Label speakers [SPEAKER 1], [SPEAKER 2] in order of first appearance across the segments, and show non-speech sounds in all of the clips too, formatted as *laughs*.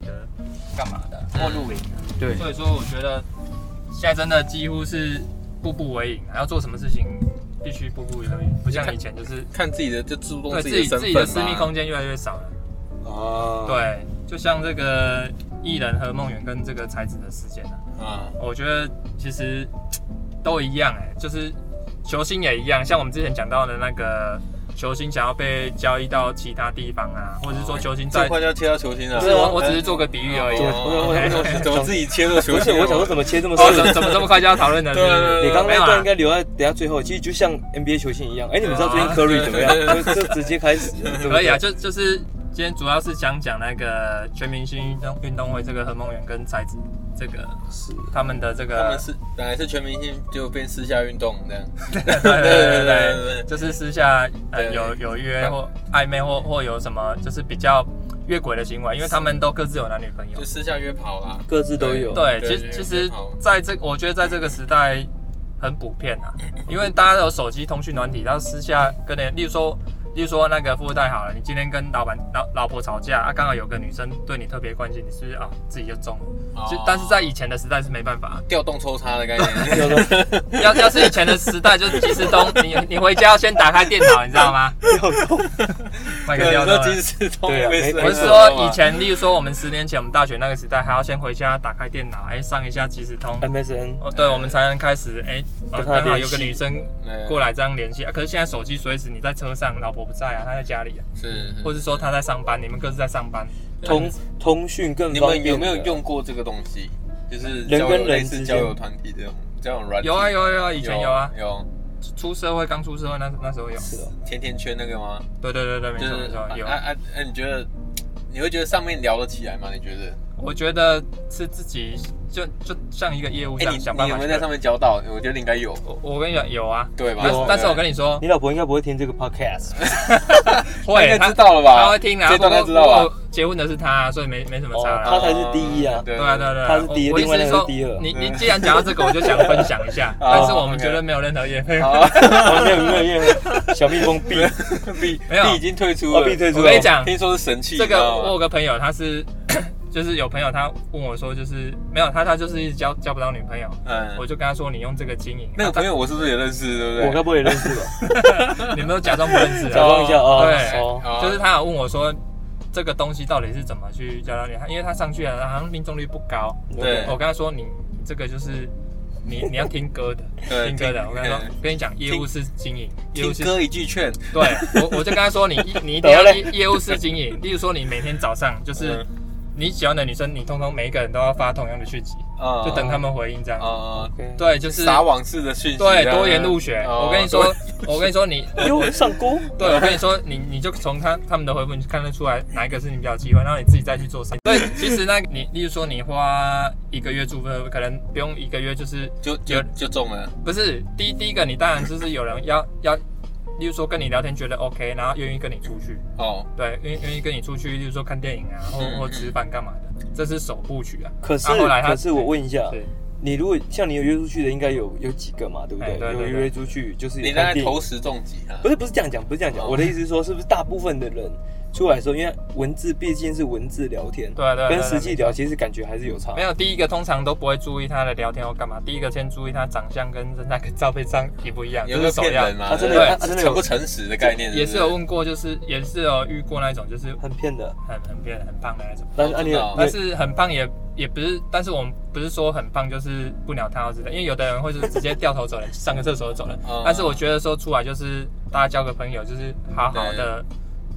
[SPEAKER 1] 嗯
[SPEAKER 2] 或露营。
[SPEAKER 3] 对，
[SPEAKER 2] 所以说，我觉得现在真的几乎是步步为营，然后做什么事情必须步步为营，不像以前就是
[SPEAKER 1] 看自己的嗯就注重
[SPEAKER 2] 对
[SPEAKER 1] 自
[SPEAKER 2] 自
[SPEAKER 1] 己
[SPEAKER 2] 己
[SPEAKER 1] 的身
[SPEAKER 2] 自
[SPEAKER 1] 份
[SPEAKER 2] 己的私密
[SPEAKER 1] 嘛
[SPEAKER 2] 空间越来越少了。
[SPEAKER 3] 啊
[SPEAKER 1] 哦，
[SPEAKER 2] 对，就像这个艺人和梦圆跟这个才子的事件啊，
[SPEAKER 1] 啊，
[SPEAKER 2] 我觉得其实都一样哎、就是球星也一样，像我们之前讲到的那个球星想要被交易到其他地方啊，或者是说球星
[SPEAKER 1] 哦这
[SPEAKER 2] 在，
[SPEAKER 1] 块就要切到球星了。
[SPEAKER 2] 不是啊我我只是做个比喻而已。
[SPEAKER 1] 哦我我
[SPEAKER 3] *laughs*
[SPEAKER 1] 我怎么自己切入
[SPEAKER 2] *laughs*
[SPEAKER 1] 球
[SPEAKER 3] 而且
[SPEAKER 1] 星了？啊
[SPEAKER 3] 哎我想说怎么切这么
[SPEAKER 2] 哦，
[SPEAKER 3] 顺
[SPEAKER 2] 怎。么怎么这么快就要讨论呢？
[SPEAKER 1] 对对对
[SPEAKER 3] 你刚刚
[SPEAKER 2] 没
[SPEAKER 3] 那
[SPEAKER 2] 有啊
[SPEAKER 3] 段
[SPEAKER 2] 啦
[SPEAKER 3] 应该留在等下最后，其实就像 NBA 球星一样。哎，你们知道最近
[SPEAKER 2] 啊
[SPEAKER 3] Curry 怎么样？就就直接开始，对不
[SPEAKER 2] 可以啊，
[SPEAKER 3] 对？
[SPEAKER 2] 就就是今天主要是想讲那个全明星运动运动会这个何梦远跟才子这个他们的这
[SPEAKER 1] 他
[SPEAKER 2] 个
[SPEAKER 1] 们
[SPEAKER 2] *laughs*
[SPEAKER 1] 是本来是全明星，就变私下运动这样。
[SPEAKER 2] 对对对
[SPEAKER 1] 对
[SPEAKER 2] 对
[SPEAKER 1] 对对
[SPEAKER 2] 对，就是私下呃
[SPEAKER 1] 对
[SPEAKER 2] 有有约或暧昧或或有什么就是比较越轨的行为，因为他们都各自有男女朋友
[SPEAKER 1] 就。私下约跑啊啦。
[SPEAKER 3] 各自都有。
[SPEAKER 2] 对，
[SPEAKER 1] 对
[SPEAKER 2] 其
[SPEAKER 1] 对
[SPEAKER 2] 实
[SPEAKER 1] 对
[SPEAKER 2] 其实
[SPEAKER 1] 好
[SPEAKER 2] 在这，我觉得在这个时代很普遍啊，因为大家都有手机通讯软体，然后私下跟人，例如说，例如说那个富二代好了，你今天跟老板老老婆吵架啊，刚好有个女生对你特别关心，你是不是啊自己就中了？
[SPEAKER 1] 哦
[SPEAKER 2] 就但是在以前的时代是没办法，啊
[SPEAKER 1] 调动抽插的
[SPEAKER 2] *laughs*
[SPEAKER 1] 概念，
[SPEAKER 3] 有的
[SPEAKER 2] 要要是以前的时代，就是即时通，你你回家要先打开电脑，你知道
[SPEAKER 1] *laughs*
[SPEAKER 2] 吗？
[SPEAKER 3] 有
[SPEAKER 2] *laughs*
[SPEAKER 3] 的
[SPEAKER 2] 卖个
[SPEAKER 1] 对，
[SPEAKER 2] 掉
[SPEAKER 1] 你
[SPEAKER 2] 的
[SPEAKER 1] 说。金丝通
[SPEAKER 3] 对啊
[SPEAKER 1] 被
[SPEAKER 3] 没
[SPEAKER 2] 我是
[SPEAKER 3] 没
[SPEAKER 2] 说以前，例如说我们十年前我们大学那个时代，还要先回家打开电脑，哎，上一下即时
[SPEAKER 1] 呃
[SPEAKER 2] 通，
[SPEAKER 3] MSN
[SPEAKER 2] 哦，对，我们才能开始哎，啊
[SPEAKER 3] 跟
[SPEAKER 2] 刚、
[SPEAKER 3] 他
[SPEAKER 2] 好
[SPEAKER 3] 联
[SPEAKER 2] 有个
[SPEAKER 3] 系
[SPEAKER 2] 女生过来这样联系、
[SPEAKER 1] 哎
[SPEAKER 2] 啊。可是现在手机随时你在车上，老婆不在啊，她在家里啊，
[SPEAKER 1] 是，
[SPEAKER 2] 或者说她在上班，你们各自在上班。
[SPEAKER 1] 嗯
[SPEAKER 3] 通通讯更
[SPEAKER 1] 你
[SPEAKER 3] 方便
[SPEAKER 1] 们
[SPEAKER 3] 了。
[SPEAKER 1] 有没有用过这个东西？就是交
[SPEAKER 3] 人
[SPEAKER 1] 友
[SPEAKER 3] 跟人
[SPEAKER 1] 类似
[SPEAKER 3] 之间
[SPEAKER 1] 交友团体这种交友软体
[SPEAKER 2] 有啊有啊有啊，以前有啊，
[SPEAKER 1] 有
[SPEAKER 2] 出社会刚出社会那那时候有。
[SPEAKER 3] 是的？
[SPEAKER 1] 甜甜圈那个吗？
[SPEAKER 2] 对对对对，没
[SPEAKER 1] 就
[SPEAKER 2] 错没
[SPEAKER 1] 是
[SPEAKER 2] 错有
[SPEAKER 1] 啊。啊啊！你觉得你会觉得上面聊得起来吗？你觉得？
[SPEAKER 2] 我觉得是自己就就像一个业务这
[SPEAKER 1] 哎，你
[SPEAKER 2] 样想办
[SPEAKER 1] 你有
[SPEAKER 2] 法
[SPEAKER 1] 没
[SPEAKER 2] 去对。
[SPEAKER 1] 有在上面交到？我觉得你应该有，
[SPEAKER 2] 我我跟你讲有啊，
[SPEAKER 1] 对吧
[SPEAKER 2] 但是
[SPEAKER 3] 有
[SPEAKER 2] 但是我跟你说
[SPEAKER 3] 你老婆应该不会听这
[SPEAKER 2] *laughs*
[SPEAKER 3] 个 podcast，
[SPEAKER 1] 他
[SPEAKER 2] 会
[SPEAKER 1] 哎应该
[SPEAKER 2] 她
[SPEAKER 1] 知道了吧？
[SPEAKER 2] 她会听啊，
[SPEAKER 1] 这
[SPEAKER 2] 不
[SPEAKER 1] 段
[SPEAKER 2] 过
[SPEAKER 1] 他
[SPEAKER 2] 不
[SPEAKER 1] 知道吧？
[SPEAKER 2] 过结婚的是她，所以没没什么差
[SPEAKER 3] 哦
[SPEAKER 2] 啦。
[SPEAKER 3] 他才是第一啊。
[SPEAKER 1] 对
[SPEAKER 2] 对啊，对啊，对啊。
[SPEAKER 3] 他是第一
[SPEAKER 2] 我我意思
[SPEAKER 3] 另外那个
[SPEAKER 2] 说
[SPEAKER 3] 是第二
[SPEAKER 2] 你
[SPEAKER 1] 对，
[SPEAKER 2] 你既然讲到这个，我就想分享一下
[SPEAKER 1] *laughs*
[SPEAKER 2] 但是
[SPEAKER 1] 哦
[SPEAKER 2] 我们绝对没有任何业配。 *laughs*
[SPEAKER 1] 好，
[SPEAKER 3] 哦没有没有没有，小蜜蜂 B
[SPEAKER 1] 毕
[SPEAKER 2] 没有
[SPEAKER 1] 毕已经退出
[SPEAKER 3] 哦
[SPEAKER 1] 了，
[SPEAKER 3] B 退出
[SPEAKER 2] 我
[SPEAKER 3] 了。
[SPEAKER 2] 跟你讲，
[SPEAKER 1] 听说是神器，
[SPEAKER 2] 这
[SPEAKER 1] 你知
[SPEAKER 2] 个
[SPEAKER 1] 道啊吗
[SPEAKER 2] 我有个朋友，他是就是有朋友他问我说，就是没有他他就是一直交交不到女朋友，
[SPEAKER 1] 嗯，
[SPEAKER 2] 我就跟他说你用这个经营，
[SPEAKER 1] 那个
[SPEAKER 2] 啊他
[SPEAKER 1] 朋友我是不是也认识？对不对？
[SPEAKER 3] 我该不会也认识吧？
[SPEAKER 2] 你们都假装不认
[SPEAKER 1] *laughs*
[SPEAKER 2] 识
[SPEAKER 3] 假
[SPEAKER 2] 啊，
[SPEAKER 3] 装一下哦
[SPEAKER 2] 对
[SPEAKER 3] 哦
[SPEAKER 1] 哦
[SPEAKER 2] 就是他有问我说。这个东西到底是怎么去教到你？因为他上去了，好像命中率不高。
[SPEAKER 1] 对
[SPEAKER 2] 我跟他说，你你这个就是你你要听歌的，
[SPEAKER 1] *laughs* 对
[SPEAKER 2] 听歌的。
[SPEAKER 1] 听
[SPEAKER 2] 我跟他说
[SPEAKER 1] 嗯，
[SPEAKER 2] 跟你讲，业务是经营，业务
[SPEAKER 1] 听
[SPEAKER 2] 是
[SPEAKER 1] 歌一句劝，
[SPEAKER 2] 对我，我 *laughs* 就跟他说你，你一定要
[SPEAKER 3] 得嘞
[SPEAKER 2] 业业务式经营。例如说，你每天早上就是
[SPEAKER 1] 嗯
[SPEAKER 2] 你喜欢的女生，你通通每一个人都要发同样的讯息，
[SPEAKER 1] 啊
[SPEAKER 2] 就等他们回应这样。
[SPEAKER 1] 啊，
[SPEAKER 3] OK，
[SPEAKER 2] 对，就是
[SPEAKER 1] 撒网式的讯息，
[SPEAKER 2] 对
[SPEAKER 1] 这样
[SPEAKER 2] 多元入学。
[SPEAKER 1] 哦
[SPEAKER 2] 我跟你说， *laughs* 我跟你说你，
[SPEAKER 3] 哟上钩。
[SPEAKER 2] 对我跟你说，你你就从他他们的回复你就看得出来哪一个是你比较有机会，然后你自己再去做生意。
[SPEAKER 1] *laughs*
[SPEAKER 2] 对，其实那你例如说你花一个月住宿，可能不用一个月，就是
[SPEAKER 1] 就就就中了，
[SPEAKER 2] 不是第一第一个你当然就是有人要要，例如说跟你聊天觉得 OK，然后愿意跟你出去。
[SPEAKER 1] 哦，
[SPEAKER 2] 对，愿愿意跟你出去，例如说看电影啊，或
[SPEAKER 1] 嗯
[SPEAKER 2] 或吃饭干嘛的，这是首部曲啊。
[SPEAKER 3] 可是
[SPEAKER 2] 啊后来他
[SPEAKER 3] 可是我问一下，
[SPEAKER 2] 对，
[SPEAKER 3] 你如果像你有约出去的，应该有有几个嘛，对不对？
[SPEAKER 2] 哎对对
[SPEAKER 3] 有
[SPEAKER 2] 对
[SPEAKER 3] 约出去就是有
[SPEAKER 1] 你
[SPEAKER 3] 看
[SPEAKER 1] 大概
[SPEAKER 3] 电
[SPEAKER 1] 投
[SPEAKER 3] 影。
[SPEAKER 1] 十中几啊
[SPEAKER 3] 不？是不是这样讲，不是这样讲。
[SPEAKER 1] 哦
[SPEAKER 3] 我的意思是说，是不是大部分的人出来的时候，因为文字毕竟是文字聊天，
[SPEAKER 2] 对啊对啊对啊
[SPEAKER 3] 跟实际聊其实感觉还是有差
[SPEAKER 2] 没。有第一个通常都不会注意他的聊天或干嘛，第一个先注意他长相跟那个照片上一不一样，
[SPEAKER 1] 有
[SPEAKER 2] 就
[SPEAKER 1] 没有
[SPEAKER 2] 是首
[SPEAKER 1] 骗
[SPEAKER 2] 要
[SPEAKER 1] 人。啊嘛？
[SPEAKER 3] 他真的
[SPEAKER 1] 对
[SPEAKER 3] 他他真的有
[SPEAKER 1] 诚不诚实的概念，
[SPEAKER 2] 也
[SPEAKER 1] 不
[SPEAKER 2] 是有问过，就是也是有遇过那一种，就是
[SPEAKER 3] 很骗的，
[SPEAKER 2] 很很变很胖的那种。
[SPEAKER 3] 但
[SPEAKER 1] 我
[SPEAKER 3] 是
[SPEAKER 1] 知
[SPEAKER 3] 啊你
[SPEAKER 1] 道
[SPEAKER 2] 但是很胖也也不是，但是我们不是说很胖就是不鸟他之类的，因为有的人会是直接掉头走人，上个厕所就走人
[SPEAKER 1] 嗯。
[SPEAKER 2] 但是我觉得说出来就是大家交个朋友，就是好好的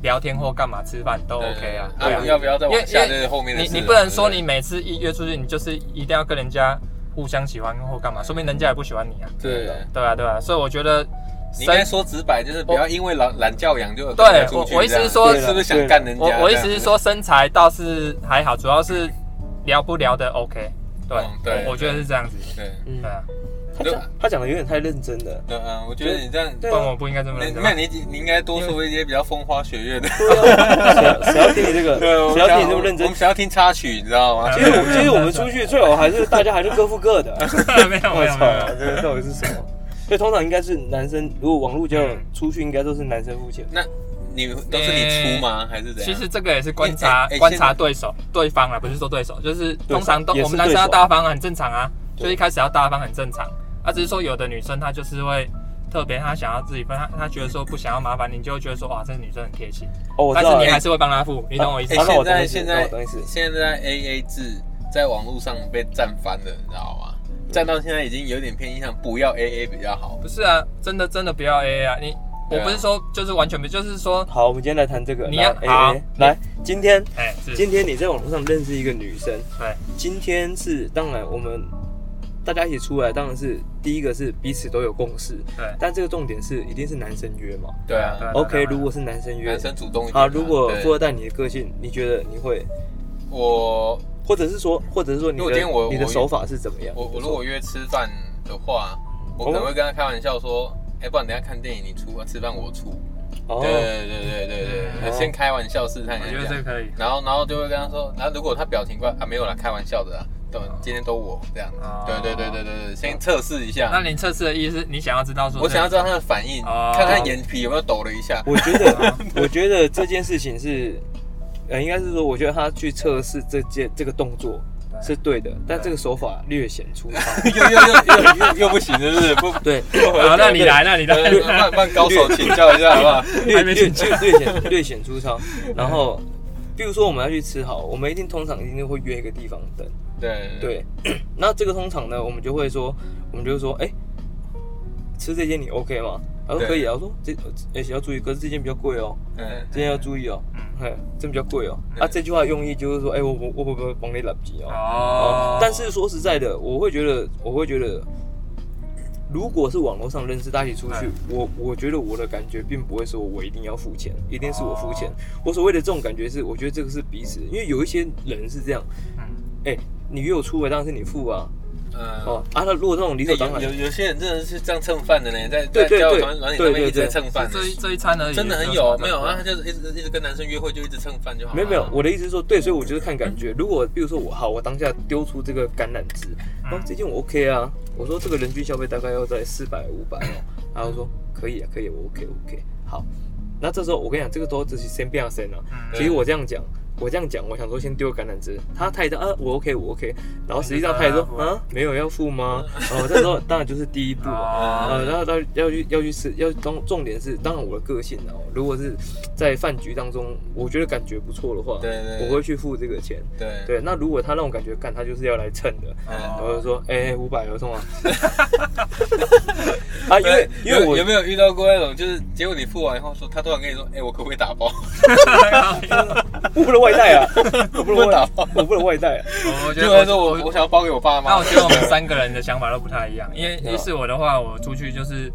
[SPEAKER 2] 聊天或干嘛吃饭都 OK 啊。
[SPEAKER 1] 对
[SPEAKER 2] 对
[SPEAKER 1] 啊
[SPEAKER 2] 啊，
[SPEAKER 1] 要不要再
[SPEAKER 2] 因为
[SPEAKER 1] 往下？
[SPEAKER 2] 因为
[SPEAKER 1] 就是后面的
[SPEAKER 2] 你
[SPEAKER 1] 事啊
[SPEAKER 2] 你
[SPEAKER 1] 了
[SPEAKER 2] 不能说你
[SPEAKER 1] 对
[SPEAKER 2] 每次一约出去，你就是一定要跟人家互相喜欢或干嘛，说明人家也不喜欢你啊。
[SPEAKER 1] 对
[SPEAKER 3] 对啊
[SPEAKER 2] 对啊，对啊，所以我觉得
[SPEAKER 1] 你应
[SPEAKER 2] 身
[SPEAKER 1] 该说直白，就是不要因为懒懒教养就有
[SPEAKER 2] 对
[SPEAKER 1] 跟人家出去
[SPEAKER 2] 我我意思
[SPEAKER 1] 这样
[SPEAKER 2] 是说
[SPEAKER 1] 你是不是想干人家？
[SPEAKER 2] 我我意
[SPEAKER 1] 这样
[SPEAKER 2] 思
[SPEAKER 1] 子
[SPEAKER 2] 是，说身材倒是还好，主要是聊不聊的 OK 对。
[SPEAKER 1] 嗯对
[SPEAKER 2] 我我觉得是这样子。
[SPEAKER 1] 对，
[SPEAKER 3] 嗯
[SPEAKER 2] 对，啊，
[SPEAKER 3] 他讲他讲的有点太认真了。
[SPEAKER 1] 对嗯，我觉得你这样，
[SPEAKER 3] 对
[SPEAKER 2] 不然
[SPEAKER 3] 啊，
[SPEAKER 2] 我不应该这么
[SPEAKER 1] 你
[SPEAKER 2] 认真吧
[SPEAKER 1] 那。你你应该多说一些比较风花雪
[SPEAKER 3] *laughs*
[SPEAKER 1] 月的。
[SPEAKER 3] 啊谁要谁要听你
[SPEAKER 2] *laughs*
[SPEAKER 3] 这个？
[SPEAKER 1] 我们
[SPEAKER 3] 谁要
[SPEAKER 1] 想
[SPEAKER 3] 听你这么认
[SPEAKER 1] 我
[SPEAKER 3] 真
[SPEAKER 1] 们？想要听插曲，你知道
[SPEAKER 2] 啊
[SPEAKER 1] 吗？
[SPEAKER 3] 其实我其实我们出去最好还是大家还是各付各的。
[SPEAKER 2] *laughs* 没有没
[SPEAKER 3] 我
[SPEAKER 2] 有
[SPEAKER 3] 操
[SPEAKER 2] 没有，，
[SPEAKER 3] 这个到
[SPEAKER 2] 嗯
[SPEAKER 3] 底是什么？所以通常应该是男生，如果网络交友出去，应该都是男生付钱。
[SPEAKER 1] 那你都是你出吗？还是
[SPEAKER 3] 啊
[SPEAKER 1] 怎样？
[SPEAKER 2] 其实这个也是观察、
[SPEAKER 1] 欸欸欸
[SPEAKER 2] 观察对手对方啊，不是说对手，就是通常都
[SPEAKER 3] 对手也是
[SPEAKER 2] 我们男生
[SPEAKER 3] 对手
[SPEAKER 2] 要大方很正常啊，
[SPEAKER 3] 对
[SPEAKER 2] 就一开始要大方很正常啊，只是说有的女生她就是会特别，她想要自己分，她她觉得说不想要麻烦你，你就会觉得说哇，这个女生很贴心，
[SPEAKER 3] 哦，我
[SPEAKER 2] 但
[SPEAKER 3] 知
[SPEAKER 2] 是
[SPEAKER 3] 道啊
[SPEAKER 2] 你
[SPEAKER 3] 了
[SPEAKER 2] 还。是会帮她付，你懂我意思
[SPEAKER 1] 哎、
[SPEAKER 2] 吗？
[SPEAKER 3] 那我
[SPEAKER 1] 现
[SPEAKER 3] 懂
[SPEAKER 1] 在
[SPEAKER 3] 意思
[SPEAKER 1] 现
[SPEAKER 3] 那我
[SPEAKER 1] 在
[SPEAKER 3] 懂意思
[SPEAKER 1] 现在 A A 制在网络上被站翻了，你知道吗？站到现在已经有点偏向不要 A A 比较好。
[SPEAKER 2] 不是啊，真的真的不要 AA 啊，你我
[SPEAKER 1] 对啊
[SPEAKER 2] 不是说就是完全不，就是说
[SPEAKER 3] 好，我们今天来谈这个。
[SPEAKER 2] 你要
[SPEAKER 3] 来哎
[SPEAKER 2] 好
[SPEAKER 3] 哎来，今天
[SPEAKER 2] 哎，是
[SPEAKER 3] 今天你在网络上认识一个女生，
[SPEAKER 2] 对
[SPEAKER 3] 今天是当然我们大家一起出来，当然是第一个是彼此都有共识，
[SPEAKER 2] 对
[SPEAKER 3] 但这个重点是一定是男生约嘛。
[SPEAKER 1] 对啊，
[SPEAKER 2] 对啊
[SPEAKER 3] OK，如果是男生约
[SPEAKER 1] 男，生主动一点啊。
[SPEAKER 3] 好，如果
[SPEAKER 1] 对
[SPEAKER 3] 富二代你的个性，你觉得你会，
[SPEAKER 1] 我
[SPEAKER 3] 或者是说，或者是说你
[SPEAKER 1] 如果今
[SPEAKER 3] 的
[SPEAKER 1] 天我
[SPEAKER 3] 你的
[SPEAKER 1] 我
[SPEAKER 3] 手法是怎么样？
[SPEAKER 1] 我
[SPEAKER 3] 你
[SPEAKER 1] 我
[SPEAKER 3] 的
[SPEAKER 1] 如
[SPEAKER 3] 手
[SPEAKER 1] 果约吃饭的话，我可能会跟他开玩笑说，哎、不然等一下看电影你出，啊吃饭我出。
[SPEAKER 3] 哦
[SPEAKER 1] 对对对对对对，
[SPEAKER 3] 哦
[SPEAKER 1] 先开玩笑试探
[SPEAKER 2] 我
[SPEAKER 1] 一
[SPEAKER 2] 觉得这
[SPEAKER 1] 下
[SPEAKER 2] 个。可以
[SPEAKER 1] 然后然后就会跟他说，然后如果他表情怪啊没有啦，开玩笑的啦，都今天都我这样。
[SPEAKER 2] 哦
[SPEAKER 1] 对对对对对对，先测试一下。
[SPEAKER 2] 那你测试的意思是你想要知
[SPEAKER 3] 嗯
[SPEAKER 2] 道说，
[SPEAKER 1] 我想要知道他的反应，
[SPEAKER 2] 哦
[SPEAKER 1] 看他眼皮有没有抖了一下。
[SPEAKER 3] 我觉得，我觉得这件事情是，呃，应该是说，我觉得他去测试这件这个动作
[SPEAKER 2] 对
[SPEAKER 3] 是对的，但
[SPEAKER 2] 对
[SPEAKER 3] 这个手法略显粗糙。
[SPEAKER 1] 又又又又又又不行，是不是？不，
[SPEAKER 3] *laughs* 对，
[SPEAKER 2] 好，那你来，那你来，
[SPEAKER 1] 慢慢高手请教一下好不
[SPEAKER 3] *laughs*
[SPEAKER 1] 好？
[SPEAKER 3] 略
[SPEAKER 2] 还没
[SPEAKER 3] 略略略显略显粗糙。然后，比如说我们要去吃好，我们一定通常一定会约一个地方等。
[SPEAKER 1] 对
[SPEAKER 3] 对， *clears throat* 那这个通常呢，我们就会说，我们就会说，哎、吃这间你 OK 吗？他说
[SPEAKER 1] 对
[SPEAKER 3] 可以啊。我说这而且要注意，可是这间比较贵哦，
[SPEAKER 1] 嗯，
[SPEAKER 3] 这间要注意哦，
[SPEAKER 2] 嗯
[SPEAKER 3] 嘿，这比较贵哦。
[SPEAKER 1] 对
[SPEAKER 3] 啊，这句话的用意就是说，哎、我我我不不帮你揽机哦。
[SPEAKER 2] 哦
[SPEAKER 3] 哦，，但是说实在的，我会觉得，我会觉得，如果是网络上认识，大家一起出去，我我觉得我的感觉并不会说我一定要付钱，一定是我付钱。
[SPEAKER 2] 哦
[SPEAKER 3] 我所谓的这种感觉是，我觉得这个是彼此，因为有一些人是这样，
[SPEAKER 2] 嗯
[SPEAKER 3] 哎、你约我出来，当然是你付啊，哦
[SPEAKER 1] 嗯。哎
[SPEAKER 3] 啊，那如果这种理所当
[SPEAKER 1] 有
[SPEAKER 3] 然，
[SPEAKER 1] 有有些人真的是这样蹭饭的呢，在
[SPEAKER 3] 对
[SPEAKER 1] 在
[SPEAKER 3] 对
[SPEAKER 1] 交友
[SPEAKER 3] 对
[SPEAKER 1] 软软体
[SPEAKER 3] 对
[SPEAKER 1] 上面一直在
[SPEAKER 3] 对对
[SPEAKER 1] 蹭饭，
[SPEAKER 2] 这一这一餐而已，
[SPEAKER 1] 真的很有
[SPEAKER 2] 这
[SPEAKER 1] 没
[SPEAKER 2] 什
[SPEAKER 1] 有
[SPEAKER 2] 么
[SPEAKER 1] 啊？他就是一直一直跟男生约会就一直蹭饭就好了。
[SPEAKER 3] 嗯没有没有，我的意思是说，对，所以我就是看感觉。如果比如说我好，我当下丢出这个橄榄枝，
[SPEAKER 1] 哦
[SPEAKER 2] 嗯
[SPEAKER 3] 然后这件我 OK 啊，我说这个人均消费大概要在四百五百哦，然后说可以啊可以，我 OK 我 OK 好。那这时候我跟你讲，这个都只是先变先啊。
[SPEAKER 2] 嗯
[SPEAKER 3] 其实我这样讲，我这样讲，我想说先丢个橄榄枝，他他也说啊我 OK 我 OK，然后实际上他也说
[SPEAKER 2] 你就说啊
[SPEAKER 3] 啊没有要付吗？哦，这时候当然就是第一
[SPEAKER 1] 啊
[SPEAKER 3] 步嘛。
[SPEAKER 2] 哦
[SPEAKER 3] 呃，然后到要去要去吃，要重重点是，当然我的个性啊，如果是在饭局当中，我觉得感觉不错的话，
[SPEAKER 1] 对对对
[SPEAKER 3] 我会去付这个钱。
[SPEAKER 1] 对哦
[SPEAKER 3] 对，那如果他让我感觉干，他就是要来蹭的，
[SPEAKER 1] 嗯
[SPEAKER 3] 我就说，哎、五百合同啊， *laughs* 啊，因为因为
[SPEAKER 1] 有
[SPEAKER 3] 我
[SPEAKER 1] 有没有遇到过那种，就是结果你付完以后说，他突然跟你说，哎、我可不可以打包？哎
[SPEAKER 2] *laughs*
[SPEAKER 3] 我不能外 *laughs* 带啊，我不
[SPEAKER 1] 不
[SPEAKER 3] 能
[SPEAKER 1] 能打
[SPEAKER 3] 外我不能外带啊，
[SPEAKER 2] 我觉
[SPEAKER 1] 结果他
[SPEAKER 2] 得
[SPEAKER 1] 说我我想要包给我爸
[SPEAKER 2] *laughs* 那
[SPEAKER 1] 妈
[SPEAKER 2] 我。觉得我们三个人的想法都不太一样，因为
[SPEAKER 1] 嗯
[SPEAKER 3] 对啊
[SPEAKER 2] 因为是我的话，我出去就是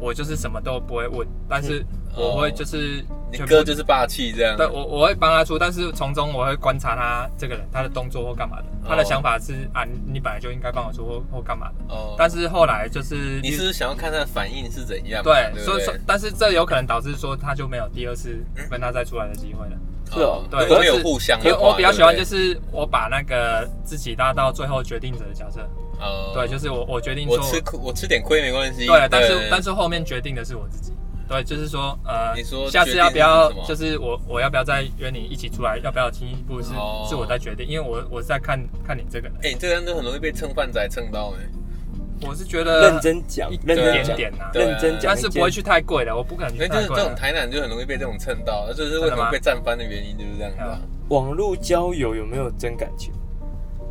[SPEAKER 2] 我就是什么都不会问，但是我会就是
[SPEAKER 1] 嗯哦你
[SPEAKER 2] 全部
[SPEAKER 1] 哥就是霸气这样。
[SPEAKER 2] 对我我会帮他出，但是从中我会观察他这个人他的动作或干嘛的，他的
[SPEAKER 1] 哦
[SPEAKER 2] 想法是啊你你本来就应该帮我出或或干嘛的，
[SPEAKER 1] 哦
[SPEAKER 2] 但是后来就是
[SPEAKER 1] 你是不是想要看他的反应是怎样嘛？
[SPEAKER 2] 对，
[SPEAKER 1] 对不
[SPEAKER 2] 所以
[SPEAKER 1] 对哦
[SPEAKER 2] 说，但是这有可能导致说他就没有第二次跟他再出来的机会了。
[SPEAKER 3] 是哦
[SPEAKER 2] 对
[SPEAKER 1] 如果没有
[SPEAKER 2] 就是
[SPEAKER 1] 互相
[SPEAKER 2] 所以
[SPEAKER 1] 的话，
[SPEAKER 2] 我比较喜欢
[SPEAKER 1] 对
[SPEAKER 2] 就
[SPEAKER 1] 不
[SPEAKER 2] 是我把那个自己拉到最后决定者的角色，
[SPEAKER 1] 对，哦
[SPEAKER 2] 对，就是我我决定说
[SPEAKER 1] 我，吃苦，我吃点亏没关系。
[SPEAKER 2] 对，但是但
[SPEAKER 1] 是
[SPEAKER 2] 是后面决定的是我自己，对，就是说呃
[SPEAKER 1] 你，说
[SPEAKER 2] 下次要不要
[SPEAKER 1] 决定是什么
[SPEAKER 2] 就是我我要不要再约你一起出来，要不要进一步是
[SPEAKER 1] 哦
[SPEAKER 2] 是我在决定，因为我我是在看看你这个人，
[SPEAKER 1] 哎、你这样都很容易被蹭饭仔蹭到哎、
[SPEAKER 2] 我是觉得
[SPEAKER 3] 认真讲
[SPEAKER 2] 一，
[SPEAKER 3] 认真
[SPEAKER 2] 点
[SPEAKER 3] 讲，
[SPEAKER 2] 点呐，
[SPEAKER 1] 对啊
[SPEAKER 3] 认真讲，
[SPEAKER 2] 但是不会去太贵的，我不可能
[SPEAKER 1] 因
[SPEAKER 2] 去
[SPEAKER 1] 为就
[SPEAKER 2] 太
[SPEAKER 1] 是
[SPEAKER 2] 贵
[SPEAKER 1] 这种
[SPEAKER 2] 的。
[SPEAKER 1] 台南就很容易被这种蹭到，这就是
[SPEAKER 2] 真
[SPEAKER 1] 为什
[SPEAKER 2] 的吗哎
[SPEAKER 1] 么被站翻的原因就是这样子、啊。
[SPEAKER 3] 网络交友有没有真感情？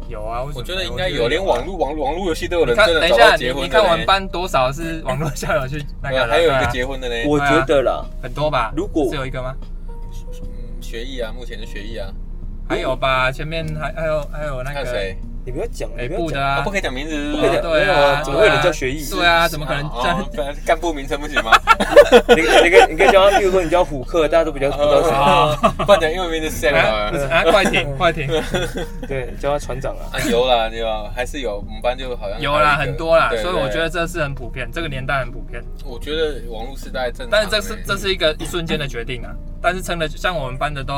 [SPEAKER 2] 有啊，为什么
[SPEAKER 1] 我
[SPEAKER 2] 我
[SPEAKER 1] 觉得应该有，连
[SPEAKER 2] 啊
[SPEAKER 1] 网络网络网络游戏都有
[SPEAKER 2] 你
[SPEAKER 1] 人
[SPEAKER 2] 看，
[SPEAKER 1] 真
[SPEAKER 2] 等
[SPEAKER 1] 的
[SPEAKER 2] 一
[SPEAKER 1] 找
[SPEAKER 2] 下，
[SPEAKER 1] 到
[SPEAKER 2] 你
[SPEAKER 1] 结婚的
[SPEAKER 2] 你看我
[SPEAKER 1] 嘞
[SPEAKER 2] 们班多少是网络交友去那
[SPEAKER 1] 对
[SPEAKER 2] 个
[SPEAKER 1] 啊
[SPEAKER 2] 的，
[SPEAKER 1] 还有一
[SPEAKER 2] 对啊
[SPEAKER 1] 个结婚的嘞。
[SPEAKER 3] 哎我觉得啦，
[SPEAKER 2] 很多吧？
[SPEAKER 3] 如果
[SPEAKER 2] 只有一个吗？
[SPEAKER 1] 嗯，学艺啊，目前是学艺啊。
[SPEAKER 2] 还有吧，前面还还有还有那
[SPEAKER 1] 看
[SPEAKER 2] 个
[SPEAKER 1] 谁？
[SPEAKER 3] 你不要讲，
[SPEAKER 2] 北
[SPEAKER 3] 你不要
[SPEAKER 2] 部
[SPEAKER 3] 讲
[SPEAKER 2] 的。啊，
[SPEAKER 1] 啊，不可以讲名字，
[SPEAKER 3] 不可以
[SPEAKER 2] 哦
[SPEAKER 3] 讲
[SPEAKER 2] 对
[SPEAKER 3] 没有啊
[SPEAKER 2] 啊，
[SPEAKER 3] 怎么会有人
[SPEAKER 2] 对啊
[SPEAKER 3] 叫学艺
[SPEAKER 2] 对啊，怎么可能这样
[SPEAKER 1] 哦？不然干部名称
[SPEAKER 2] *laughs*
[SPEAKER 1] 不行吗？
[SPEAKER 3] 你你可以你可以叫他，比如说你叫虎克，大家都比较知道谁。
[SPEAKER 2] 哦
[SPEAKER 1] 不然讲英文名字 Sam 好
[SPEAKER 2] 啊 *laughs*
[SPEAKER 1] 了
[SPEAKER 2] 啊！快停，快停！
[SPEAKER 3] 对，叫他船长啊。
[SPEAKER 2] 哎
[SPEAKER 1] 啊，有啦，有啦，还是有，我们班就好像
[SPEAKER 2] 有啦，
[SPEAKER 1] 还一个
[SPEAKER 2] 很多啦，
[SPEAKER 1] 对
[SPEAKER 2] 所以我
[SPEAKER 1] 对
[SPEAKER 2] 觉得这是很普遍，这个年代很普遍。
[SPEAKER 1] 我觉得网络时代正常欸，
[SPEAKER 2] 但是这是这是一个一瞬间的决定啊，但是撑的像我们班的都，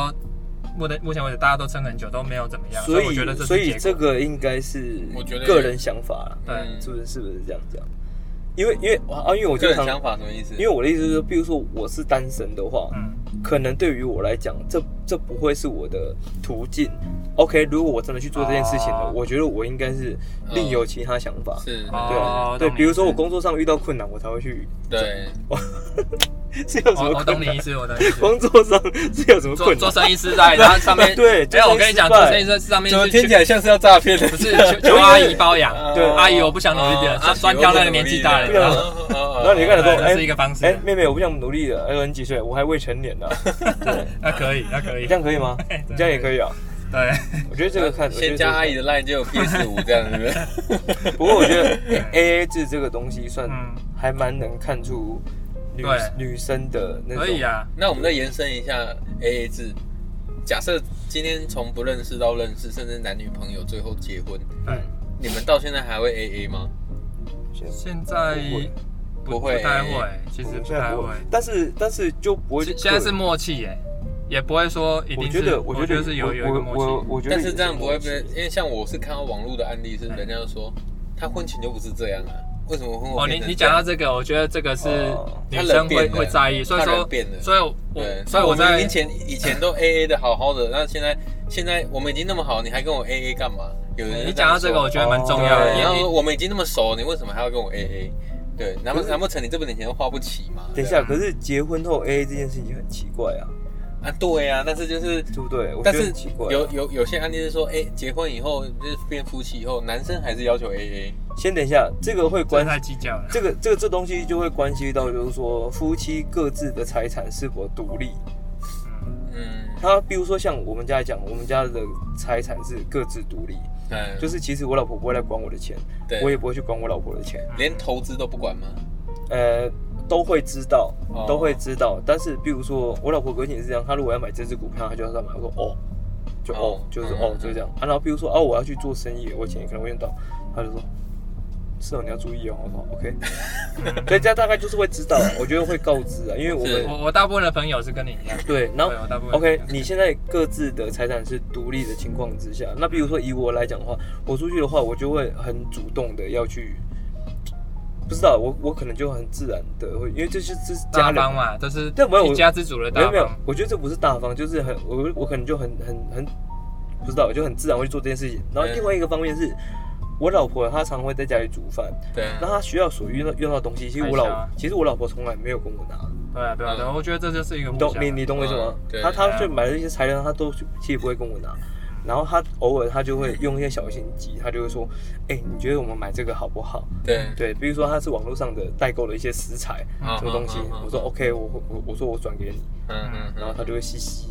[SPEAKER 2] 目的目前为止大家都撑很久，都没有怎么样，所
[SPEAKER 3] 所
[SPEAKER 2] 以我觉得
[SPEAKER 3] 以
[SPEAKER 2] 这是
[SPEAKER 3] 所以
[SPEAKER 2] 结
[SPEAKER 3] 这
[SPEAKER 2] 果
[SPEAKER 3] 个应该是
[SPEAKER 1] 我觉得
[SPEAKER 3] 个人想法啦，
[SPEAKER 2] 对
[SPEAKER 1] 嗯
[SPEAKER 3] 是不是是不是这样讲？因为因为啊，因为我
[SPEAKER 1] 个
[SPEAKER 3] 经
[SPEAKER 1] 人
[SPEAKER 3] 常，
[SPEAKER 1] 想法什么意思？
[SPEAKER 3] 因为我的意思是说，比如说我是单身的话，
[SPEAKER 2] 嗯，
[SPEAKER 3] 可能对于我来讲，这这不会是我的途径。OK，如果我真的去做这件事情了，
[SPEAKER 2] 哦
[SPEAKER 3] 我觉得我应该是另有其他想法。
[SPEAKER 1] 嗯是，
[SPEAKER 3] 对、啊
[SPEAKER 2] 哦
[SPEAKER 3] 对，
[SPEAKER 2] 懂你
[SPEAKER 3] 比如说
[SPEAKER 2] 意
[SPEAKER 3] 我
[SPEAKER 2] 思
[SPEAKER 3] 工作上遇到困难，我才会去。
[SPEAKER 1] 对，
[SPEAKER 3] *laughs* 是有什
[SPEAKER 2] 我嗯哦
[SPEAKER 3] 么
[SPEAKER 2] 我
[SPEAKER 3] 困
[SPEAKER 2] 懂你
[SPEAKER 3] 难
[SPEAKER 2] 意？思，我懂你意思。
[SPEAKER 3] 工作上 *laughs* 是有什么
[SPEAKER 2] 做
[SPEAKER 3] 困
[SPEAKER 2] 做
[SPEAKER 3] 难？
[SPEAKER 2] 生意失败，然后上面
[SPEAKER 3] *laughs* 对
[SPEAKER 2] 没有，我跟你讲，做生意
[SPEAKER 3] 意
[SPEAKER 2] 这上面
[SPEAKER 1] 怎么
[SPEAKER 2] 是
[SPEAKER 1] 听
[SPEAKER 2] 去
[SPEAKER 1] 起来像是要诈骗的？ *laughs*
[SPEAKER 2] 不
[SPEAKER 3] *laughs*
[SPEAKER 2] 是求求阿姨包养，
[SPEAKER 1] 啊
[SPEAKER 3] 对
[SPEAKER 2] 阿姨我不想努力
[SPEAKER 1] 哦
[SPEAKER 2] 了，专专挑那个年纪大的，
[SPEAKER 3] 不想
[SPEAKER 2] 然
[SPEAKER 3] 努
[SPEAKER 2] 后
[SPEAKER 1] *laughs* 然
[SPEAKER 3] 然后你看他说，
[SPEAKER 2] 对
[SPEAKER 3] 哎、
[SPEAKER 2] 呃这是一个方式
[SPEAKER 3] 哎、妹妹，我不想努力了，哎、呦，你几岁？我还未成
[SPEAKER 2] *laughs*
[SPEAKER 3] 年呢、
[SPEAKER 2] 那可以，那可以
[SPEAKER 3] 你这，样可以吗？你这样也可以啊。
[SPEAKER 2] 对，
[SPEAKER 3] 我觉得这
[SPEAKER 2] *laughs*
[SPEAKER 3] 个看，我觉
[SPEAKER 1] 啊先
[SPEAKER 3] 得
[SPEAKER 1] 加
[SPEAKER 3] 这个
[SPEAKER 1] 阿姨的 line 就有 PS 五这样，是不 *laughs* 是？
[SPEAKER 3] 看。不过我觉得哎 A A 制这个东西算
[SPEAKER 2] 嗯，
[SPEAKER 3] 还蛮能看出女
[SPEAKER 2] 对
[SPEAKER 3] 女生的那种。
[SPEAKER 2] *laughs* 可以啊，
[SPEAKER 1] 那我们再延伸一下 AA 制，假设今天从不认识到认识，甚至男女朋友最后结婚，
[SPEAKER 3] 嗯
[SPEAKER 2] 对，
[SPEAKER 1] 你们到现在还会 AA 吗？
[SPEAKER 3] 现在
[SPEAKER 2] 现在
[SPEAKER 1] 不会
[SPEAKER 2] 不太会，其实不
[SPEAKER 3] 现在
[SPEAKER 2] 太
[SPEAKER 3] 不
[SPEAKER 2] 会
[SPEAKER 3] 会，，但是但是就不会去
[SPEAKER 2] 现现在是
[SPEAKER 3] 刻意。
[SPEAKER 2] 默契耶，也不会说一
[SPEAKER 3] 我
[SPEAKER 2] 定
[SPEAKER 3] 觉
[SPEAKER 2] 是，
[SPEAKER 3] 得，我觉
[SPEAKER 2] 觉
[SPEAKER 3] 得
[SPEAKER 2] 得是有
[SPEAKER 3] 我
[SPEAKER 2] 有一个默
[SPEAKER 3] 我
[SPEAKER 2] 契，
[SPEAKER 3] 我觉得
[SPEAKER 1] 但是
[SPEAKER 3] 也
[SPEAKER 1] 这样不会被
[SPEAKER 3] 默，契
[SPEAKER 1] 因为像我是看到网络的案例是，人家就说他婚前就不是这样啊，为什么婚后
[SPEAKER 2] 哦，你
[SPEAKER 1] 变成
[SPEAKER 2] 你
[SPEAKER 1] 这样
[SPEAKER 2] 讲到这个，我觉得这个是
[SPEAKER 3] 哦
[SPEAKER 2] 女生
[SPEAKER 1] 他
[SPEAKER 2] 会
[SPEAKER 1] 人变了
[SPEAKER 2] 会在意，所以
[SPEAKER 1] 他人
[SPEAKER 2] 说，
[SPEAKER 1] 变了
[SPEAKER 2] 所以我
[SPEAKER 1] 对，
[SPEAKER 2] 所以我
[SPEAKER 1] 们
[SPEAKER 2] 在
[SPEAKER 1] 以前以
[SPEAKER 2] *laughs*
[SPEAKER 1] 前都 A A 的好好的，那现在现在我们已经那么好，你还跟我 A A 干嘛？有人
[SPEAKER 2] 你讲到这个，我觉得蛮重要
[SPEAKER 3] 哦
[SPEAKER 2] 的，
[SPEAKER 1] 对，
[SPEAKER 2] 因
[SPEAKER 1] 然
[SPEAKER 2] 为
[SPEAKER 1] 后我们已经那么熟，你为什么还要跟我 A A？对，难不
[SPEAKER 3] 可是
[SPEAKER 1] 难不成你这么点钱都花不起啊吗？
[SPEAKER 3] 等一下，可是结婚后 A A 这件事情很奇怪啊，
[SPEAKER 1] 啊，对啊，但是就是。
[SPEAKER 3] 对不对？我觉
[SPEAKER 1] 但
[SPEAKER 3] 得
[SPEAKER 1] 是
[SPEAKER 3] 很奇怪啊。
[SPEAKER 1] 有有有些案例是说，哎、结婚以后就是变夫妻以后，男生还是要求 A A，
[SPEAKER 3] 先等一下，这个会
[SPEAKER 2] 不要
[SPEAKER 3] 关
[SPEAKER 2] 太计较了，
[SPEAKER 3] 这个这个这东西就会关系到，就是说夫妻各自的财产是否独立。
[SPEAKER 2] 嗯，
[SPEAKER 1] 嗯，
[SPEAKER 3] 他比如说像我们家来讲，我们家的财产是各自独立，
[SPEAKER 1] 嗯
[SPEAKER 3] 就是其实我老婆不会来管我的钱，
[SPEAKER 1] 对，
[SPEAKER 3] 我也不会去管我老婆的钱，
[SPEAKER 1] 连投资都不管吗？
[SPEAKER 3] 呃，都会知道
[SPEAKER 1] 哦，
[SPEAKER 3] 都会知道。但是比如说我老婆个性是这样，她如果要买这只股票，她就要买，我说哦，就哦
[SPEAKER 1] 哦，
[SPEAKER 3] 就是
[SPEAKER 1] 嗯
[SPEAKER 3] 哦
[SPEAKER 1] 嗯，
[SPEAKER 3] 就是这样。啊，然后比如说啊，我要去做生意，我钱可能会用到，她就说。是哦，你要注意哦。我说 OK，所以 *laughs* 这样大概就是会知道，我觉得会告知啊，因为我
[SPEAKER 1] 是
[SPEAKER 3] 们
[SPEAKER 2] 我我大部分的朋友是跟你一样，
[SPEAKER 3] 对，然后
[SPEAKER 2] 对我大部分的朋友
[SPEAKER 3] OK，你现在各自的财产是独立的情况之下，那比如说以我来讲的话，我出去的话，我就会很主动的要去，不知道我我可能就很自然的会，因为这是这是家
[SPEAKER 2] 大
[SPEAKER 3] 人
[SPEAKER 2] 方嘛，都是
[SPEAKER 3] 但没有
[SPEAKER 2] 一家之主的
[SPEAKER 3] 没
[SPEAKER 2] 大
[SPEAKER 3] 有没有
[SPEAKER 2] 方，，
[SPEAKER 3] 我觉得这不是大方，就是很我我可能就很很很不知道，我就很自然会去做这件事情。然后
[SPEAKER 1] 嗯
[SPEAKER 3] 另外一个方面是。我老婆她常会在家里煮饭，
[SPEAKER 1] 对，
[SPEAKER 3] 那她需要所用到用到的东西，其实
[SPEAKER 2] 开
[SPEAKER 3] 我
[SPEAKER 2] 销
[SPEAKER 3] 老
[SPEAKER 2] 啊
[SPEAKER 3] 其实我老婆从来没有跟我拿，
[SPEAKER 2] 对啊对啊对啊，
[SPEAKER 1] 嗯
[SPEAKER 2] 我觉得这就是一个
[SPEAKER 3] 你
[SPEAKER 2] 互
[SPEAKER 3] 懂
[SPEAKER 2] 相啊
[SPEAKER 3] 你你懂我意思吗
[SPEAKER 1] 嗯？对
[SPEAKER 3] 他
[SPEAKER 2] 嗯
[SPEAKER 3] 他就买了一些材料，他都其实不会跟我拿，然后他偶尔他就会用一些小心机，他就会说，哎、你觉得我们买这个好不好？
[SPEAKER 1] 对，
[SPEAKER 3] 对，比如说他是网络上的代购的一些食材
[SPEAKER 1] 嗯
[SPEAKER 3] 什么东西
[SPEAKER 1] 嗯嗯嗯，
[SPEAKER 3] 我说 OK，我我我说我转给你，
[SPEAKER 1] 嗯嗯，
[SPEAKER 3] 然后他就会嘻嘻，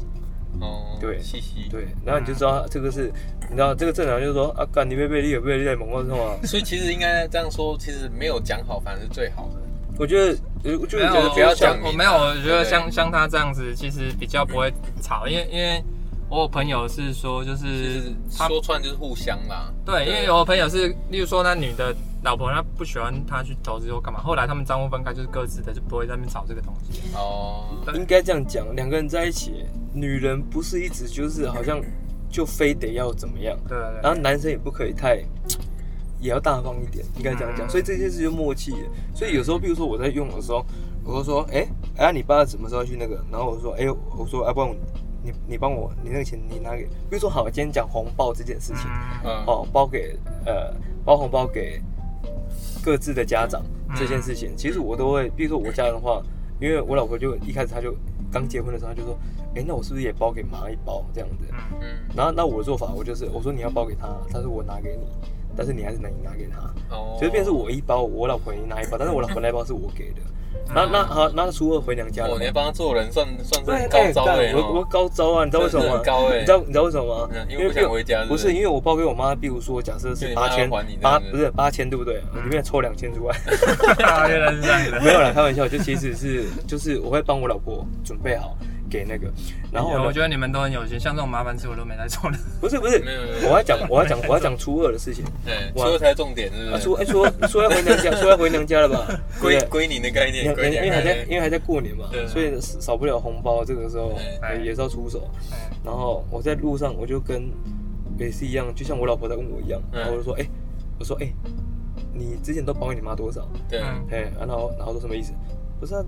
[SPEAKER 1] 哦，
[SPEAKER 3] 对
[SPEAKER 1] 嘻嘻，
[SPEAKER 3] 对，然后你就知道这个是，你知道这个正常就是说啊，干你被被你有被你在猛攻什么？
[SPEAKER 1] 所以其实应该这样说，其实没有讲好反而是最好的。
[SPEAKER 3] 我觉得，呃我就
[SPEAKER 2] 没
[SPEAKER 3] 觉
[SPEAKER 2] 有，
[SPEAKER 3] 得
[SPEAKER 2] 我
[SPEAKER 3] 不要
[SPEAKER 2] 我
[SPEAKER 3] 讲
[SPEAKER 1] 啊讲，
[SPEAKER 2] 我
[SPEAKER 1] 明
[SPEAKER 2] 没有，
[SPEAKER 1] 白
[SPEAKER 2] 我觉得
[SPEAKER 1] 对
[SPEAKER 2] 像像他这样子，其实比较不会吵，因为因为我有朋友是说，就
[SPEAKER 1] 其实
[SPEAKER 2] 是他
[SPEAKER 1] 说穿就是互相啦。
[SPEAKER 2] 对，因为有朋友是，例如说那女的老婆，她不喜欢他去投资或干嘛，后来他们账户分开，就是各自的，就不会在那边吵这个东西。
[SPEAKER 1] 哦，
[SPEAKER 3] 应该这样讲，两个人在一起，女人不是一直就是好像就非得要怎么样。
[SPEAKER 2] 对啊对
[SPEAKER 3] 然
[SPEAKER 2] 对，
[SPEAKER 3] 后男生也不可以太，也要大方一点，应该这样讲。
[SPEAKER 2] 嗯
[SPEAKER 3] 所以这件事就默契了。所以有时候，比如说我在用的时候，我就说，哎、哎、啊你爸什么时候要去那个？然后我说，哎、我说，哎、不然我你你帮我，你那个钱你拿给，比如说好，今天讲红包这件事情，
[SPEAKER 2] 嗯，
[SPEAKER 1] 嗯，
[SPEAKER 3] 哦，包给呃，包红包给各自的家长这件事情，其实我都会，比如说我家人的话，因为我老婆就一开始她就刚结婚的时候，她就说，哎、那我是不是也包给妈一包这样 *laughs* 子？
[SPEAKER 2] 嗯 *laughs*
[SPEAKER 1] 嗯，
[SPEAKER 3] 然后那我的做法，我就是我说你要包给他，他说我拿给你，但是你还是拿你拿给他，
[SPEAKER 1] 哦，
[SPEAKER 3] 所以变成是我一包，我老婆也拿一包，但是我老婆那一包是我给的。然后那好，那初二回娘家
[SPEAKER 1] 嗯
[SPEAKER 3] 了
[SPEAKER 1] 哦，
[SPEAKER 3] 嘛
[SPEAKER 1] 你，还帮他做人，算算是
[SPEAKER 3] 对哎
[SPEAKER 1] 很高招
[SPEAKER 3] 干
[SPEAKER 1] 的
[SPEAKER 3] 我我
[SPEAKER 1] 哦。
[SPEAKER 3] 高招啊，你知道为什么
[SPEAKER 1] 真的
[SPEAKER 3] 吗
[SPEAKER 1] 很？高哎
[SPEAKER 3] 你知道你知道为什么吗
[SPEAKER 1] 嗯？因为不想回家是
[SPEAKER 3] 不
[SPEAKER 1] 不是
[SPEAKER 3] 是因为我包给我妈，比如说假设
[SPEAKER 1] 对
[SPEAKER 3] 是
[SPEAKER 1] 你
[SPEAKER 3] 八
[SPEAKER 1] 妈
[SPEAKER 3] 千
[SPEAKER 1] 要还你这
[SPEAKER 3] 八
[SPEAKER 1] 样子
[SPEAKER 3] 不是八千对不对？里面抽两千
[SPEAKER 1] *laughs*
[SPEAKER 3] 出来，
[SPEAKER 2] 原来是这样
[SPEAKER 3] 没
[SPEAKER 2] 的。
[SPEAKER 3] 有啦，开玩笑，就其实是就是我会帮我老婆准备好给那个，然后
[SPEAKER 2] 哎我
[SPEAKER 3] 呢
[SPEAKER 2] 觉得你们都很有心，像这种麻烦事我都没来做的。
[SPEAKER 3] 不是不是
[SPEAKER 1] 没有没有没，有
[SPEAKER 3] *laughs* 我要讲我要讲我要讲初二的事情。
[SPEAKER 1] 嗯对，
[SPEAKER 3] 哇
[SPEAKER 1] 所以才是重点，是
[SPEAKER 3] 啊，
[SPEAKER 1] 不是
[SPEAKER 3] 说？哎说说要回娘家，说要回娘家了吧？
[SPEAKER 1] *laughs* 归
[SPEAKER 3] 对不对
[SPEAKER 1] 归你的概念，
[SPEAKER 3] 因为
[SPEAKER 1] 归
[SPEAKER 3] 因
[SPEAKER 1] 你的
[SPEAKER 3] 为还
[SPEAKER 1] 概
[SPEAKER 3] 在因
[SPEAKER 1] 念。
[SPEAKER 3] 为还在过年嘛
[SPEAKER 1] 对，
[SPEAKER 3] 所以少不了红包，这个时候
[SPEAKER 2] 哎
[SPEAKER 3] 也是要出手。
[SPEAKER 2] 嗯
[SPEAKER 3] 然后我在路上我就跟也是一样，就像我老婆在问我一样，
[SPEAKER 1] 嗯
[SPEAKER 3] 然后我就说，哎，我说哎，你之前都包给你妈多少？
[SPEAKER 1] *laughs* 对，
[SPEAKER 2] 嗯
[SPEAKER 3] 哎、啊然后然后都什么意思？不是啊，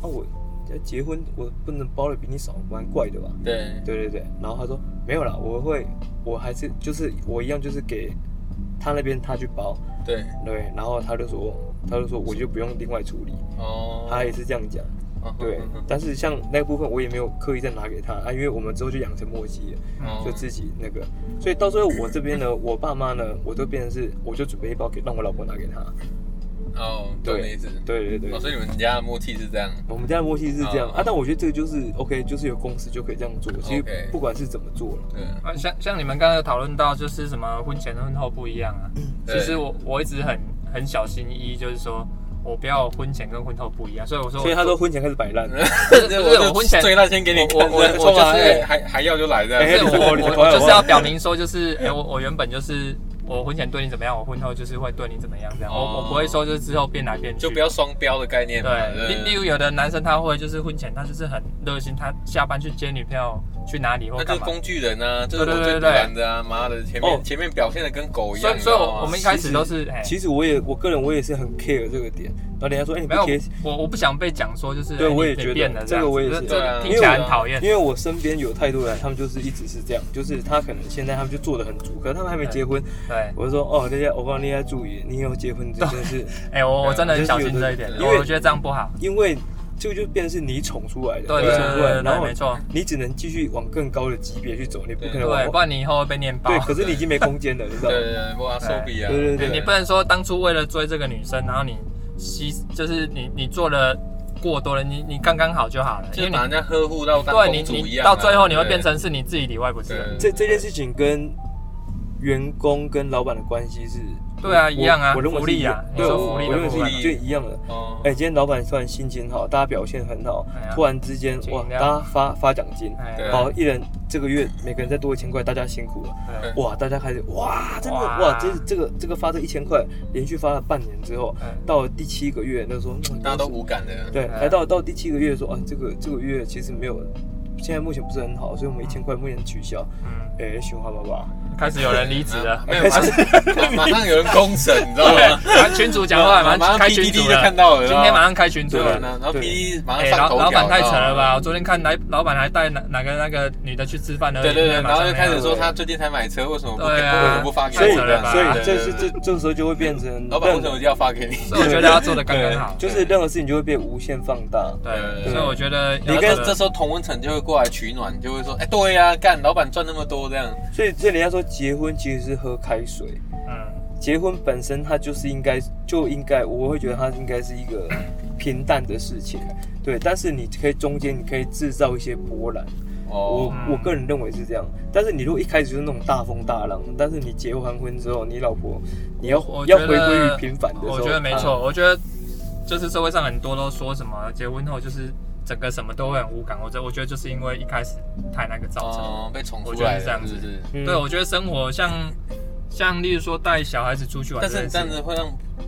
[SPEAKER 3] 啊我要结婚，我不能包的比你少，蛮怪的吧？
[SPEAKER 1] 对，
[SPEAKER 3] 对对对，然后他说没有啦，我会，我还是就是我一样就是给他那边他去包，
[SPEAKER 1] 对，
[SPEAKER 3] 对，然后他就说他就说我就不用另外处理，
[SPEAKER 1] 哦，
[SPEAKER 3] 他也是这样讲，
[SPEAKER 1] 嗯，
[SPEAKER 3] 对
[SPEAKER 1] 嗯，嗯
[SPEAKER 3] 但是像那部分我也没有刻意再拿给他啊，因为我们之后就养成默契了。
[SPEAKER 1] 嗯
[SPEAKER 3] 就自己那个，所以到最后我这
[SPEAKER 1] *coughs*
[SPEAKER 3] 边呢，我爸妈呢，我就变成是，我就准备一包给让我老婆拿给他。
[SPEAKER 1] 哦，懂你意思。
[SPEAKER 3] 对对对
[SPEAKER 1] 哦，，所以你们家的默契是这样。
[SPEAKER 3] 我们家的默契是这样
[SPEAKER 1] 哦
[SPEAKER 3] 啊，但我觉得这个就是 OK，就是有公司就可以这样做。其实
[SPEAKER 1] OK
[SPEAKER 3] 不管是怎么做了，
[SPEAKER 1] 对，
[SPEAKER 2] 啊，像像你们刚才有讨论到，就是什么婚前婚后不一样啊。其
[SPEAKER 1] 对
[SPEAKER 2] 实我我一直很很小心翼翼，就是说我不要婚前跟婚后不一样，所以我说我，
[SPEAKER 3] 所以他说婚前开始摆
[SPEAKER 1] *laughs*
[SPEAKER 3] 烂， *laughs*
[SPEAKER 2] 是不是
[SPEAKER 1] 就
[SPEAKER 2] 我婚前
[SPEAKER 1] 最大先给你看，
[SPEAKER 2] 我我我
[SPEAKER 1] 冲啊
[SPEAKER 2] 我就是
[SPEAKER 1] 哎还还要就来这
[SPEAKER 2] 不
[SPEAKER 3] 哎
[SPEAKER 2] 是
[SPEAKER 1] 样。
[SPEAKER 3] 你
[SPEAKER 2] 我
[SPEAKER 3] 说
[SPEAKER 2] 我
[SPEAKER 3] 我你说
[SPEAKER 2] 我
[SPEAKER 3] 我
[SPEAKER 2] 就是要表明说，就是哎、我我原本就是我婚前对你怎么样，我婚后就是会对你怎么样这样，我我不会说就是之后变来变去，
[SPEAKER 1] 哦就不要双标的概念嘛。
[SPEAKER 2] 对，例例
[SPEAKER 1] 对，
[SPEAKER 2] 如有的男生他会就是婚前他就是很热心，他下班去接女朋友去哪里或
[SPEAKER 1] 那就
[SPEAKER 2] 干
[SPEAKER 1] 是
[SPEAKER 2] 嘛。
[SPEAKER 1] 工具人啊，这是
[SPEAKER 2] 对
[SPEAKER 1] 我
[SPEAKER 2] 对
[SPEAKER 1] 最
[SPEAKER 2] 对
[SPEAKER 1] 不然的啊！妈的，前
[SPEAKER 3] 哦
[SPEAKER 1] 面前面表现的跟狗一
[SPEAKER 2] 所
[SPEAKER 1] 样
[SPEAKER 2] 以，
[SPEAKER 1] 你
[SPEAKER 2] 所以
[SPEAKER 1] 知道吗
[SPEAKER 2] 我我们一开始都是哎，
[SPEAKER 3] 其实我也我个人我也是很 care 这个点，然后人家说哎、你
[SPEAKER 2] 没
[SPEAKER 3] 不
[SPEAKER 2] 有
[SPEAKER 3] care，
[SPEAKER 2] 我我不想被讲说就是
[SPEAKER 3] 对
[SPEAKER 2] 哎你
[SPEAKER 3] 我也
[SPEAKER 2] 得
[SPEAKER 3] 觉得
[SPEAKER 2] 变了
[SPEAKER 3] 这个
[SPEAKER 2] 样
[SPEAKER 3] 我
[SPEAKER 2] 子
[SPEAKER 3] 也
[SPEAKER 2] 这
[SPEAKER 3] 是
[SPEAKER 2] 这
[SPEAKER 1] 对啊
[SPEAKER 2] 听起来很讨厌
[SPEAKER 3] 因。为我身边有太多人，他们就是一直是这样，就是他可能现在他们就做的很足，可是他们还没结婚，
[SPEAKER 2] 对，
[SPEAKER 3] 我就说哦，大家我帮你要注意，你以后结婚真的是。
[SPEAKER 2] 哎，我我真的很小心这一点，
[SPEAKER 3] 啊就是有的
[SPEAKER 2] 我觉得这样不好。
[SPEAKER 3] 因为这个就变成是你宠出来的，
[SPEAKER 2] 对
[SPEAKER 3] 你
[SPEAKER 2] 对
[SPEAKER 3] 宠
[SPEAKER 2] 对
[SPEAKER 3] 出
[SPEAKER 2] 对，
[SPEAKER 3] 来，啊然
[SPEAKER 2] 对
[SPEAKER 3] 后
[SPEAKER 2] 没错，
[SPEAKER 3] 你只能继续往更高的级别去走，你不可能
[SPEAKER 2] 对，不
[SPEAKER 3] 往
[SPEAKER 2] 然你以后会被念爆。
[SPEAKER 3] 啊对，可是你已经没空间了，你知道
[SPEAKER 1] 对
[SPEAKER 3] 吗？
[SPEAKER 1] 对对，哇，手比啊，
[SPEAKER 3] 对对
[SPEAKER 2] 对
[SPEAKER 3] 对
[SPEAKER 2] 你不能说当初为了追这个女生，然后你牺就是你你做了过多了，你你刚刚好就好了，因
[SPEAKER 1] 就
[SPEAKER 2] 为你
[SPEAKER 1] 把人家呵护到当
[SPEAKER 2] 对
[SPEAKER 1] 公
[SPEAKER 2] 你
[SPEAKER 1] 主一
[SPEAKER 2] 你
[SPEAKER 1] 样啊。
[SPEAKER 2] 到最后你会
[SPEAKER 1] 对
[SPEAKER 2] 变成是你自己里外不是人。
[SPEAKER 1] 对
[SPEAKER 3] 这这件事情跟员工跟老板的关系是，
[SPEAKER 2] 对啊
[SPEAKER 3] 我
[SPEAKER 2] 一样啊
[SPEAKER 3] 我认为
[SPEAKER 2] 福
[SPEAKER 3] 是
[SPEAKER 2] 利
[SPEAKER 3] 一样
[SPEAKER 2] 啊
[SPEAKER 3] 对，
[SPEAKER 1] 你说
[SPEAKER 3] 我
[SPEAKER 1] 福利
[SPEAKER 3] 我
[SPEAKER 1] 的
[SPEAKER 3] 认为
[SPEAKER 1] 部
[SPEAKER 3] 是
[SPEAKER 1] 分
[SPEAKER 3] 一就一样的。
[SPEAKER 1] 哦，
[SPEAKER 3] 哎，今天老板突然心情好，大家表现很好
[SPEAKER 2] 哎呀，
[SPEAKER 3] 突然之间
[SPEAKER 2] 请
[SPEAKER 3] 哇，
[SPEAKER 2] 饮
[SPEAKER 3] 大
[SPEAKER 2] 料
[SPEAKER 3] 家发发奖金，
[SPEAKER 2] 哎
[SPEAKER 1] 对
[SPEAKER 3] 好，一人这个月每个人再多一千块，大家辛苦了。
[SPEAKER 2] 对
[SPEAKER 3] 哇，大家开始哇，真的
[SPEAKER 2] 哎哇
[SPEAKER 3] 哇，这这个这个发这一千块，连续发了半年之后，
[SPEAKER 2] 嗯
[SPEAKER 3] 到了第七个月，那时候嗯
[SPEAKER 1] 大家都无感的。
[SPEAKER 3] 对，
[SPEAKER 2] 嗯
[SPEAKER 3] 来到到第七个月说啊，这个这个月其实没有，现在目前不是很好，所以我们一千块目前取消。
[SPEAKER 2] 嗯，
[SPEAKER 3] 哎，循环爸爸，
[SPEAKER 2] 开始有人离职了
[SPEAKER 1] 啊。没有，马上 *laughs* 马上有人公审，你知道吗？
[SPEAKER 2] *laughs* 然后群主讲话，
[SPEAKER 1] 马
[SPEAKER 2] 马上
[SPEAKER 1] 上
[SPEAKER 2] 开群
[SPEAKER 1] PDD
[SPEAKER 2] 主
[SPEAKER 1] 就
[SPEAKER 2] 了。
[SPEAKER 1] 看到了，
[SPEAKER 2] 今天马上开群主
[SPEAKER 1] 对，
[SPEAKER 2] 了。
[SPEAKER 1] 然后
[SPEAKER 3] 对
[SPEAKER 1] PDD 马
[SPEAKER 2] 哎、
[SPEAKER 1] 上上
[SPEAKER 2] 老
[SPEAKER 1] 头条，
[SPEAKER 2] 老板太扯了
[SPEAKER 1] 你知道吗？
[SPEAKER 2] 吧！我昨天看来老板还带哪哪个那个女的去吃饭呢？
[SPEAKER 1] 对对
[SPEAKER 2] 今
[SPEAKER 1] 对，
[SPEAKER 2] 天
[SPEAKER 1] 然
[SPEAKER 2] 马
[SPEAKER 1] 后
[SPEAKER 2] 上
[SPEAKER 1] 就开始说
[SPEAKER 2] 那个
[SPEAKER 1] 他最近才买车，为什么不给？为
[SPEAKER 2] 对啊
[SPEAKER 1] 什么不发给
[SPEAKER 3] 所以
[SPEAKER 1] 我？
[SPEAKER 2] 太扯了吧
[SPEAKER 3] 所
[SPEAKER 1] 对
[SPEAKER 3] 以这
[SPEAKER 1] 对
[SPEAKER 3] 是
[SPEAKER 1] 对
[SPEAKER 3] 这这时候就会变成
[SPEAKER 1] 老板为
[SPEAKER 3] 任
[SPEAKER 1] 什么一定要发给你？
[SPEAKER 2] 所以我觉得要做的刚刚好。
[SPEAKER 3] 就是任何事情就会被无限放大。
[SPEAKER 2] 对，
[SPEAKER 1] 对
[SPEAKER 2] 所以我觉得
[SPEAKER 3] 你
[SPEAKER 2] 要
[SPEAKER 1] 然后
[SPEAKER 3] 跟
[SPEAKER 2] 做
[SPEAKER 1] 这
[SPEAKER 2] 得
[SPEAKER 1] 这时候童文成就会过来取暖，就会说：“哎，对呀，干老板赚那么多这样。
[SPEAKER 3] 所以所以人家说结婚其实是喝开水，
[SPEAKER 2] 嗯，
[SPEAKER 3] 结婚本身它就是应该就应该，我会觉得它应该是一个平淡的事情。对，但是你可以中间你可以制造一些波澜。”我
[SPEAKER 1] 哦，
[SPEAKER 2] 嗯
[SPEAKER 3] 我个人认为是这样，但是你如果一开始就是那种大风大浪，但是你结完婚之后，你老婆你要
[SPEAKER 2] 我
[SPEAKER 3] 要
[SPEAKER 2] 觉
[SPEAKER 3] 回
[SPEAKER 2] 得
[SPEAKER 3] 归于平凡的时候，
[SPEAKER 2] 我觉得没
[SPEAKER 3] 啊
[SPEAKER 2] 错，我觉得就是社会上很多都说什么结婚后就是整个什么都会很无感，我觉得我觉得就是因为一开始太那个造成的。
[SPEAKER 1] 哦，被宠
[SPEAKER 2] 我
[SPEAKER 1] 出
[SPEAKER 2] 觉得
[SPEAKER 1] 来
[SPEAKER 2] 是这样
[SPEAKER 1] 了，
[SPEAKER 2] 子
[SPEAKER 1] 是不是？
[SPEAKER 3] 嗯
[SPEAKER 2] 对，我觉得生活像像例如说带小孩子出去玩
[SPEAKER 1] 但
[SPEAKER 2] 这件
[SPEAKER 1] 是
[SPEAKER 2] 事，
[SPEAKER 1] 这样子会让，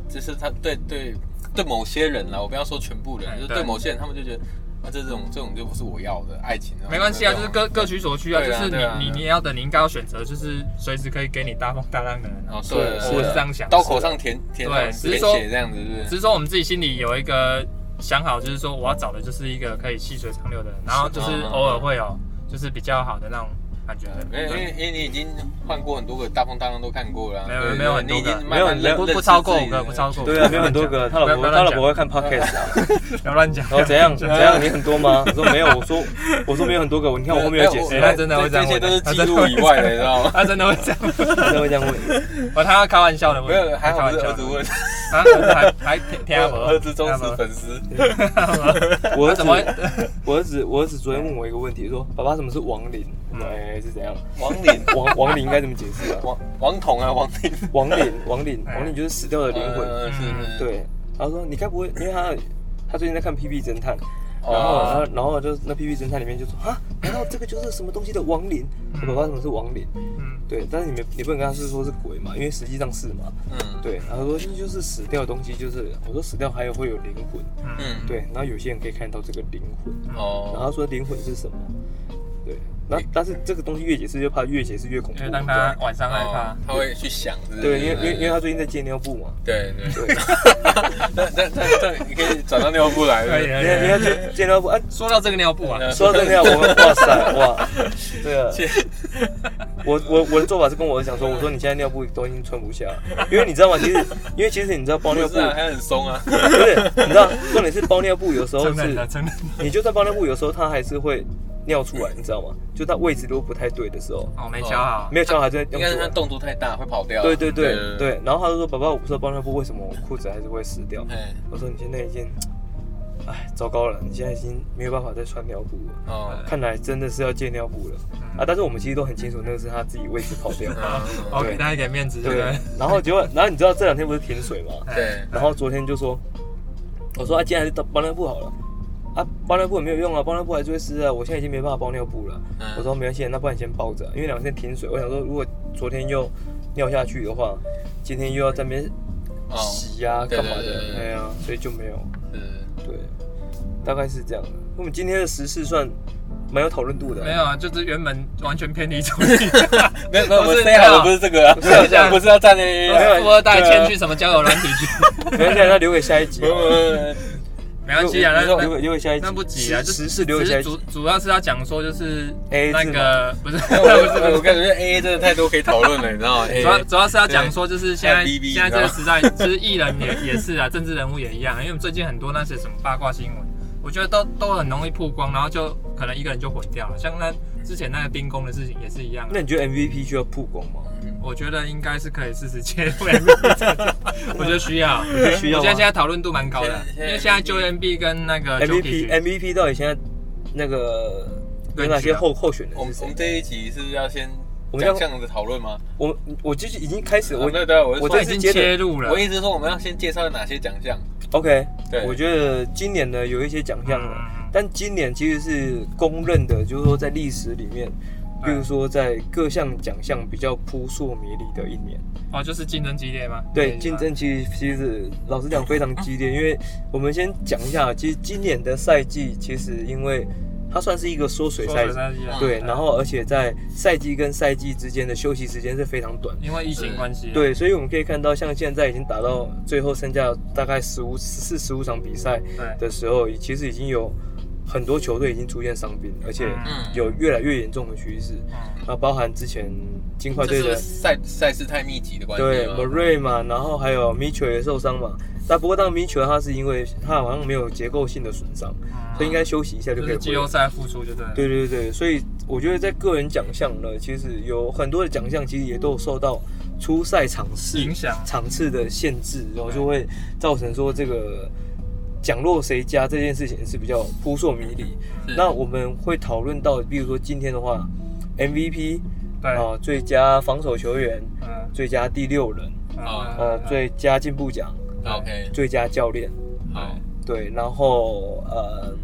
[SPEAKER 1] 就是他对对对某些人啦，我不要说全部人，
[SPEAKER 2] 哎
[SPEAKER 1] 就是
[SPEAKER 2] 对
[SPEAKER 1] 对某些人，他们就觉得啊，这种这种就不是我要的爱情。
[SPEAKER 2] 没关系啊，就是各各
[SPEAKER 1] 区。
[SPEAKER 2] 取所需啊，就
[SPEAKER 1] 对啊
[SPEAKER 2] 是你
[SPEAKER 1] 对啊
[SPEAKER 2] 你你也要的，你应该要选择就是随时可以给你大风大浪的人啊。
[SPEAKER 1] 哦，
[SPEAKER 3] 对
[SPEAKER 1] 对，
[SPEAKER 3] 是
[SPEAKER 2] 我是
[SPEAKER 3] 啊
[SPEAKER 2] 这样想，
[SPEAKER 1] 刀口上填填
[SPEAKER 2] 对
[SPEAKER 1] 上
[SPEAKER 2] 只
[SPEAKER 1] 填
[SPEAKER 2] 是说
[SPEAKER 1] 写这样子，是
[SPEAKER 2] 只
[SPEAKER 1] 不是？
[SPEAKER 2] 是说我们自己心里有一个想好，就是说我要找的就是一个可以细水长流的人，然后就是
[SPEAKER 1] 嗯嗯嗯
[SPEAKER 2] 偶尔会有就是比较好的那种感觉的
[SPEAKER 1] 因为因
[SPEAKER 2] 人。
[SPEAKER 1] 为因为你已经换过很多个大风大浪都看过了啊，
[SPEAKER 2] 嗯没有
[SPEAKER 1] 对
[SPEAKER 2] 没有
[SPEAKER 1] 对
[SPEAKER 2] 很多
[SPEAKER 1] 你已
[SPEAKER 2] 个
[SPEAKER 1] 经
[SPEAKER 3] 没有
[SPEAKER 1] 慢慢
[SPEAKER 3] 没
[SPEAKER 1] 认
[SPEAKER 3] 有
[SPEAKER 2] 不
[SPEAKER 1] 认
[SPEAKER 2] 不
[SPEAKER 1] 识
[SPEAKER 2] 超过
[SPEAKER 1] 自己
[SPEAKER 2] 五个，
[SPEAKER 1] 了
[SPEAKER 2] 不超过五
[SPEAKER 3] 对啊，没有很多个，他老
[SPEAKER 2] 不要不
[SPEAKER 3] 婆
[SPEAKER 2] 要
[SPEAKER 3] 他
[SPEAKER 2] 乱
[SPEAKER 3] 老
[SPEAKER 2] 讲
[SPEAKER 3] 婆会看 podcast 啊，
[SPEAKER 2] 不要乱讲。
[SPEAKER 1] 哦
[SPEAKER 3] 然后
[SPEAKER 2] *laughs*
[SPEAKER 3] 怎样怎样，你很多吗？我说没有，我说我说没有很多个，你看我后面有解释
[SPEAKER 2] 哎
[SPEAKER 1] 对，
[SPEAKER 2] 他
[SPEAKER 3] 啊，
[SPEAKER 2] 真的会这样
[SPEAKER 1] 这些
[SPEAKER 2] 问
[SPEAKER 1] 都
[SPEAKER 2] 的
[SPEAKER 1] 是记录以外的，你知道吗？
[SPEAKER 2] 他真的会这样，
[SPEAKER 3] 真的会这样问，
[SPEAKER 2] 我他要开玩笑的问，
[SPEAKER 1] *laughs* 没有，还
[SPEAKER 2] 开
[SPEAKER 1] 好
[SPEAKER 2] 玩
[SPEAKER 1] 不是儿
[SPEAKER 2] 笑
[SPEAKER 1] 子
[SPEAKER 2] 的
[SPEAKER 1] 问，
[SPEAKER 2] 啊，儿子还还听听不？
[SPEAKER 1] 儿子忠
[SPEAKER 2] 听
[SPEAKER 1] 实
[SPEAKER 2] 不
[SPEAKER 1] 粉丝，
[SPEAKER 3] 我儿
[SPEAKER 2] 他
[SPEAKER 3] 子
[SPEAKER 2] 怎么会？
[SPEAKER 3] 我儿子我儿子昨天问我一个问题，说爸爸什么是亡灵？
[SPEAKER 2] 嗯
[SPEAKER 3] 哎是怎样？
[SPEAKER 1] 王林，
[SPEAKER 3] 亡亡灵应该怎么解释啊？
[SPEAKER 1] *laughs*
[SPEAKER 3] *laughs*
[SPEAKER 1] 王王彤啊，王林
[SPEAKER 3] 亡灵亡灵
[SPEAKER 2] 哎
[SPEAKER 3] 亡灵就是死掉的 *laughs* 灵魂。
[SPEAKER 1] 呃是是，是，
[SPEAKER 3] 对，他说你该不会，因为他他最近在看《屁屁侦探》，
[SPEAKER 2] 嗯
[SPEAKER 3] 然后然
[SPEAKER 1] 哦
[SPEAKER 3] 后然后就是那《屁屁侦探》里面就说啊，难道这个就是什么东西的亡灵？我爸爸什么是亡灵？
[SPEAKER 2] 嗯，
[SPEAKER 3] 对，但是你们你不能跟他是说是鬼嘛，因为实际上是嘛。
[SPEAKER 1] 嗯
[SPEAKER 3] 对，然后说那就是死掉的东西，就是我说死掉还有会有灵魂，
[SPEAKER 2] 嗯
[SPEAKER 1] 嗯
[SPEAKER 3] 对，然后有些人可以看到这个灵魂，
[SPEAKER 1] 哦，
[SPEAKER 3] 然后他说灵魂是什么？对，那但是这个东西越解释越怕，越解释越恐怖
[SPEAKER 2] 因。为当哎他晚上害怕
[SPEAKER 1] 哦，他会去想，是不是
[SPEAKER 3] 对，因为因为因为他最近在戒尿布嘛，
[SPEAKER 1] 对对
[SPEAKER 3] 对，
[SPEAKER 1] *laughs* 那那那那你可以转到尿布来
[SPEAKER 2] 可以
[SPEAKER 1] 了。
[SPEAKER 2] 啊
[SPEAKER 3] 因为因为他戒戒尿布啊，
[SPEAKER 2] 说到这个尿布啊，
[SPEAKER 3] 说到这个尿布，哇塞哇，这个
[SPEAKER 1] 切
[SPEAKER 3] 我我我的做法是跟我儿子讲说，我说你现在尿布都已经穿不下了，因为你知道吗？其实因为其实你知道包尿
[SPEAKER 1] 不
[SPEAKER 3] 布
[SPEAKER 1] 是啊，还很松啊。
[SPEAKER 3] 不是，你知道重点是包尿布有时候
[SPEAKER 2] 真的
[SPEAKER 3] 是
[SPEAKER 2] 的，真的
[SPEAKER 3] 你就算包尿布，有时候它还是会尿出来，你知道吗？就它位置如果不太对的时候，
[SPEAKER 2] 哦，没敲好，
[SPEAKER 3] 没有敲好就会
[SPEAKER 1] 应
[SPEAKER 3] 尿
[SPEAKER 1] 该是
[SPEAKER 3] 出
[SPEAKER 1] 他
[SPEAKER 3] 来。
[SPEAKER 1] 动作太大，会跑掉。
[SPEAKER 3] 对对
[SPEAKER 1] 嗯
[SPEAKER 3] 对，对，然后他就说：“爸爸，我不是包尿布，为什么我裤子还是会湿掉
[SPEAKER 1] 哎，？”
[SPEAKER 3] 我说：“你现在已经，哎，糟糕了，你现在已经没有办法再穿尿布了，
[SPEAKER 1] 哦，
[SPEAKER 3] 看来真的是要戒尿布了
[SPEAKER 2] 嗯
[SPEAKER 3] 啊！”但是我们其实都很清楚，那个是他自己位置跑掉。
[SPEAKER 2] 我哦给大家一点面子，对不
[SPEAKER 3] 对
[SPEAKER 2] 对？，哎
[SPEAKER 3] 然后结果，然后你知道这两天不是停水吗？
[SPEAKER 1] 对，
[SPEAKER 3] 然后昨天就说，我说啊，今天还是到包尿布好了。啊，包尿布也没有用啊，包尿布还是会湿啊。我现在已经没办法包尿布了。
[SPEAKER 1] 嗯
[SPEAKER 3] 我说没关系，那不然你先包着啊，因为两天停水。我想说，如果昨天又尿下去的话，今天又要在那边
[SPEAKER 1] 哦，
[SPEAKER 3] 洗呀、啊，
[SPEAKER 1] 对
[SPEAKER 3] 干、
[SPEAKER 1] 对
[SPEAKER 3] 嘛的
[SPEAKER 1] 对对？对
[SPEAKER 3] 哎呀、所以就没有。
[SPEAKER 1] 是
[SPEAKER 3] 对，大概是这样的。我们今天的时事算蛮有讨论度的、
[SPEAKER 2] 没有啊，就是原本完全偏离主题， *laughs*
[SPEAKER 1] 没有没有，
[SPEAKER 2] 不
[SPEAKER 1] 我
[SPEAKER 2] 是
[SPEAKER 1] say 好
[SPEAKER 2] 那
[SPEAKER 1] 的不是这个啊，
[SPEAKER 2] 是啊是啊
[SPEAKER 1] 不是要站那
[SPEAKER 3] 没有
[SPEAKER 2] 富二代迁去什么交友软体去，
[SPEAKER 3] 没关系啊，那留给下一集
[SPEAKER 1] 不。不
[SPEAKER 2] 没关系啊，
[SPEAKER 3] 留
[SPEAKER 2] 那
[SPEAKER 3] 留给留给下一集。
[SPEAKER 2] 那不急啊，就
[SPEAKER 3] 时
[SPEAKER 2] 是
[SPEAKER 3] 时事留给
[SPEAKER 2] 只
[SPEAKER 3] 下
[SPEAKER 2] 是
[SPEAKER 3] 一集
[SPEAKER 2] 主。主要是要讲说就是
[SPEAKER 3] 哎
[SPEAKER 2] 那
[SPEAKER 3] 是
[SPEAKER 2] 个不是
[SPEAKER 1] 不，
[SPEAKER 2] 不是
[SPEAKER 1] 我
[SPEAKER 2] 不
[SPEAKER 1] 我
[SPEAKER 2] 是。
[SPEAKER 1] 感觉 A A 真的太多可以讨论了，你知道吗？
[SPEAKER 2] 主要主要是要讲说，就是现在
[SPEAKER 1] 还有 BB
[SPEAKER 2] 现在这个时代，其实艺人也 *laughs* 也是啊，政治人物也一样，因为我们最近很多那些什么八卦新闻，我觉得都都很容易曝光，然后就可能一个人就毁掉了。像那之前那个冰宫的事情也是一样啊，
[SPEAKER 3] 那你觉得 MVP 需要曝光吗？
[SPEAKER 2] 我觉得应该是可以试试切入 MVP，我觉得需要，
[SPEAKER 3] 你觉得需要
[SPEAKER 2] 我
[SPEAKER 3] 吗？
[SPEAKER 2] 觉得现在讨论度蛮高的，因
[SPEAKER 1] 现在
[SPEAKER 2] 为现在 j m b 跟那个
[SPEAKER 3] MVP
[SPEAKER 2] Jokic
[SPEAKER 3] MVP 到底现在那个有
[SPEAKER 2] 论
[SPEAKER 3] 哪
[SPEAKER 2] 据
[SPEAKER 3] 些
[SPEAKER 2] 啊
[SPEAKER 3] 候候选
[SPEAKER 1] 我
[SPEAKER 3] 人是
[SPEAKER 1] 们我
[SPEAKER 3] 谁
[SPEAKER 1] 们？这一集是不是要先
[SPEAKER 3] 我们要
[SPEAKER 1] 讲这样的讨论吗？
[SPEAKER 3] 我我就是已经开始，我
[SPEAKER 1] 哦对对，我
[SPEAKER 3] 我
[SPEAKER 2] 都
[SPEAKER 1] 我
[SPEAKER 3] 这
[SPEAKER 2] 已
[SPEAKER 3] 次
[SPEAKER 2] 经
[SPEAKER 3] 接
[SPEAKER 2] 切
[SPEAKER 3] 的
[SPEAKER 2] 入了
[SPEAKER 1] 我，意思是说我们要先介绍哪些奖项？
[SPEAKER 3] OK。
[SPEAKER 1] 对，
[SPEAKER 3] 我觉得今年呢有一些奖项呢，
[SPEAKER 2] 嗯
[SPEAKER 3] 但今年其实是公认的，就是说在历史里面，比
[SPEAKER 2] 对
[SPEAKER 3] 如说在各项奖项比较扑朔迷离的一年。
[SPEAKER 2] 哦，就是竞争激烈吗？
[SPEAKER 3] 对，竞争其实其实老实讲非常激烈，因为我们先讲一下，其实今年的赛季其实因为它算是一个缩水
[SPEAKER 2] 说
[SPEAKER 3] 赛
[SPEAKER 2] 水
[SPEAKER 3] 季，
[SPEAKER 2] 赛季啊，
[SPEAKER 3] 对，然后而且在赛季跟赛季之间的休息时间是非常短的。
[SPEAKER 2] 因为疫情关系，，啊
[SPEAKER 3] 对，所以我们可以看到，像现在已经打到最后剩下大概十五四十五场比赛
[SPEAKER 2] 对
[SPEAKER 3] 的时候，其实已经有很多球队已经出现伤病，而且
[SPEAKER 1] 嗯
[SPEAKER 3] 有越来越严重的趋势。
[SPEAKER 2] 嗯
[SPEAKER 3] 那包含之前金块
[SPEAKER 1] 这
[SPEAKER 3] 队
[SPEAKER 1] 是
[SPEAKER 3] 的
[SPEAKER 1] 赛赛事太密集的关系
[SPEAKER 3] 对
[SPEAKER 1] 吗
[SPEAKER 3] m u r r a y 嘛，然后还有 Mitchell 也受伤嘛。那不过当 Mitchell 他是因为他好像没有结构性的损伤，所以应该休息一下
[SPEAKER 2] 嗯
[SPEAKER 3] 就
[SPEAKER 2] 就
[SPEAKER 3] 可以
[SPEAKER 2] 是季
[SPEAKER 3] 回
[SPEAKER 2] 后
[SPEAKER 3] 来。
[SPEAKER 2] 赛复出就对了，
[SPEAKER 3] 对对对，所以我觉得在个人奖项呢，其实有很多的奖项其实也都有受到初赛场次
[SPEAKER 2] 影响
[SPEAKER 3] 场次的限制，然后
[SPEAKER 2] 对
[SPEAKER 3] 就会造成说这个奖落谁家这件事情是比较扑朔迷离。
[SPEAKER 1] 是
[SPEAKER 3] 那我们会讨论到，比如说今天的话，MVP
[SPEAKER 2] 对，
[SPEAKER 3] 啊、最佳防守球员、
[SPEAKER 2] 嗯
[SPEAKER 3] 最佳第六人、
[SPEAKER 2] 嗯
[SPEAKER 3] 呃，
[SPEAKER 2] 嗯
[SPEAKER 3] 最佳进步奖、
[SPEAKER 1] OK
[SPEAKER 3] 最佳教练，
[SPEAKER 1] 好，
[SPEAKER 3] 对，然后呃。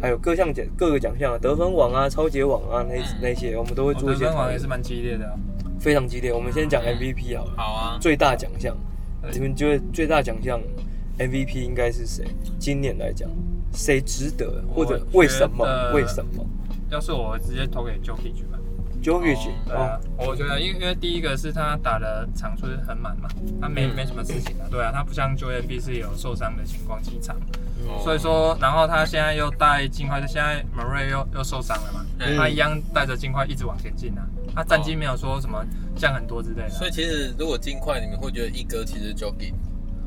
[SPEAKER 3] 还有各项奖各个奖项啊，得分王啊、超级网啊，那
[SPEAKER 1] 嗯
[SPEAKER 3] 那些我们都会
[SPEAKER 2] 哦
[SPEAKER 3] 做
[SPEAKER 2] 得
[SPEAKER 3] 一些
[SPEAKER 2] 分
[SPEAKER 3] 讨
[SPEAKER 2] 王也
[SPEAKER 3] 论
[SPEAKER 2] 是，蛮激烈的啊，
[SPEAKER 3] 非常激烈。我们先讲 MVP 好了，
[SPEAKER 1] 好啊，
[SPEAKER 3] 最大奖项，
[SPEAKER 2] 对
[SPEAKER 3] 你们觉得最大奖项 MVP 应该是谁？今年来讲，谁值得，或者为什么
[SPEAKER 2] 我觉？得
[SPEAKER 3] 为什么
[SPEAKER 2] 要是我直接投给 Jokic 吧。
[SPEAKER 3] ？Jokic
[SPEAKER 2] 对啊
[SPEAKER 3] 哦，，
[SPEAKER 2] 我觉得因为因为第一个是他打的场数很满嘛，他没、
[SPEAKER 3] 嗯
[SPEAKER 2] 没什么事情啊，对啊，他不像 j n b 是有受伤的情况进场，
[SPEAKER 1] 哦
[SPEAKER 2] 所以说，然后他现在又带金块，现在 Murray 又又受伤了嘛，
[SPEAKER 1] 嗯
[SPEAKER 2] 他一样带着金块一直往前进啊，他战绩没有说什么降很多之类的
[SPEAKER 1] 所以
[SPEAKER 2] 啊，
[SPEAKER 1] 其实如果尽快，你们会觉得一哥其实 Jogging，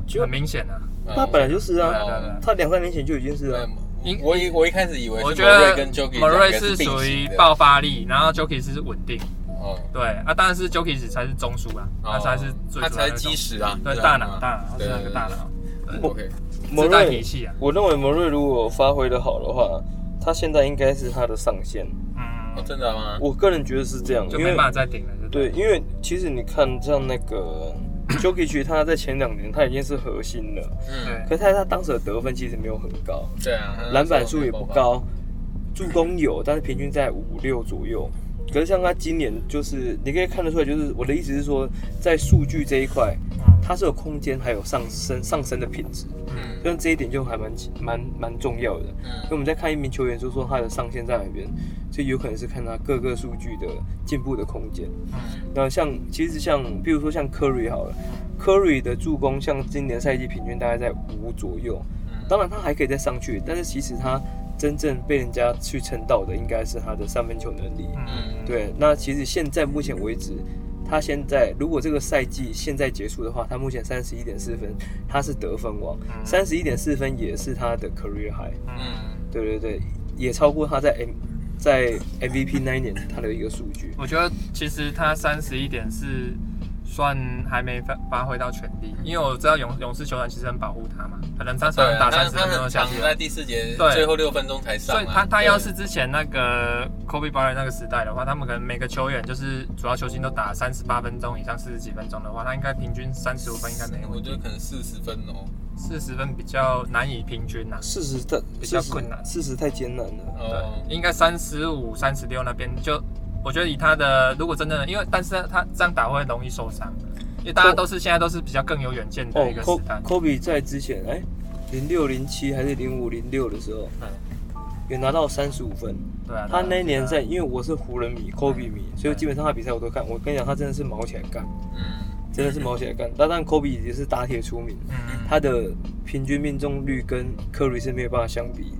[SPEAKER 3] 就
[SPEAKER 2] 很明显啊，
[SPEAKER 3] 哦他本来就是
[SPEAKER 2] 对啊对
[SPEAKER 3] 啊，
[SPEAKER 2] 啊对啊。
[SPEAKER 3] 他两三年前就已经是
[SPEAKER 1] 对
[SPEAKER 3] 啊，，
[SPEAKER 2] 因
[SPEAKER 1] 我一我一开始以为
[SPEAKER 2] 我
[SPEAKER 1] 是
[SPEAKER 2] 觉得
[SPEAKER 1] Murray 跟 Jogging
[SPEAKER 2] Murray
[SPEAKER 1] 是
[SPEAKER 2] 属于
[SPEAKER 1] 爆，
[SPEAKER 2] 爆发力，然后 Jokic 是稳定，
[SPEAKER 1] 哦
[SPEAKER 2] 对啊，当然是 Jokic 才是中枢啊，他才是最
[SPEAKER 1] 他
[SPEAKER 2] 主要
[SPEAKER 1] 才
[SPEAKER 2] 的
[SPEAKER 1] 是基
[SPEAKER 2] 中枢
[SPEAKER 1] 石啊，
[SPEAKER 2] 对
[SPEAKER 1] 知道
[SPEAKER 2] 大
[SPEAKER 1] 吗
[SPEAKER 2] 脑大脑，他是那个大脑，
[SPEAKER 1] 对
[SPEAKER 3] 我
[SPEAKER 1] ，OK，
[SPEAKER 2] 自
[SPEAKER 3] 莫
[SPEAKER 2] 带体
[SPEAKER 3] 瑞，
[SPEAKER 2] 系啊，
[SPEAKER 3] 我认为莫瑞如果发挥的好的话，他现在应该是他的上限。
[SPEAKER 2] 嗯
[SPEAKER 1] 哦，真的吗？
[SPEAKER 3] 我个人觉得是这样，
[SPEAKER 2] 就
[SPEAKER 3] 因
[SPEAKER 2] 没
[SPEAKER 3] 为
[SPEAKER 2] 办法再顶了，就
[SPEAKER 3] 对，因为其实你看像那个 *coughs* Jokic，他在前两年他已经是核心了，
[SPEAKER 1] 嗯，
[SPEAKER 2] 对
[SPEAKER 3] 可是他他当时的得分其实没有很高，
[SPEAKER 1] 对啊，他
[SPEAKER 3] 嗯篮板数也不，高，助攻有，但是平均在五六左右。可是像他今年就是，你可以看得出来，就是我的意思是说，在数据这一块，
[SPEAKER 2] 嗯
[SPEAKER 3] 它是有空间还有上升上升的品质，
[SPEAKER 1] 嗯
[SPEAKER 3] 所以这一点就还蛮蛮蛮重要的。因为
[SPEAKER 1] 嗯
[SPEAKER 3] 我们在看一名球员，就说他的上限在哪边，所以有可能是看他各个数据的进步的空间。
[SPEAKER 2] 嗯
[SPEAKER 3] 那像其实像比如说像 Curry 好了，Curry 的助攻像今年赛季平均大概在五左右，
[SPEAKER 1] 嗯
[SPEAKER 3] 当然他还可以再上去，但是其实他真正被人家去称道的应该是他的三分球能力。
[SPEAKER 2] 嗯，
[SPEAKER 3] 对，那其实现在目前为止，他现在如果这个赛季现在结束的话，他目前三十一点四分，他是得分王，
[SPEAKER 2] 嗯
[SPEAKER 3] 三十一点四分也是他的 career high。
[SPEAKER 1] 嗯
[SPEAKER 3] 对对对，也超过他在 M 在 MVP 那一年他的一个数据。
[SPEAKER 2] 我觉得其实他三十一点是算还没发发挥到全力，因为我知道勇勇士球员其实很保护他嘛，可能他虽
[SPEAKER 1] 对
[SPEAKER 2] 然打
[SPEAKER 1] 啊，他
[SPEAKER 2] 三十分
[SPEAKER 1] 他
[SPEAKER 2] 钟就
[SPEAKER 1] 很
[SPEAKER 2] 下
[SPEAKER 1] 常
[SPEAKER 2] 去
[SPEAKER 1] 在
[SPEAKER 2] 了，
[SPEAKER 1] 第四节
[SPEAKER 2] 对
[SPEAKER 1] 最后六分钟才上啊，
[SPEAKER 2] 所以他他要
[SPEAKER 1] 对
[SPEAKER 2] 是之前那个 Kobe Bryant 那个时代的话，他们可能每个球员就是主要球星都打三十八分钟以上四十几分钟的话，他应该平均三十五分应该没
[SPEAKER 1] 我
[SPEAKER 2] 问
[SPEAKER 1] 觉
[SPEAKER 2] 题
[SPEAKER 1] 得，可能四十分哦，
[SPEAKER 2] 四十分比较难以平均呐、啊
[SPEAKER 3] 四十太
[SPEAKER 2] 比较困难
[SPEAKER 3] 四十太艰难了。
[SPEAKER 1] 哦
[SPEAKER 2] 对，应该三十五、三十六那边就，我觉得以他的如果真正的，因为但是他这样打会容易受伤，因为大家都是现在都是比较更有远见的
[SPEAKER 3] 哦
[SPEAKER 2] 一个时代
[SPEAKER 3] ，Kobe。Kobe 在之前哎，零六零七还是零五零六的时候，
[SPEAKER 2] 嗯
[SPEAKER 3] 也拿到三十五分。
[SPEAKER 2] 对啊，
[SPEAKER 3] 他那一年在，
[SPEAKER 2] 在
[SPEAKER 3] 因为我是湖人迷，Kobe 迷，
[SPEAKER 2] 嗯
[SPEAKER 3] 所以基本上他比赛我都看。我跟你讲，他真的是毛起来干，
[SPEAKER 1] 嗯
[SPEAKER 3] 真的是毛起来干。但但 Kobe 也是打铁出名，
[SPEAKER 2] 嗯，
[SPEAKER 3] 他的平均命中率跟 Curry 是没有办法相比。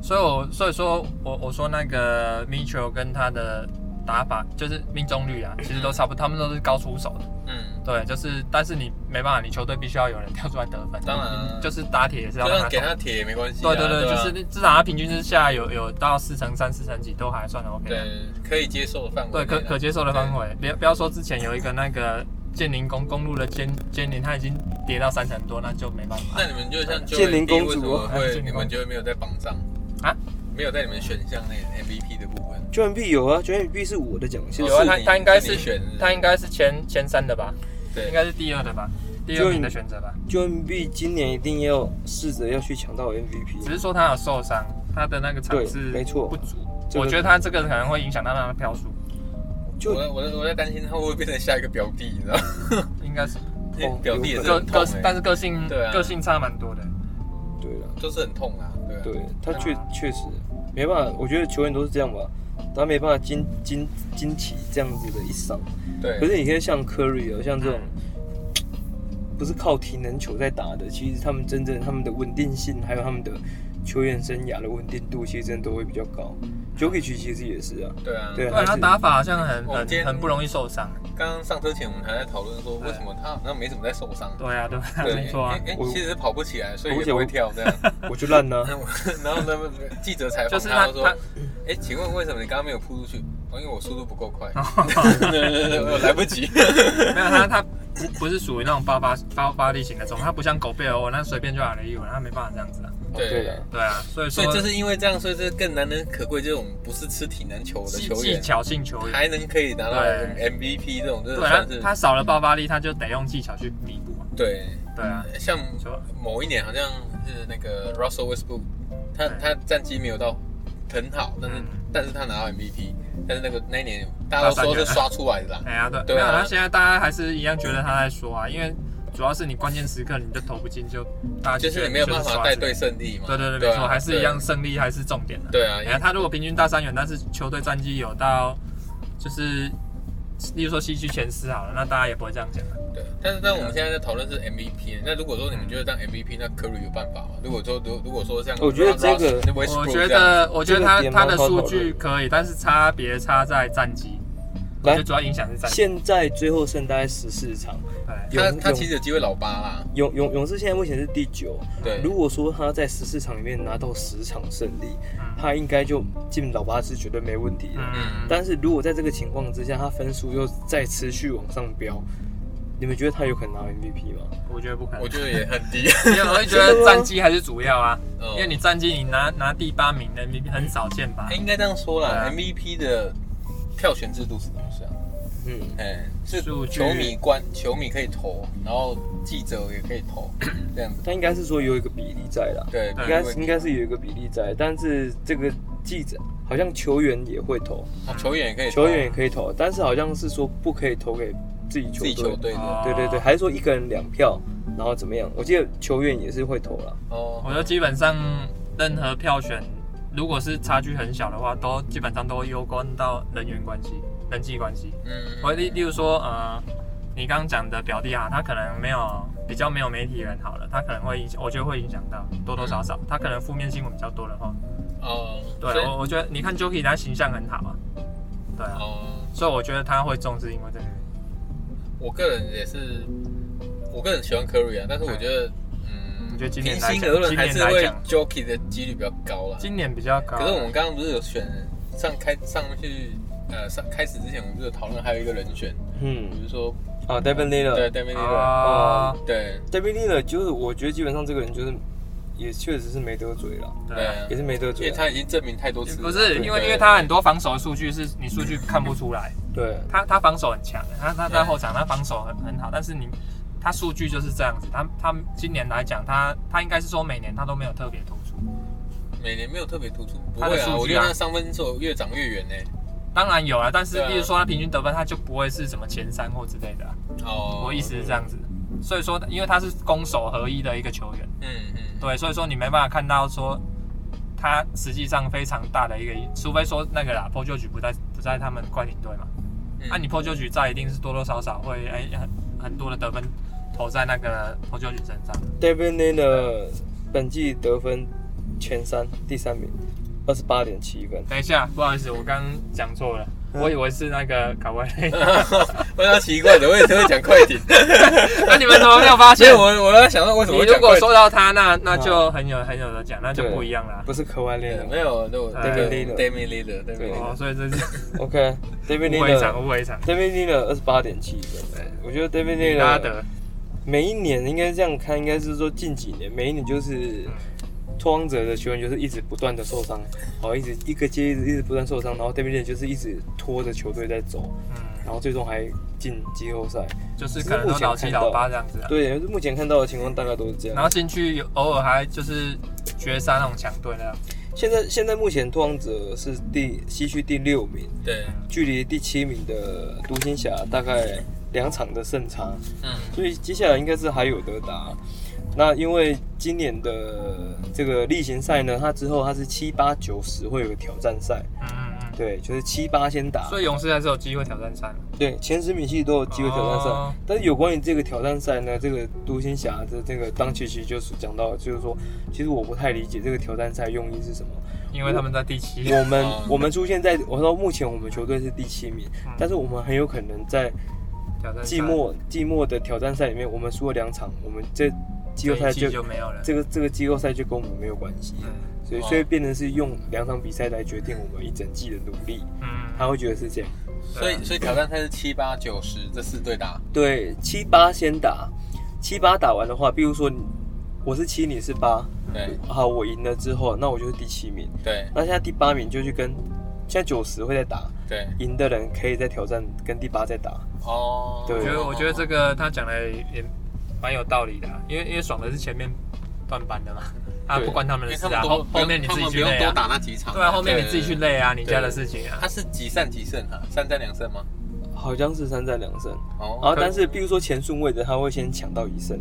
[SPEAKER 2] 所以我所以说我我说那个呃 Mitchell 跟他的打法就是命中率啊，其实都差不多，他们都是高出手的。
[SPEAKER 1] 嗯，
[SPEAKER 2] 对，就是但是你没办法，你球队必须要有人跳出来得分，
[SPEAKER 1] 当然啊
[SPEAKER 2] 你就是打铁也是
[SPEAKER 1] 就
[SPEAKER 2] 要让
[SPEAKER 1] 算
[SPEAKER 2] 他
[SPEAKER 1] 给
[SPEAKER 2] 投。
[SPEAKER 1] 他铁也没关系啊，
[SPEAKER 2] 对对对，
[SPEAKER 1] 啊
[SPEAKER 2] 就是至少他平均之下有有到四成三、四成几都还算 OK 的。
[SPEAKER 1] 对可以接受的范围内
[SPEAKER 2] 对，
[SPEAKER 1] 啊，
[SPEAKER 2] 可可接受的范围。别不要说之前有一个那个建宁公公路的监监宁，它已经跌到三成多，那就没办法。
[SPEAKER 1] 那你们就像
[SPEAKER 3] 建宁公
[SPEAKER 1] Joel Embiid 为什
[SPEAKER 3] 主哦
[SPEAKER 1] 么
[SPEAKER 2] 哎
[SPEAKER 1] 会
[SPEAKER 2] 建宁公主
[SPEAKER 1] 你们就会没有在榜上
[SPEAKER 2] 啊？
[SPEAKER 1] 没有在你们选项内 MVP 的部分。
[SPEAKER 3] j o h n B 有啊 j o h n B 是我的奖项
[SPEAKER 2] 有。啊
[SPEAKER 1] 是
[SPEAKER 2] 他
[SPEAKER 1] 你
[SPEAKER 2] 他应该是
[SPEAKER 1] 你选的，
[SPEAKER 2] 它应该是前前三的吧，
[SPEAKER 1] 对
[SPEAKER 2] 应该是第二的吧，第二名的选择吧。
[SPEAKER 3] j o h n B 今年一定要试着要去抢到
[SPEAKER 2] 只是
[SPEAKER 3] MVP。
[SPEAKER 2] 说他有受伤，他的那个场
[SPEAKER 3] 对
[SPEAKER 2] 次
[SPEAKER 3] 没错
[SPEAKER 2] 不足。
[SPEAKER 3] 这个
[SPEAKER 2] 我觉得他这个可能会影响到他的票数，
[SPEAKER 3] 就
[SPEAKER 1] 我在我在我在担心他会不会变成下一个表弟，你知道吗？
[SPEAKER 2] 应该是
[SPEAKER 1] 因 *laughs* 为表弟也是
[SPEAKER 2] 个
[SPEAKER 1] 很痛
[SPEAKER 2] 个，但
[SPEAKER 1] 欸
[SPEAKER 2] 是个性
[SPEAKER 1] 对啊
[SPEAKER 2] 个性差蛮多的。
[SPEAKER 3] 对了，
[SPEAKER 1] 就是很痛啊，对啊
[SPEAKER 3] 对他
[SPEAKER 2] 对啊
[SPEAKER 3] 确确实没办法，我觉得球员都是这样吧，他没办法经经经起这样子的一伤。
[SPEAKER 1] 对。
[SPEAKER 3] 可是你可以像 Curry 哦，像这
[SPEAKER 1] 啊
[SPEAKER 3] 种
[SPEAKER 2] 嗯
[SPEAKER 3] 不是靠体能球在打的，其实他们真正他们的稳定性，还有他们的球员生涯的稳定度，其实真的都会比较高。Jokic 其实也是啊，
[SPEAKER 1] 对啊，
[SPEAKER 3] 对
[SPEAKER 2] 对，他
[SPEAKER 3] 还是
[SPEAKER 2] 打法好像很
[SPEAKER 1] 我今
[SPEAKER 2] 很
[SPEAKER 1] 天
[SPEAKER 2] 很不容易受伤。
[SPEAKER 1] 刚刚上车前我们还在讨论说，
[SPEAKER 2] 对
[SPEAKER 1] 为什么他好像没怎么在受伤？
[SPEAKER 2] 对啊，对啊，
[SPEAKER 1] 对，
[SPEAKER 2] 没错啊
[SPEAKER 1] 哎，哎
[SPEAKER 3] 我
[SPEAKER 1] 其实跑不起来，所以
[SPEAKER 3] 跑不
[SPEAKER 1] 也
[SPEAKER 3] 起来
[SPEAKER 1] 不会跳这样。
[SPEAKER 2] *laughs*
[SPEAKER 3] 我就烂
[SPEAKER 1] *laughs*
[SPEAKER 3] 了、
[SPEAKER 1] 然后然后呢，记者采
[SPEAKER 2] 就
[SPEAKER 1] 访
[SPEAKER 2] 是
[SPEAKER 1] 他
[SPEAKER 2] 他
[SPEAKER 1] 他说
[SPEAKER 2] 他：“
[SPEAKER 1] 哎，请问为什么你刚刚没有扑出去？”哦，因为我速度不够快， *laughs* 对对对，我来不及。
[SPEAKER 3] 哦
[SPEAKER 2] *laughs* 没有他，他不不是属于那种爆发爆发力型的种，他不像狗贝尔，我那随便就打了一轮，他没办法这样子啊。
[SPEAKER 3] 对了，
[SPEAKER 2] 对啊，所以
[SPEAKER 1] 所
[SPEAKER 2] 说
[SPEAKER 1] 以就是因为这样，所以这更难能可贵这种不是吃体能球的
[SPEAKER 2] 技
[SPEAKER 1] 球
[SPEAKER 2] 技
[SPEAKER 1] 员，
[SPEAKER 2] 巧性球员，
[SPEAKER 1] 还能可以拿到
[SPEAKER 2] 对
[SPEAKER 1] MVP 这种，真
[SPEAKER 2] 对啊他
[SPEAKER 1] 的算是
[SPEAKER 2] 他少了爆发力，他就得用技巧去弥补啊。
[SPEAKER 1] 对。
[SPEAKER 2] 对啊，
[SPEAKER 1] 像
[SPEAKER 2] 说
[SPEAKER 1] 某一年好像是那个 Russell Westbrook，他
[SPEAKER 2] 嗯
[SPEAKER 1] 他战绩没有到很好，但是
[SPEAKER 2] 嗯
[SPEAKER 1] 但是他拿到 MVP，但是那个那一年大家都说是刷出来的啦。
[SPEAKER 2] 哎呀，对，
[SPEAKER 1] 对啊
[SPEAKER 2] 没有他现在大家还是一样觉得他在说啊，因为主要是你关键时刻你就投不进，就大家
[SPEAKER 1] 就是
[SPEAKER 2] 觉得
[SPEAKER 1] 你没有办法
[SPEAKER 2] 刷
[SPEAKER 1] 带
[SPEAKER 2] 这个
[SPEAKER 1] 队胜利嘛。
[SPEAKER 2] 对对对，
[SPEAKER 1] 对啊
[SPEAKER 2] 没错，还是一样胜利还是重点的。
[SPEAKER 1] 对啊，
[SPEAKER 2] 哎呀，他如果平均大三元，但是球队战绩有到就是。例如说西区前四好了，那大家也不会这样讲啊。
[SPEAKER 1] 对。但是但我们现在在讨论是 MVP，那如果说你们觉得当 MVP，那 Curry 有办法吗？如果说如如果说像
[SPEAKER 3] 我觉得这个
[SPEAKER 1] Russell-
[SPEAKER 2] 我
[SPEAKER 1] Westbrook
[SPEAKER 2] 觉
[SPEAKER 1] 这样
[SPEAKER 2] 得，我觉得他
[SPEAKER 3] 这个点
[SPEAKER 2] 他的
[SPEAKER 3] 蛮好讨
[SPEAKER 2] 数
[SPEAKER 3] 论
[SPEAKER 2] 据可以，但是差别差在战绩，我觉
[SPEAKER 3] 来
[SPEAKER 2] 得主要影响是战绩。
[SPEAKER 3] 现在最后剩大概十四场，
[SPEAKER 2] 对
[SPEAKER 1] 他
[SPEAKER 3] 勇
[SPEAKER 1] 他其实有机会老八啦。
[SPEAKER 3] 勇勇勇士现在目前是第九，
[SPEAKER 1] 对，
[SPEAKER 3] 如果说他在十四场里面拿到十场胜利，
[SPEAKER 2] 嗯
[SPEAKER 3] 他应该就进老八是绝对没问题的。
[SPEAKER 2] 嗯，
[SPEAKER 3] 但是如果在这个情况之下，他分数又再持续往上飙，你们觉得他有可能拿 MVP 吗？
[SPEAKER 2] 我觉得不可能
[SPEAKER 1] 我，觉得也很
[SPEAKER 2] *laughs*
[SPEAKER 1] 低。
[SPEAKER 2] 因为我会觉得战绩还是主要啊，
[SPEAKER 1] 嗯
[SPEAKER 2] 因为你战绩你拿拿第八名的，你很少见吧
[SPEAKER 1] 哎，？应该这样说
[SPEAKER 2] 对
[SPEAKER 1] 啦
[SPEAKER 2] 啊
[SPEAKER 1] ，MVP 的票选制度是怎么想？
[SPEAKER 3] 嗯，
[SPEAKER 1] 哎，是
[SPEAKER 2] 数据
[SPEAKER 1] 球迷观，球迷可以投，然后记者也可以
[SPEAKER 2] *clears throat*
[SPEAKER 1] 投，这样子。
[SPEAKER 3] 他应该是说有一个比例在啦，
[SPEAKER 2] 对
[SPEAKER 1] 对，
[SPEAKER 3] 应
[SPEAKER 1] 没
[SPEAKER 3] 该
[SPEAKER 1] 问
[SPEAKER 3] 是
[SPEAKER 1] 题
[SPEAKER 3] 应该是有一个比例在，但是这个记者好像球员也会投，
[SPEAKER 1] 哦球员也可以投，
[SPEAKER 3] 球员也可以投，但是好像是说不可以投给自己球
[SPEAKER 1] 自己球
[SPEAKER 3] 队。
[SPEAKER 1] 队的
[SPEAKER 2] 哦
[SPEAKER 3] 对对对，还是说一个人两票，然后怎么样？我记得球员也是会投了，
[SPEAKER 2] 我
[SPEAKER 1] 哦，
[SPEAKER 2] 觉得基本上任何票选，如果是差距很小的话，都基本上都攸关到人员关系、人际关系。
[SPEAKER 1] 嗯，
[SPEAKER 2] 我例例如说，呃，你刚刚讲的表弟啊，他可能没有比较没有媒体人好了，他可能会影响，我觉得会影响到多多少少，他可能负面新闻比较多的话，
[SPEAKER 1] 哦，
[SPEAKER 2] 对
[SPEAKER 1] 所以
[SPEAKER 2] 我我觉得你看 Joki 他形象很好啊，对啊，
[SPEAKER 1] 哦，
[SPEAKER 2] 所以我觉得他会重视，因为这个原因
[SPEAKER 1] 我个人也是，我个人喜欢 Curry 啊，但是我觉得，嗯，
[SPEAKER 2] 你觉得今年
[SPEAKER 1] 平
[SPEAKER 2] 来
[SPEAKER 1] 心
[SPEAKER 2] 讲
[SPEAKER 1] 而论还
[SPEAKER 2] 今
[SPEAKER 1] 是
[SPEAKER 2] 年来
[SPEAKER 1] 会
[SPEAKER 2] 讲
[SPEAKER 1] Jockey 的几率比较高啦。
[SPEAKER 2] 今年比较高，
[SPEAKER 1] 可是我们刚刚不是有选上开上去呃上开始之前，我们不是有讨论还有一个人选，
[SPEAKER 3] 嗯
[SPEAKER 1] 比，如说
[SPEAKER 3] 啊，Devin l i l l a
[SPEAKER 1] 对
[SPEAKER 3] r
[SPEAKER 1] d a m i n
[SPEAKER 2] 啊，
[SPEAKER 1] 对
[SPEAKER 3] d e v i n l i l l a r 就是我觉得基本上这个人就是也确实是没得嘴了，
[SPEAKER 2] 对啊。
[SPEAKER 3] 也
[SPEAKER 1] 对
[SPEAKER 3] 是
[SPEAKER 1] 啊，
[SPEAKER 3] 没得
[SPEAKER 1] 因为
[SPEAKER 3] 嘴啦。
[SPEAKER 1] 他已经证明太多次了，
[SPEAKER 2] 不是因为，
[SPEAKER 1] 对
[SPEAKER 2] 因为他很多防守的数据是你数据看不出来，
[SPEAKER 3] 对，
[SPEAKER 2] 他他防守很强，他他在后场他防守很很好，但是你他数据就是这样子，他他今年来讲，他他应该是说每年他都没有特别突出。
[SPEAKER 1] 每年没有特别突出，不
[SPEAKER 2] 他的
[SPEAKER 1] 会
[SPEAKER 2] 数据
[SPEAKER 1] 啊，
[SPEAKER 2] 啊
[SPEAKER 1] 我觉得他三分球越长越远呢。
[SPEAKER 2] 当然有啊，但是
[SPEAKER 1] 对啊
[SPEAKER 2] 例如说他平均得分，他就不会是什么前三或之类的啊、
[SPEAKER 1] 哦，
[SPEAKER 2] 我意思是这样子，所以说，因为他是攻守合一的一个球员，
[SPEAKER 1] 嗯嗯，
[SPEAKER 2] 对，所以说你没办法看到说他实际上非常大的一个，除非说那个啦 p o j o 局不在不在他们快艇队嘛，啊
[SPEAKER 1] 嗯
[SPEAKER 2] 那、你 p o j o 局在一定是多多少少会哎、很很多的得分投在那个 p o j o 局身上。
[SPEAKER 3] Devin l i l l a r 本季得分前三，第三名，二十八点七分。
[SPEAKER 2] 等一下，不好意思，我刚刚讲错了，
[SPEAKER 3] 嗯
[SPEAKER 2] 我以为是那个卡
[SPEAKER 1] *laughs*
[SPEAKER 2] 威。
[SPEAKER 1] 我想奇怪的，我也是会讲快
[SPEAKER 2] *laughs*
[SPEAKER 1] 艇，
[SPEAKER 2] 那你们怎么没有发
[SPEAKER 1] 所以
[SPEAKER 2] 现？
[SPEAKER 1] 我我在想到为什
[SPEAKER 2] 你
[SPEAKER 1] 么会
[SPEAKER 2] 如
[SPEAKER 1] 讲
[SPEAKER 2] 果
[SPEAKER 1] 快艇。
[SPEAKER 2] 说到他，那那就很有很有的讲，那就
[SPEAKER 3] 嗯对
[SPEAKER 2] 不一样啦。
[SPEAKER 3] 不是科外恋
[SPEAKER 1] 没
[SPEAKER 3] 人。
[SPEAKER 1] 有，那我
[SPEAKER 2] 对
[SPEAKER 3] Leader
[SPEAKER 1] Damian l e a d e r d a m i n l e
[SPEAKER 3] 对
[SPEAKER 1] a d e r
[SPEAKER 2] 哦，所以这是
[SPEAKER 3] OK，David
[SPEAKER 2] 误
[SPEAKER 3] l
[SPEAKER 2] 会
[SPEAKER 3] i
[SPEAKER 2] 一
[SPEAKER 3] l l a
[SPEAKER 2] 场，误会一场。
[SPEAKER 3] David l i l l a 二十八点七分。我觉得 David l i
[SPEAKER 2] 利
[SPEAKER 3] l l
[SPEAKER 2] 拉
[SPEAKER 3] a
[SPEAKER 2] 德，
[SPEAKER 3] 每一年应该这样看，应该是说近几年每一年就是
[SPEAKER 2] 嗯
[SPEAKER 3] 拓荒者的球员就是一直不断的受伤，好一直一个接一直一直不断受伤，然后 David l i l l a 就是一直拖着球队在走，
[SPEAKER 2] 嗯，
[SPEAKER 3] 然后最终还进季后赛。
[SPEAKER 2] 就是可能都老七老八这样子啊。
[SPEAKER 3] 对，目前看到的情况大概都是这样
[SPEAKER 2] 然。后进去有偶尔还就是绝杀那种强队那样。
[SPEAKER 3] 现在现在目前拓荒者是第西区第六名，
[SPEAKER 1] 对，
[SPEAKER 3] 距离第七名的独行侠大概两场的胜差，
[SPEAKER 1] 嗯，
[SPEAKER 3] 所以接下来应该是还有得打。那因为今年的这个例行赛呢，它之后它是七八九十会有个挑战赛，
[SPEAKER 2] 嗯嗯嗯。
[SPEAKER 3] 对，就是七八先打，
[SPEAKER 2] 所以勇士还是有机会挑战三。啊
[SPEAKER 3] 对，前十名其实都有机会挑战赛。
[SPEAKER 2] 哦
[SPEAKER 3] 但是有关于这个挑战赛呢，这个独行侠的这个当琪其实就是讲到，就是说，其实我不太理解这个挑战赛用意是什么。
[SPEAKER 2] 因为他们在第七。
[SPEAKER 3] 我们
[SPEAKER 1] 哦
[SPEAKER 3] 我们出现在我说目前我们球队是第七名，
[SPEAKER 2] 嗯
[SPEAKER 3] 但是我们很有可能在
[SPEAKER 2] 挑战赛
[SPEAKER 3] 嗯季末季末的挑战赛里面，我们输了两场，我们这季后赛
[SPEAKER 2] 这一季
[SPEAKER 3] 就
[SPEAKER 2] 就没有了。
[SPEAKER 3] 这个这个季后赛就跟我们没有关系，
[SPEAKER 2] 嗯
[SPEAKER 3] 所以
[SPEAKER 1] 哦
[SPEAKER 3] 所以变成是用两场比赛来决定我们一整季的努力，
[SPEAKER 2] 嗯。啊
[SPEAKER 3] 他会觉得是这样。
[SPEAKER 1] 所以所以挑战赛是七八九十这四队打，
[SPEAKER 3] 对，七八先打，七八打完的话，比如说你我是七，你是八，
[SPEAKER 1] 对
[SPEAKER 3] 好，我赢了之后，那我就是第七名，
[SPEAKER 1] 对
[SPEAKER 3] 那现在第八名就去跟现在九十会再打，
[SPEAKER 1] 对，
[SPEAKER 3] 赢的人可以再挑战跟第八再打。
[SPEAKER 1] 哦，
[SPEAKER 3] 对
[SPEAKER 2] 我觉得我觉得这
[SPEAKER 1] 个
[SPEAKER 2] 个他讲的也蛮有道理的啊、因为因为爽的是前面断班的嘛，啊
[SPEAKER 3] 对
[SPEAKER 2] 不关他们
[SPEAKER 1] 因
[SPEAKER 2] 的
[SPEAKER 1] 为
[SPEAKER 2] 事
[SPEAKER 1] 他
[SPEAKER 2] 啊，
[SPEAKER 1] 们
[SPEAKER 2] 后
[SPEAKER 1] 多
[SPEAKER 2] 后面你自己去
[SPEAKER 1] 他们不
[SPEAKER 2] 累
[SPEAKER 1] 用多
[SPEAKER 2] 啊，
[SPEAKER 1] 打那几场，
[SPEAKER 2] 对啊，后面你自己去累啊，你家的事情啊，
[SPEAKER 1] 他是几胜几胜啊？三战两胜吗？
[SPEAKER 3] 好像是三战两胜，然
[SPEAKER 1] 哦，
[SPEAKER 3] 后但是比如说前顺位的他会先抢到一胜，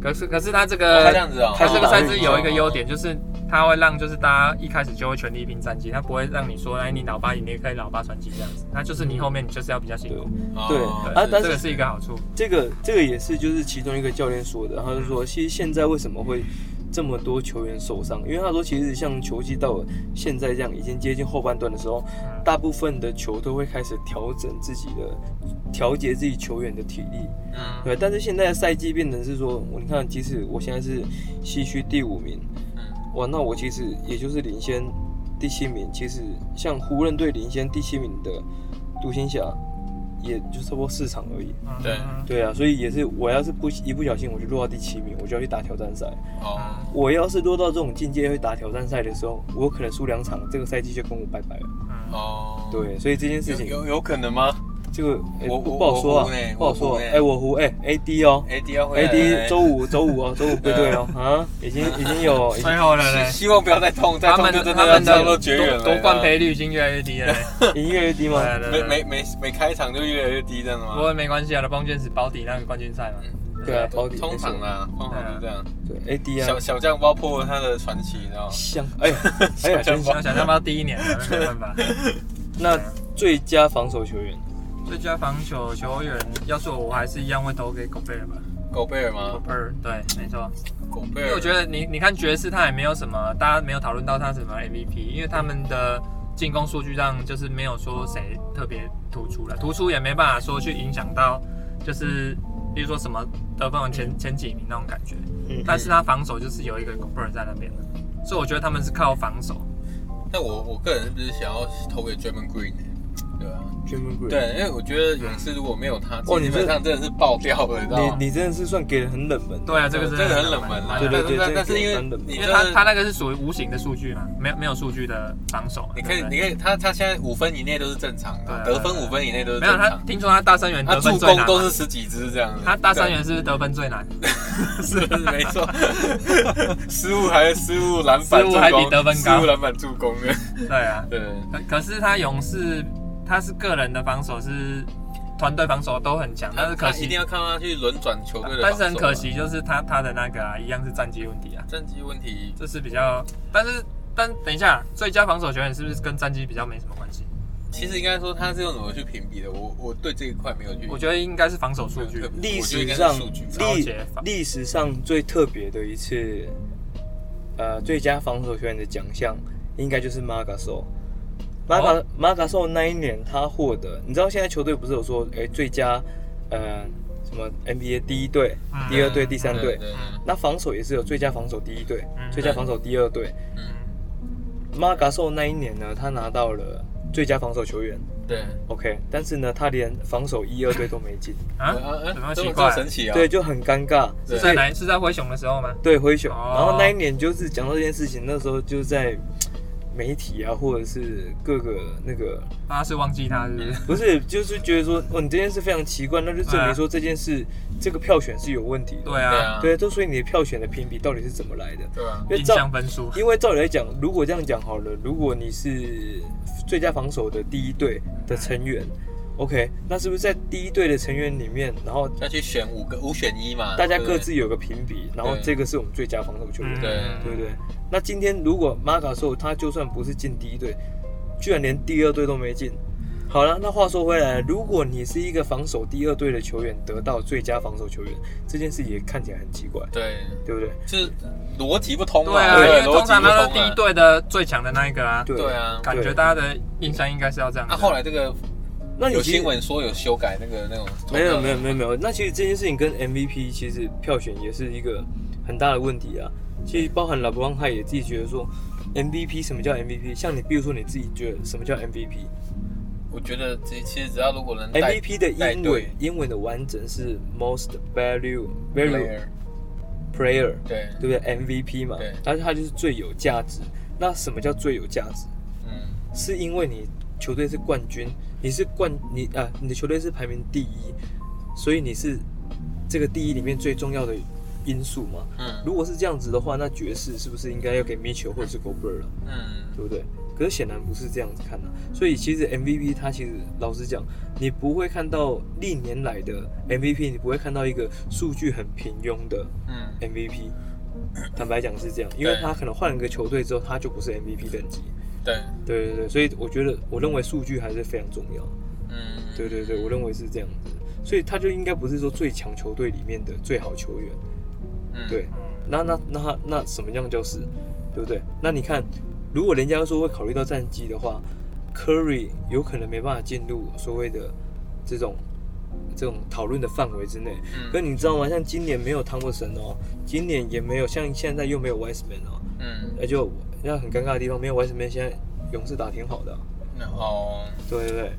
[SPEAKER 2] 可是可是他这
[SPEAKER 1] 他
[SPEAKER 2] 个
[SPEAKER 1] 这样子哦，
[SPEAKER 2] 他这个赛
[SPEAKER 3] 打
[SPEAKER 2] 制
[SPEAKER 3] 运
[SPEAKER 2] 有一个优点，就是他会让就是大家一开始就会全力拼战绩，他不会让你说哎你老八赢，你也可以老八传奇这样子，那就是你后面你就是要比较辛苦，
[SPEAKER 1] 哦，
[SPEAKER 3] 对
[SPEAKER 1] 哦
[SPEAKER 3] 啊
[SPEAKER 2] 这
[SPEAKER 3] 但是
[SPEAKER 2] 个是一个好处，
[SPEAKER 3] 这个这个也是就是其中一个教练说的，他就说其实现在为什么会这么多球员受伤，因为他说其实像球季到了现在这样已经接近后半段的时候，
[SPEAKER 2] 嗯
[SPEAKER 3] 大部分的球队会开始调整自己的调节自己球员的体力，
[SPEAKER 1] 嗯
[SPEAKER 3] 对，但是现在的赛季变成是说，我你看，即使我现在是西区第五名，
[SPEAKER 1] 嗯
[SPEAKER 3] 哇，那我其实也就是领先第七名。其实像湖人队领先第七名的独行侠，也就差不多四场而已。
[SPEAKER 2] 嗯
[SPEAKER 1] 对
[SPEAKER 3] 对啊，所以也是我要是不一不小心我就落到第七名，我就要去打挑战赛。
[SPEAKER 1] 哦，
[SPEAKER 3] 我要是落到这种境界去打挑战赛的时候，我有可能输两场，这个赛季就跟我拜拜了。
[SPEAKER 2] 嗯
[SPEAKER 1] 哦，
[SPEAKER 3] 对，所以这件事
[SPEAKER 1] 有
[SPEAKER 3] 情
[SPEAKER 1] 有有可能吗？
[SPEAKER 3] 这个哎
[SPEAKER 1] 我
[SPEAKER 3] 不
[SPEAKER 1] 我
[SPEAKER 3] 不好说
[SPEAKER 1] 我
[SPEAKER 3] 啊
[SPEAKER 1] 胡呢，
[SPEAKER 3] 不好说
[SPEAKER 1] 我胡
[SPEAKER 3] 啊
[SPEAKER 1] 呢。哎
[SPEAKER 3] 哎，我胡哎，AD 哦
[SPEAKER 1] AD 要回来了
[SPEAKER 3] ，AD 周五周五哦，周五
[SPEAKER 1] *laughs*
[SPEAKER 3] 归队哦，啊，已经已经有已
[SPEAKER 2] 最
[SPEAKER 1] 哎
[SPEAKER 3] 经
[SPEAKER 2] 后了嘞，
[SPEAKER 1] 希望不要再痛，再
[SPEAKER 2] 他
[SPEAKER 1] 痛
[SPEAKER 2] 们
[SPEAKER 1] 就真
[SPEAKER 2] 他
[SPEAKER 1] 的要
[SPEAKER 2] 们
[SPEAKER 1] 差不
[SPEAKER 2] 的
[SPEAKER 1] 多
[SPEAKER 2] 夺
[SPEAKER 1] 绝缘了。哎
[SPEAKER 2] 夺冠赔率已经越来越低
[SPEAKER 1] *laughs*
[SPEAKER 2] 了嘞，
[SPEAKER 3] 已经越来越低吗？
[SPEAKER 2] 对对
[SPEAKER 1] 没
[SPEAKER 2] 对
[SPEAKER 1] 没没没开场就越来越低，这样的
[SPEAKER 2] 不
[SPEAKER 1] 吗？
[SPEAKER 2] 过没关系啊，邦健是保底那个冠军赛嘛，
[SPEAKER 3] 对啊，保底
[SPEAKER 1] 通常啦，通常都这样。
[SPEAKER 3] 对 AD
[SPEAKER 1] 小
[SPEAKER 3] 啊，
[SPEAKER 1] 小酱包破了他的传奇，你知道吗？
[SPEAKER 3] 香哎哎呀，真
[SPEAKER 1] 小
[SPEAKER 2] 想
[SPEAKER 3] 香。
[SPEAKER 2] 想他妈第一年了，那没办法。
[SPEAKER 3] 那最佳防守球员，
[SPEAKER 2] 最佳防守球员，要是我，我还是一样会投给狗贝尔吧。
[SPEAKER 1] 狗贝尔
[SPEAKER 2] 狗
[SPEAKER 1] 吗？
[SPEAKER 2] 贝尔，对，没错。
[SPEAKER 1] 狗贝
[SPEAKER 2] 因
[SPEAKER 1] 尔，
[SPEAKER 2] 为我觉得你你看爵士，他也没有什么，大家没有讨论到他什么 MVP，因为他们的进攻数据上就是没有说谁特别突出了，突出也没办法说去影响到，就是比如说什么得分王前前几名那种感觉。
[SPEAKER 3] 嗯
[SPEAKER 2] 但是他防守就是有一个 g o b e r 在那边的，所以我觉得他们是靠防守。
[SPEAKER 1] 但我我个人是不是想要投给 Draymond Green？对啊，
[SPEAKER 3] Draymond Green
[SPEAKER 1] 对，因为我觉得勇士如果没有他，
[SPEAKER 3] 哦
[SPEAKER 1] 基
[SPEAKER 3] 你这
[SPEAKER 1] 本上真的是爆掉了，你知道吗？
[SPEAKER 3] 你你真的是算给的很冷门。
[SPEAKER 2] 对啊，这个
[SPEAKER 1] 这
[SPEAKER 2] 是
[SPEAKER 1] 个很冷门啦，
[SPEAKER 3] 对对对
[SPEAKER 1] 但但
[SPEAKER 3] 这
[SPEAKER 1] 是
[SPEAKER 3] 个
[SPEAKER 1] 因为
[SPEAKER 3] 很冷门
[SPEAKER 1] 你
[SPEAKER 2] 因
[SPEAKER 1] 真
[SPEAKER 2] 为
[SPEAKER 1] 的
[SPEAKER 2] 他他那个是属于无形的数据嘛，没有没有数据的防守嘛。
[SPEAKER 1] 你可以
[SPEAKER 2] 对不对
[SPEAKER 1] 你可以他他现在五分以内都是正常的，
[SPEAKER 2] 对
[SPEAKER 1] 得
[SPEAKER 2] 啊
[SPEAKER 1] 分五分以内都是
[SPEAKER 2] 没有
[SPEAKER 1] 正
[SPEAKER 2] 他
[SPEAKER 1] 常，
[SPEAKER 2] 听说他大三元
[SPEAKER 1] 他
[SPEAKER 2] 得分
[SPEAKER 1] 助
[SPEAKER 2] 最
[SPEAKER 1] 攻
[SPEAKER 2] 难
[SPEAKER 1] 都是啊
[SPEAKER 2] 嘛，
[SPEAKER 1] 十几支这样子。
[SPEAKER 2] 他大三元是得分最
[SPEAKER 1] *laughs*
[SPEAKER 2] 难，
[SPEAKER 1] 是没错，失误还失误篮板
[SPEAKER 2] 失
[SPEAKER 1] 助
[SPEAKER 2] 误
[SPEAKER 1] 攻，
[SPEAKER 2] 还比得分高
[SPEAKER 1] 失误篮板助攻的，
[SPEAKER 2] 对啊。
[SPEAKER 1] 对，
[SPEAKER 2] 可可是他勇士他是个人的防守是团队防守都很强，但是可
[SPEAKER 1] 他一
[SPEAKER 2] 惜
[SPEAKER 1] 定，要看他去轮转球队的，啊
[SPEAKER 2] 但是很可，惜就是他他的那个啊一样是战绩问题啊，
[SPEAKER 1] 战绩问题
[SPEAKER 2] 这是比较，但是但等一下最佳防守球员是不是跟战绩比较没什么关系？
[SPEAKER 1] 其实应该说他是用怎么去评比的，我我对这一块没有去，
[SPEAKER 2] 我觉得应该是防守数据
[SPEAKER 1] 对。
[SPEAKER 3] 历
[SPEAKER 1] 我觉得
[SPEAKER 3] 史
[SPEAKER 1] 应该是
[SPEAKER 3] 上
[SPEAKER 1] 数据
[SPEAKER 2] 超
[SPEAKER 3] 历
[SPEAKER 2] 前法
[SPEAKER 3] 历史上最特别的一次，呃，最佳防守球员的奖项应该就是 m a g a s o m a g a m a g a s o 那一年他获得，你知道现在球队不是有说，哎、最佳，呃，什么 NBA 第一队、
[SPEAKER 2] 嗯
[SPEAKER 3] 第二队、第三
[SPEAKER 1] 对
[SPEAKER 3] 队，
[SPEAKER 1] 对对
[SPEAKER 3] 那防守也是有最佳防守第一队、
[SPEAKER 2] 嗯
[SPEAKER 3] 最佳防守第二队。
[SPEAKER 1] 嗯
[SPEAKER 3] m a g a s o 那一年呢，他拿到了最佳防守球员
[SPEAKER 1] 对
[SPEAKER 3] ，OK，但是呢，他连防守一二队都没进，
[SPEAKER 2] 啊
[SPEAKER 1] 啊啊，
[SPEAKER 2] 怎么
[SPEAKER 1] 这
[SPEAKER 2] 奇
[SPEAKER 1] 么这
[SPEAKER 2] 怪
[SPEAKER 1] 么？神奇啊？
[SPEAKER 3] 对，就很尴尬。
[SPEAKER 2] 是
[SPEAKER 1] 对
[SPEAKER 2] 在哪？是在灰熊的时候吗？
[SPEAKER 3] 对灰熊，
[SPEAKER 2] 哦
[SPEAKER 3] 然后那一年就是讲到这件事情，那时候就在嘖媒体啊，或者是各个那个，
[SPEAKER 2] 大家是忘记他是不
[SPEAKER 1] 嗯
[SPEAKER 2] 是？
[SPEAKER 3] 不是就是觉得说，哦，你这件事非常奇怪，那就证明说这件事、这个票选是有问题的。
[SPEAKER 2] 对
[SPEAKER 1] 对
[SPEAKER 2] 啊，
[SPEAKER 1] 啊，
[SPEAKER 3] 对，就所以你的票选的评比到底是怎么来的？
[SPEAKER 1] 对啊，
[SPEAKER 3] 因为
[SPEAKER 2] 印
[SPEAKER 3] 照
[SPEAKER 2] 象分数。
[SPEAKER 3] 因为照理来讲，如果这样讲好了，如果你是最佳防守的第一队的成员，OK，那是不是在第一队的成员里面，然后
[SPEAKER 1] 要去选五个五选一嘛，
[SPEAKER 3] 大家
[SPEAKER 1] 对不
[SPEAKER 3] 各
[SPEAKER 1] 对
[SPEAKER 3] 自有个评比，然后这个是我们最佳防守球员？
[SPEAKER 2] 嗯
[SPEAKER 1] 对
[SPEAKER 3] 对不对？那今天如果马卡索他就算不是进第一队，居然连第二队都没进，好了，那话说回来，如果你是一个防守第二队的球员得到最佳防守球员，这件事也看起来很奇怪，
[SPEAKER 1] 对，
[SPEAKER 3] 对不对？
[SPEAKER 1] 就是逻辑不通嘛，
[SPEAKER 2] 对啊，因
[SPEAKER 1] 对
[SPEAKER 2] 为
[SPEAKER 1] 逻
[SPEAKER 2] 通
[SPEAKER 1] 辑不
[SPEAKER 2] 常
[SPEAKER 1] 通
[SPEAKER 2] 他
[SPEAKER 1] 啊
[SPEAKER 2] 是第一队的最强的那一个啊，
[SPEAKER 3] 对
[SPEAKER 1] 对啊，
[SPEAKER 2] 感觉大家的印象应该是要这样子。
[SPEAKER 1] 啊，后来这个
[SPEAKER 3] 那你
[SPEAKER 1] 有
[SPEAKER 3] 其实
[SPEAKER 1] 新闻说有修改那个那种，
[SPEAKER 3] 没有没有没有没有，那其实这件事情跟 MVP 其实票选也是一个很大的问题啊。其实包含老布旺汉也自己觉得说，MVP 什么叫 MVP？像你，比如说你自己觉得什么叫 MVP？
[SPEAKER 1] 我觉得其其实只要如果能带
[SPEAKER 3] MVP 的
[SPEAKER 1] 带
[SPEAKER 3] 英文
[SPEAKER 1] 队
[SPEAKER 3] 英文的完整是 Most Value Value
[SPEAKER 1] player，
[SPEAKER 3] Player，
[SPEAKER 1] 对，
[SPEAKER 3] 对不对？MVP 嘛
[SPEAKER 1] 对，
[SPEAKER 3] 但是它就是最有价值。那什么叫最有价值？
[SPEAKER 1] 嗯，
[SPEAKER 3] 是因为你球队是冠军，你是冠你啊，你的球队是排名第一，所以你是这个第一里面最重要的因素嘛。
[SPEAKER 1] 嗯
[SPEAKER 3] 如果是这样子的话，那爵士是不是应该要给米球或者是 Gobert 了？
[SPEAKER 1] 嗯，
[SPEAKER 3] 对不对？可是显然不是这样子看的、啊所以其实 MVP 它其实老实讲，你不会看到历年来的 MVP，你不会看到一个数据很平庸的
[SPEAKER 1] 嗯，
[SPEAKER 3] MVP。坦白讲是这样，因为
[SPEAKER 1] 对
[SPEAKER 3] 他可能换了个球队之后，他就不是 MVP 等级。
[SPEAKER 1] 对，
[SPEAKER 3] 对对对，所以我觉得我认为数据还是非常重要。
[SPEAKER 1] 嗯，
[SPEAKER 3] 对对对，我认为是这样子，所以他就应该不是说最强球队里面的最好球员。
[SPEAKER 1] 嗯，
[SPEAKER 3] 对，
[SPEAKER 2] 嗯，
[SPEAKER 3] 那那那他那什么样叫是，对不对？那你看，如果人家说会考虑到战绩的话，Curry 有可能没办法进入所谓的这种这种讨论的范围之内。
[SPEAKER 1] 嗯
[SPEAKER 3] 可你知道吗？像今年没有汤普森哦，今年也没有像现在又没有 Wiseman 哦，
[SPEAKER 1] 嗯，
[SPEAKER 3] 那就那很尴尬的地方，没有 Wiseman，现在勇士打挺好的啊、
[SPEAKER 1] 然后
[SPEAKER 3] 对对对，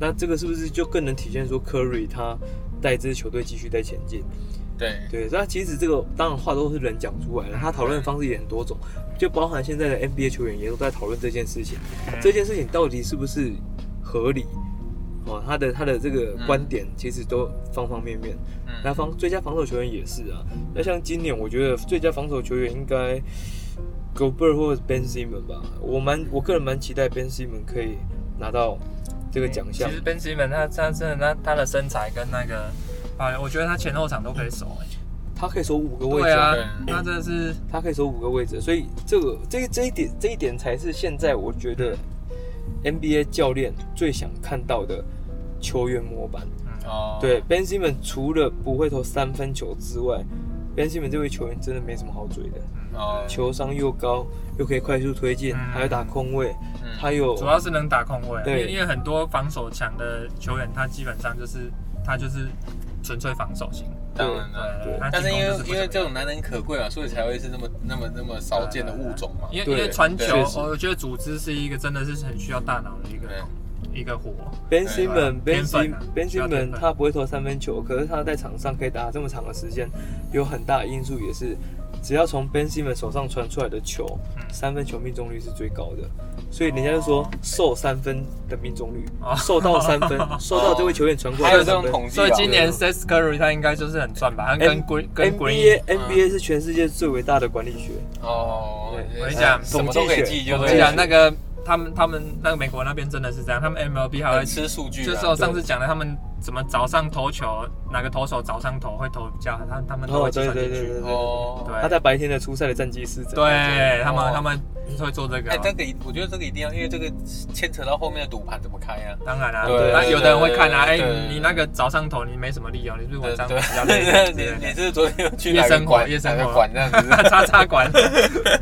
[SPEAKER 3] 那这个是不是就更能体现说 Curry 他带这支球队继续在前进？
[SPEAKER 1] 对，
[SPEAKER 3] 对，那其实这个当然话都是人讲出来的，他讨论的方式也很多种，就包含现在的
[SPEAKER 2] 嗯
[SPEAKER 3] NBA 球员也都在讨论这件事情，这件事情到底是不是合理，哦，他的他的这个
[SPEAKER 1] 嗯
[SPEAKER 3] 观点其实都方方面面。那
[SPEAKER 1] 嗯，
[SPEAKER 3] 防最佳防守球员也是啊，那像今年我觉得最佳防守球员应该 Gobert 或者 Ben Simmons 吧，我蛮我个人蛮期待 Ben Simmons 可以拿到这个奖项
[SPEAKER 2] 其。实 Ben Simmons 他他真的他他的身材跟那个啊，我觉得他前后场都可以守、欸。
[SPEAKER 3] 他可以守五个位置
[SPEAKER 2] 对啊
[SPEAKER 3] 啊，
[SPEAKER 1] 对，
[SPEAKER 2] 他真的是
[SPEAKER 3] 他可以守五个位置，所以这个这一这一点这一点才是现在我觉得 NBA 教练最想看到的球员模板。
[SPEAKER 2] 嗯，
[SPEAKER 1] 哦，
[SPEAKER 3] 对 Ben Simmons 除了不会投三分球之外，Ben Simmons 这位球员真的没什么好追的，
[SPEAKER 1] 哦，
[SPEAKER 3] 球商又高，又可以快速推进，
[SPEAKER 2] 嗯
[SPEAKER 3] 还有打空位，
[SPEAKER 1] 嗯
[SPEAKER 3] 还有
[SPEAKER 2] 主要是能打空位、啊，因
[SPEAKER 3] 对
[SPEAKER 2] 为因为很多防守强的球员，他基本上就是他就是纯粹防守型，
[SPEAKER 1] 当然了。
[SPEAKER 2] 对
[SPEAKER 3] 对，
[SPEAKER 2] 他
[SPEAKER 1] 嗯但是因为
[SPEAKER 2] 进攻就
[SPEAKER 1] 因为
[SPEAKER 2] 不怎
[SPEAKER 1] 这
[SPEAKER 2] 么
[SPEAKER 1] 种
[SPEAKER 2] 样
[SPEAKER 1] 难能可贵啊嘛，所以才会是那么那么那么少见的物种嘛。
[SPEAKER 2] 因为
[SPEAKER 3] 对
[SPEAKER 2] 因为传球
[SPEAKER 3] 确，实
[SPEAKER 2] 我觉得组织是一个真的是很需要大脑的一个
[SPEAKER 1] 对
[SPEAKER 2] 一个活，
[SPEAKER 3] Ben
[SPEAKER 2] 对
[SPEAKER 3] Simmons
[SPEAKER 2] 啊
[SPEAKER 3] Ben
[SPEAKER 2] 天分
[SPEAKER 3] Sim
[SPEAKER 2] 啊
[SPEAKER 3] Ben
[SPEAKER 2] 需要天
[SPEAKER 3] Simmons
[SPEAKER 2] 分
[SPEAKER 3] 他不会投三分球，可是他在场上可以打这么长的时间，有很大的因素也是，只要从 Ben Simmons 手上传出来的球，
[SPEAKER 2] 嗯
[SPEAKER 3] 三分球命中率是最高的，所以人家就说受三分的命中率
[SPEAKER 2] 哦，
[SPEAKER 3] 受到三分，受到这位球员传过来
[SPEAKER 1] 还有
[SPEAKER 3] 的
[SPEAKER 1] 这种
[SPEAKER 3] 三分。
[SPEAKER 1] 统计啊
[SPEAKER 2] 所以
[SPEAKER 1] 吧，
[SPEAKER 2] 今年 Seth Curry 他应该就是很赚吧，他跟
[SPEAKER 3] N-
[SPEAKER 2] Green 跟 Green
[SPEAKER 3] NBA NBA 是全世界最伟大的管理学，
[SPEAKER 1] 哦，
[SPEAKER 3] 对
[SPEAKER 2] 我跟你讲
[SPEAKER 1] 什么都可以记，就
[SPEAKER 2] 我
[SPEAKER 1] 哦对
[SPEAKER 2] 跟
[SPEAKER 1] 了
[SPEAKER 2] 你讲那个他们他们那个美国那边真的是这样，他们 MLB 还会
[SPEAKER 1] 很吃数据啊，
[SPEAKER 2] 就是我上次讲的，他们怎么早上投球，哪个投手早上投会投比较好，他他们都会计算进
[SPEAKER 3] 哦对对
[SPEAKER 2] 去
[SPEAKER 3] 对。对
[SPEAKER 1] 哦，
[SPEAKER 2] 对
[SPEAKER 3] 他在白天的初赛的战绩是怎样？
[SPEAKER 2] 对他
[SPEAKER 1] 哦
[SPEAKER 2] 们他们会做这个啊
[SPEAKER 1] 哎，
[SPEAKER 2] 嘛。
[SPEAKER 1] 这个一我觉得这个一定要，因为这个牵扯到后面的赌盘怎么开啊。
[SPEAKER 2] 当然啦，
[SPEAKER 1] 对
[SPEAKER 2] 那
[SPEAKER 1] 对
[SPEAKER 2] 有的人会看啊，哎
[SPEAKER 1] 对对对，对
[SPEAKER 2] 你那个早上投你没什么利用，你是不是晚上
[SPEAKER 1] 对
[SPEAKER 2] 比较
[SPEAKER 1] 对， *laughs*
[SPEAKER 2] 累？
[SPEAKER 1] 你你
[SPEAKER 2] 对
[SPEAKER 1] 是昨天有去
[SPEAKER 2] 夜
[SPEAKER 1] 哪个
[SPEAKER 2] 生活
[SPEAKER 1] 馆
[SPEAKER 2] 夜生
[SPEAKER 1] 哪个
[SPEAKER 2] 活
[SPEAKER 1] 馆这样
[SPEAKER 2] *laughs*
[SPEAKER 3] *laughs*
[SPEAKER 1] 子？
[SPEAKER 2] 插插管，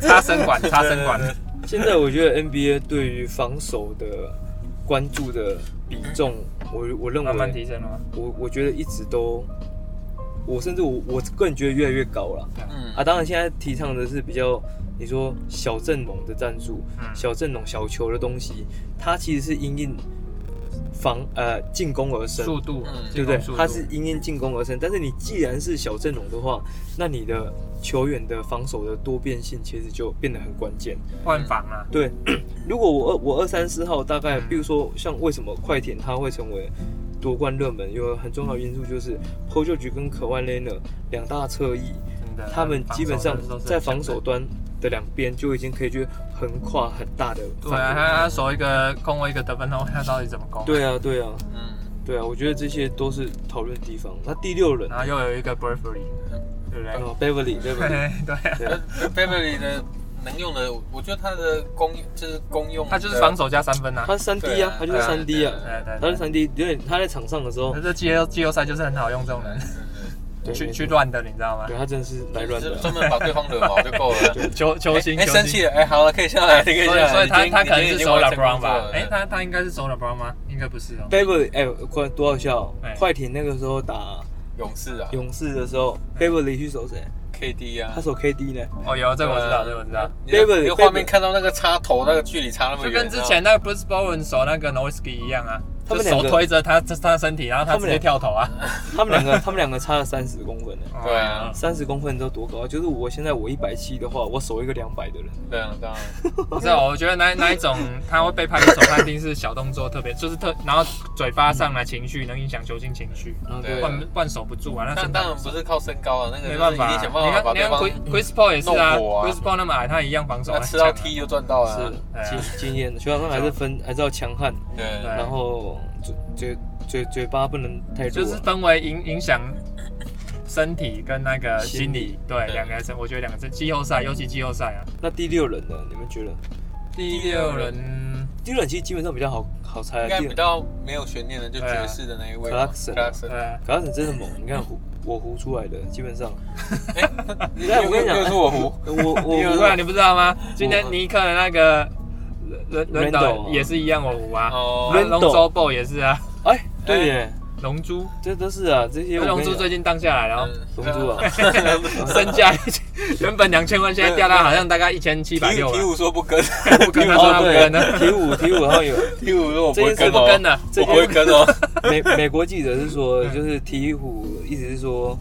[SPEAKER 2] 插生管，插生管。
[SPEAKER 3] 现在我觉得 NBA 对于防守的关注的比重，我我认
[SPEAKER 2] 慢慢
[SPEAKER 3] 为
[SPEAKER 2] 提升了吗？
[SPEAKER 3] 我我觉得一直都，我甚至我我个人觉得越来越高了
[SPEAKER 1] 嗯
[SPEAKER 3] 啊！当然现在提倡的是比较你说小阵容的战术，
[SPEAKER 2] 嗯，
[SPEAKER 3] 小阵容小球的东西，它其实是因应防呃进攻而生，
[SPEAKER 2] 速度
[SPEAKER 1] 嗯，
[SPEAKER 3] 对
[SPEAKER 2] 进
[SPEAKER 3] 不对
[SPEAKER 2] 攻速？度
[SPEAKER 3] 它是因应进攻而生，但是你既然是小阵容的话，那你的球员的防守的多变性其实就变得很关键。
[SPEAKER 2] 换防啊，
[SPEAKER 3] 对， *clears throat* 如果我二我二三四号大概，
[SPEAKER 2] 嗯
[SPEAKER 3] 比如说像为什么快艇它会成为夺冠热门，有很重要的因素就是 p o j o 局跟 k a w i l e n a 两大侧翼，
[SPEAKER 2] 真的。
[SPEAKER 3] 他们基本上
[SPEAKER 2] 防守真的是
[SPEAKER 3] 在防守端的两边就已经可以去横跨很大的
[SPEAKER 2] 对啊，
[SPEAKER 3] 范围。
[SPEAKER 2] 他他守一个空位一个得分后，他到底怎么攻？，
[SPEAKER 3] 对啊，对啊，
[SPEAKER 1] 嗯，
[SPEAKER 3] 对啊，我觉得这些都是讨论的地方。那第六人
[SPEAKER 2] 然，后又有一个 b u r f e r y 对不对？
[SPEAKER 3] 哦，Beverly，对不对？
[SPEAKER 2] *laughs* 对
[SPEAKER 1] 呃
[SPEAKER 2] 啊，
[SPEAKER 3] 对
[SPEAKER 1] Beverly 的能用的，我觉得他的功就是功用的，
[SPEAKER 2] 他就是防守加三分啊。
[SPEAKER 3] 他三 D 啊，他就是三 D 啊，
[SPEAKER 2] 对对
[SPEAKER 3] 他
[SPEAKER 2] 对
[SPEAKER 3] 是三 D，有点他在场上的时候
[SPEAKER 2] 可，是季后季后赛就是很好用这种人
[SPEAKER 3] 对
[SPEAKER 2] 去
[SPEAKER 3] 没
[SPEAKER 2] 去
[SPEAKER 3] 错
[SPEAKER 2] 乱的，你知道吗
[SPEAKER 3] 对？啊他真的是来乱
[SPEAKER 1] 就是
[SPEAKER 3] 的啊。
[SPEAKER 1] 专门把对方惹毛就够
[SPEAKER 3] *laughs*
[SPEAKER 1] 了。
[SPEAKER 2] 球球星，
[SPEAKER 1] 哎，
[SPEAKER 2] 球
[SPEAKER 1] 生
[SPEAKER 2] 星
[SPEAKER 1] 气了，哎，好了，可以下来，可以下
[SPEAKER 2] 所以
[SPEAKER 1] 来。
[SPEAKER 2] 啊所以他
[SPEAKER 1] 你今天
[SPEAKER 2] 他可能
[SPEAKER 1] 你今天已
[SPEAKER 2] 是
[SPEAKER 1] 经
[SPEAKER 2] 守
[SPEAKER 1] 完成
[SPEAKER 2] LeBron
[SPEAKER 1] 工作
[SPEAKER 2] 吧
[SPEAKER 1] 了？
[SPEAKER 2] 哎，他他应该是守 LeBron 吗？应该不是哦。
[SPEAKER 3] Beverly，哎，快多好笑哦
[SPEAKER 2] 哎！
[SPEAKER 3] 快艇那个时候打
[SPEAKER 1] 勇士啊
[SPEAKER 3] 勇士的时候，Beverly 去守谁？
[SPEAKER 1] ，KD 啊，
[SPEAKER 3] 他守 KD 呢？
[SPEAKER 2] 哦，有这个我知道，这个我知道。
[SPEAKER 1] 你的
[SPEAKER 3] Beverly-
[SPEAKER 1] 你的画面看到那个插头那个距离差那么
[SPEAKER 2] 就
[SPEAKER 1] 远，
[SPEAKER 2] 跟之前那个 Bruce Bowen 守那个 n o w i s k i 一样啊，
[SPEAKER 3] 他
[SPEAKER 2] 就
[SPEAKER 3] 们
[SPEAKER 2] 手
[SPEAKER 3] 两个
[SPEAKER 2] 推着他他他的身体，然后他直接跳投啊。
[SPEAKER 3] 他们两
[SPEAKER 2] *laughs*
[SPEAKER 3] 个，他们两个差了三十公分呢。
[SPEAKER 1] 对啊
[SPEAKER 3] 三十公分你知道多高？啊就是我现在我一百七的话，我守一个两百的人。
[SPEAKER 1] 对啊，对啊，
[SPEAKER 2] 不知道，我觉得那那一种他会被判给手判定是小动作特别，就是特，然后嘴巴上来情绪能影响球星情绪，
[SPEAKER 3] 然后
[SPEAKER 1] 对
[SPEAKER 2] 换换手不住啊，那
[SPEAKER 1] 但
[SPEAKER 2] 身
[SPEAKER 1] 当
[SPEAKER 2] 材
[SPEAKER 1] 然不是靠身高啊，那个
[SPEAKER 2] 没办
[SPEAKER 1] 就是
[SPEAKER 2] 法啊。
[SPEAKER 1] 一定想
[SPEAKER 2] 你
[SPEAKER 1] 办法把
[SPEAKER 2] 看你
[SPEAKER 1] 对
[SPEAKER 2] 看
[SPEAKER 1] 方
[SPEAKER 2] Chris Chris Paul 也是啊
[SPEAKER 1] 弄火啊
[SPEAKER 2] ，Chris Paul 那么矮，他一样防守
[SPEAKER 1] 那
[SPEAKER 2] 很强
[SPEAKER 1] 吃到
[SPEAKER 2] 啊。
[SPEAKER 1] T 就赚到了啊
[SPEAKER 3] 是，
[SPEAKER 2] 哎呀
[SPEAKER 3] 经经验的，球场上还是分，还是要强悍，
[SPEAKER 2] 啊对
[SPEAKER 1] 对，
[SPEAKER 3] 然后嘴嘴嘴嘴巴不能太弱
[SPEAKER 2] 就
[SPEAKER 3] 啊。
[SPEAKER 2] 是氛围影影响身体跟那个心
[SPEAKER 3] 心理
[SPEAKER 2] 理，对
[SPEAKER 1] 对
[SPEAKER 2] 两个是，我觉得两个是季后赛，尤其季后赛啊。
[SPEAKER 3] 那第六人呢？你们觉得？
[SPEAKER 2] 第六
[SPEAKER 1] 六
[SPEAKER 2] 轮
[SPEAKER 1] 轮
[SPEAKER 3] 第六人其实基本上比较好好猜啊。
[SPEAKER 1] 应该
[SPEAKER 3] 第
[SPEAKER 1] 比
[SPEAKER 3] 六
[SPEAKER 1] 较没有悬念的，就爵士的那一位嘛
[SPEAKER 3] Clarkson
[SPEAKER 1] Clarkson，
[SPEAKER 2] 呃，
[SPEAKER 3] 卡森真的猛，你看胡我胡出来的，基本上
[SPEAKER 1] 你
[SPEAKER 3] *laughs* 对我跟你讲
[SPEAKER 1] 哎又是我胡，
[SPEAKER 3] 我我
[SPEAKER 2] 不然你不知道吗？今天
[SPEAKER 3] 我
[SPEAKER 2] 尼克的那个轮轮轮岛
[SPEAKER 3] Randall
[SPEAKER 2] 也是一样，我无啊，
[SPEAKER 1] 哦
[SPEAKER 2] 然后龙
[SPEAKER 3] Randall
[SPEAKER 2] 舟 ball 也是啊，
[SPEAKER 3] 哎，对耶，
[SPEAKER 2] 龙珠，
[SPEAKER 3] 这都是啊，这些
[SPEAKER 2] 因为
[SPEAKER 3] 我
[SPEAKER 2] 龙
[SPEAKER 3] 跟
[SPEAKER 2] 珠
[SPEAKER 3] 你
[SPEAKER 2] 最
[SPEAKER 3] 讲，
[SPEAKER 2] 近荡下来了哦，
[SPEAKER 3] 龙珠啊，
[SPEAKER 2] 身价原本两千万，现在掉到好像大 *laughs* 概一千七百
[SPEAKER 1] ，T
[SPEAKER 2] 六啊
[SPEAKER 1] 五 T
[SPEAKER 2] 了，
[SPEAKER 1] 五说不跟 *laughs*
[SPEAKER 2] 不跟他说他不跟呢，
[SPEAKER 3] 哦体五体五好像有
[SPEAKER 1] ，T 五说我不会
[SPEAKER 3] 这件
[SPEAKER 1] 跟
[SPEAKER 3] 事
[SPEAKER 2] 不跟
[SPEAKER 1] 哦，
[SPEAKER 2] 了，
[SPEAKER 1] 我不会跟哦，
[SPEAKER 3] 美美国记者是说，
[SPEAKER 2] 嗯
[SPEAKER 3] 就是鹈鹕意思是说，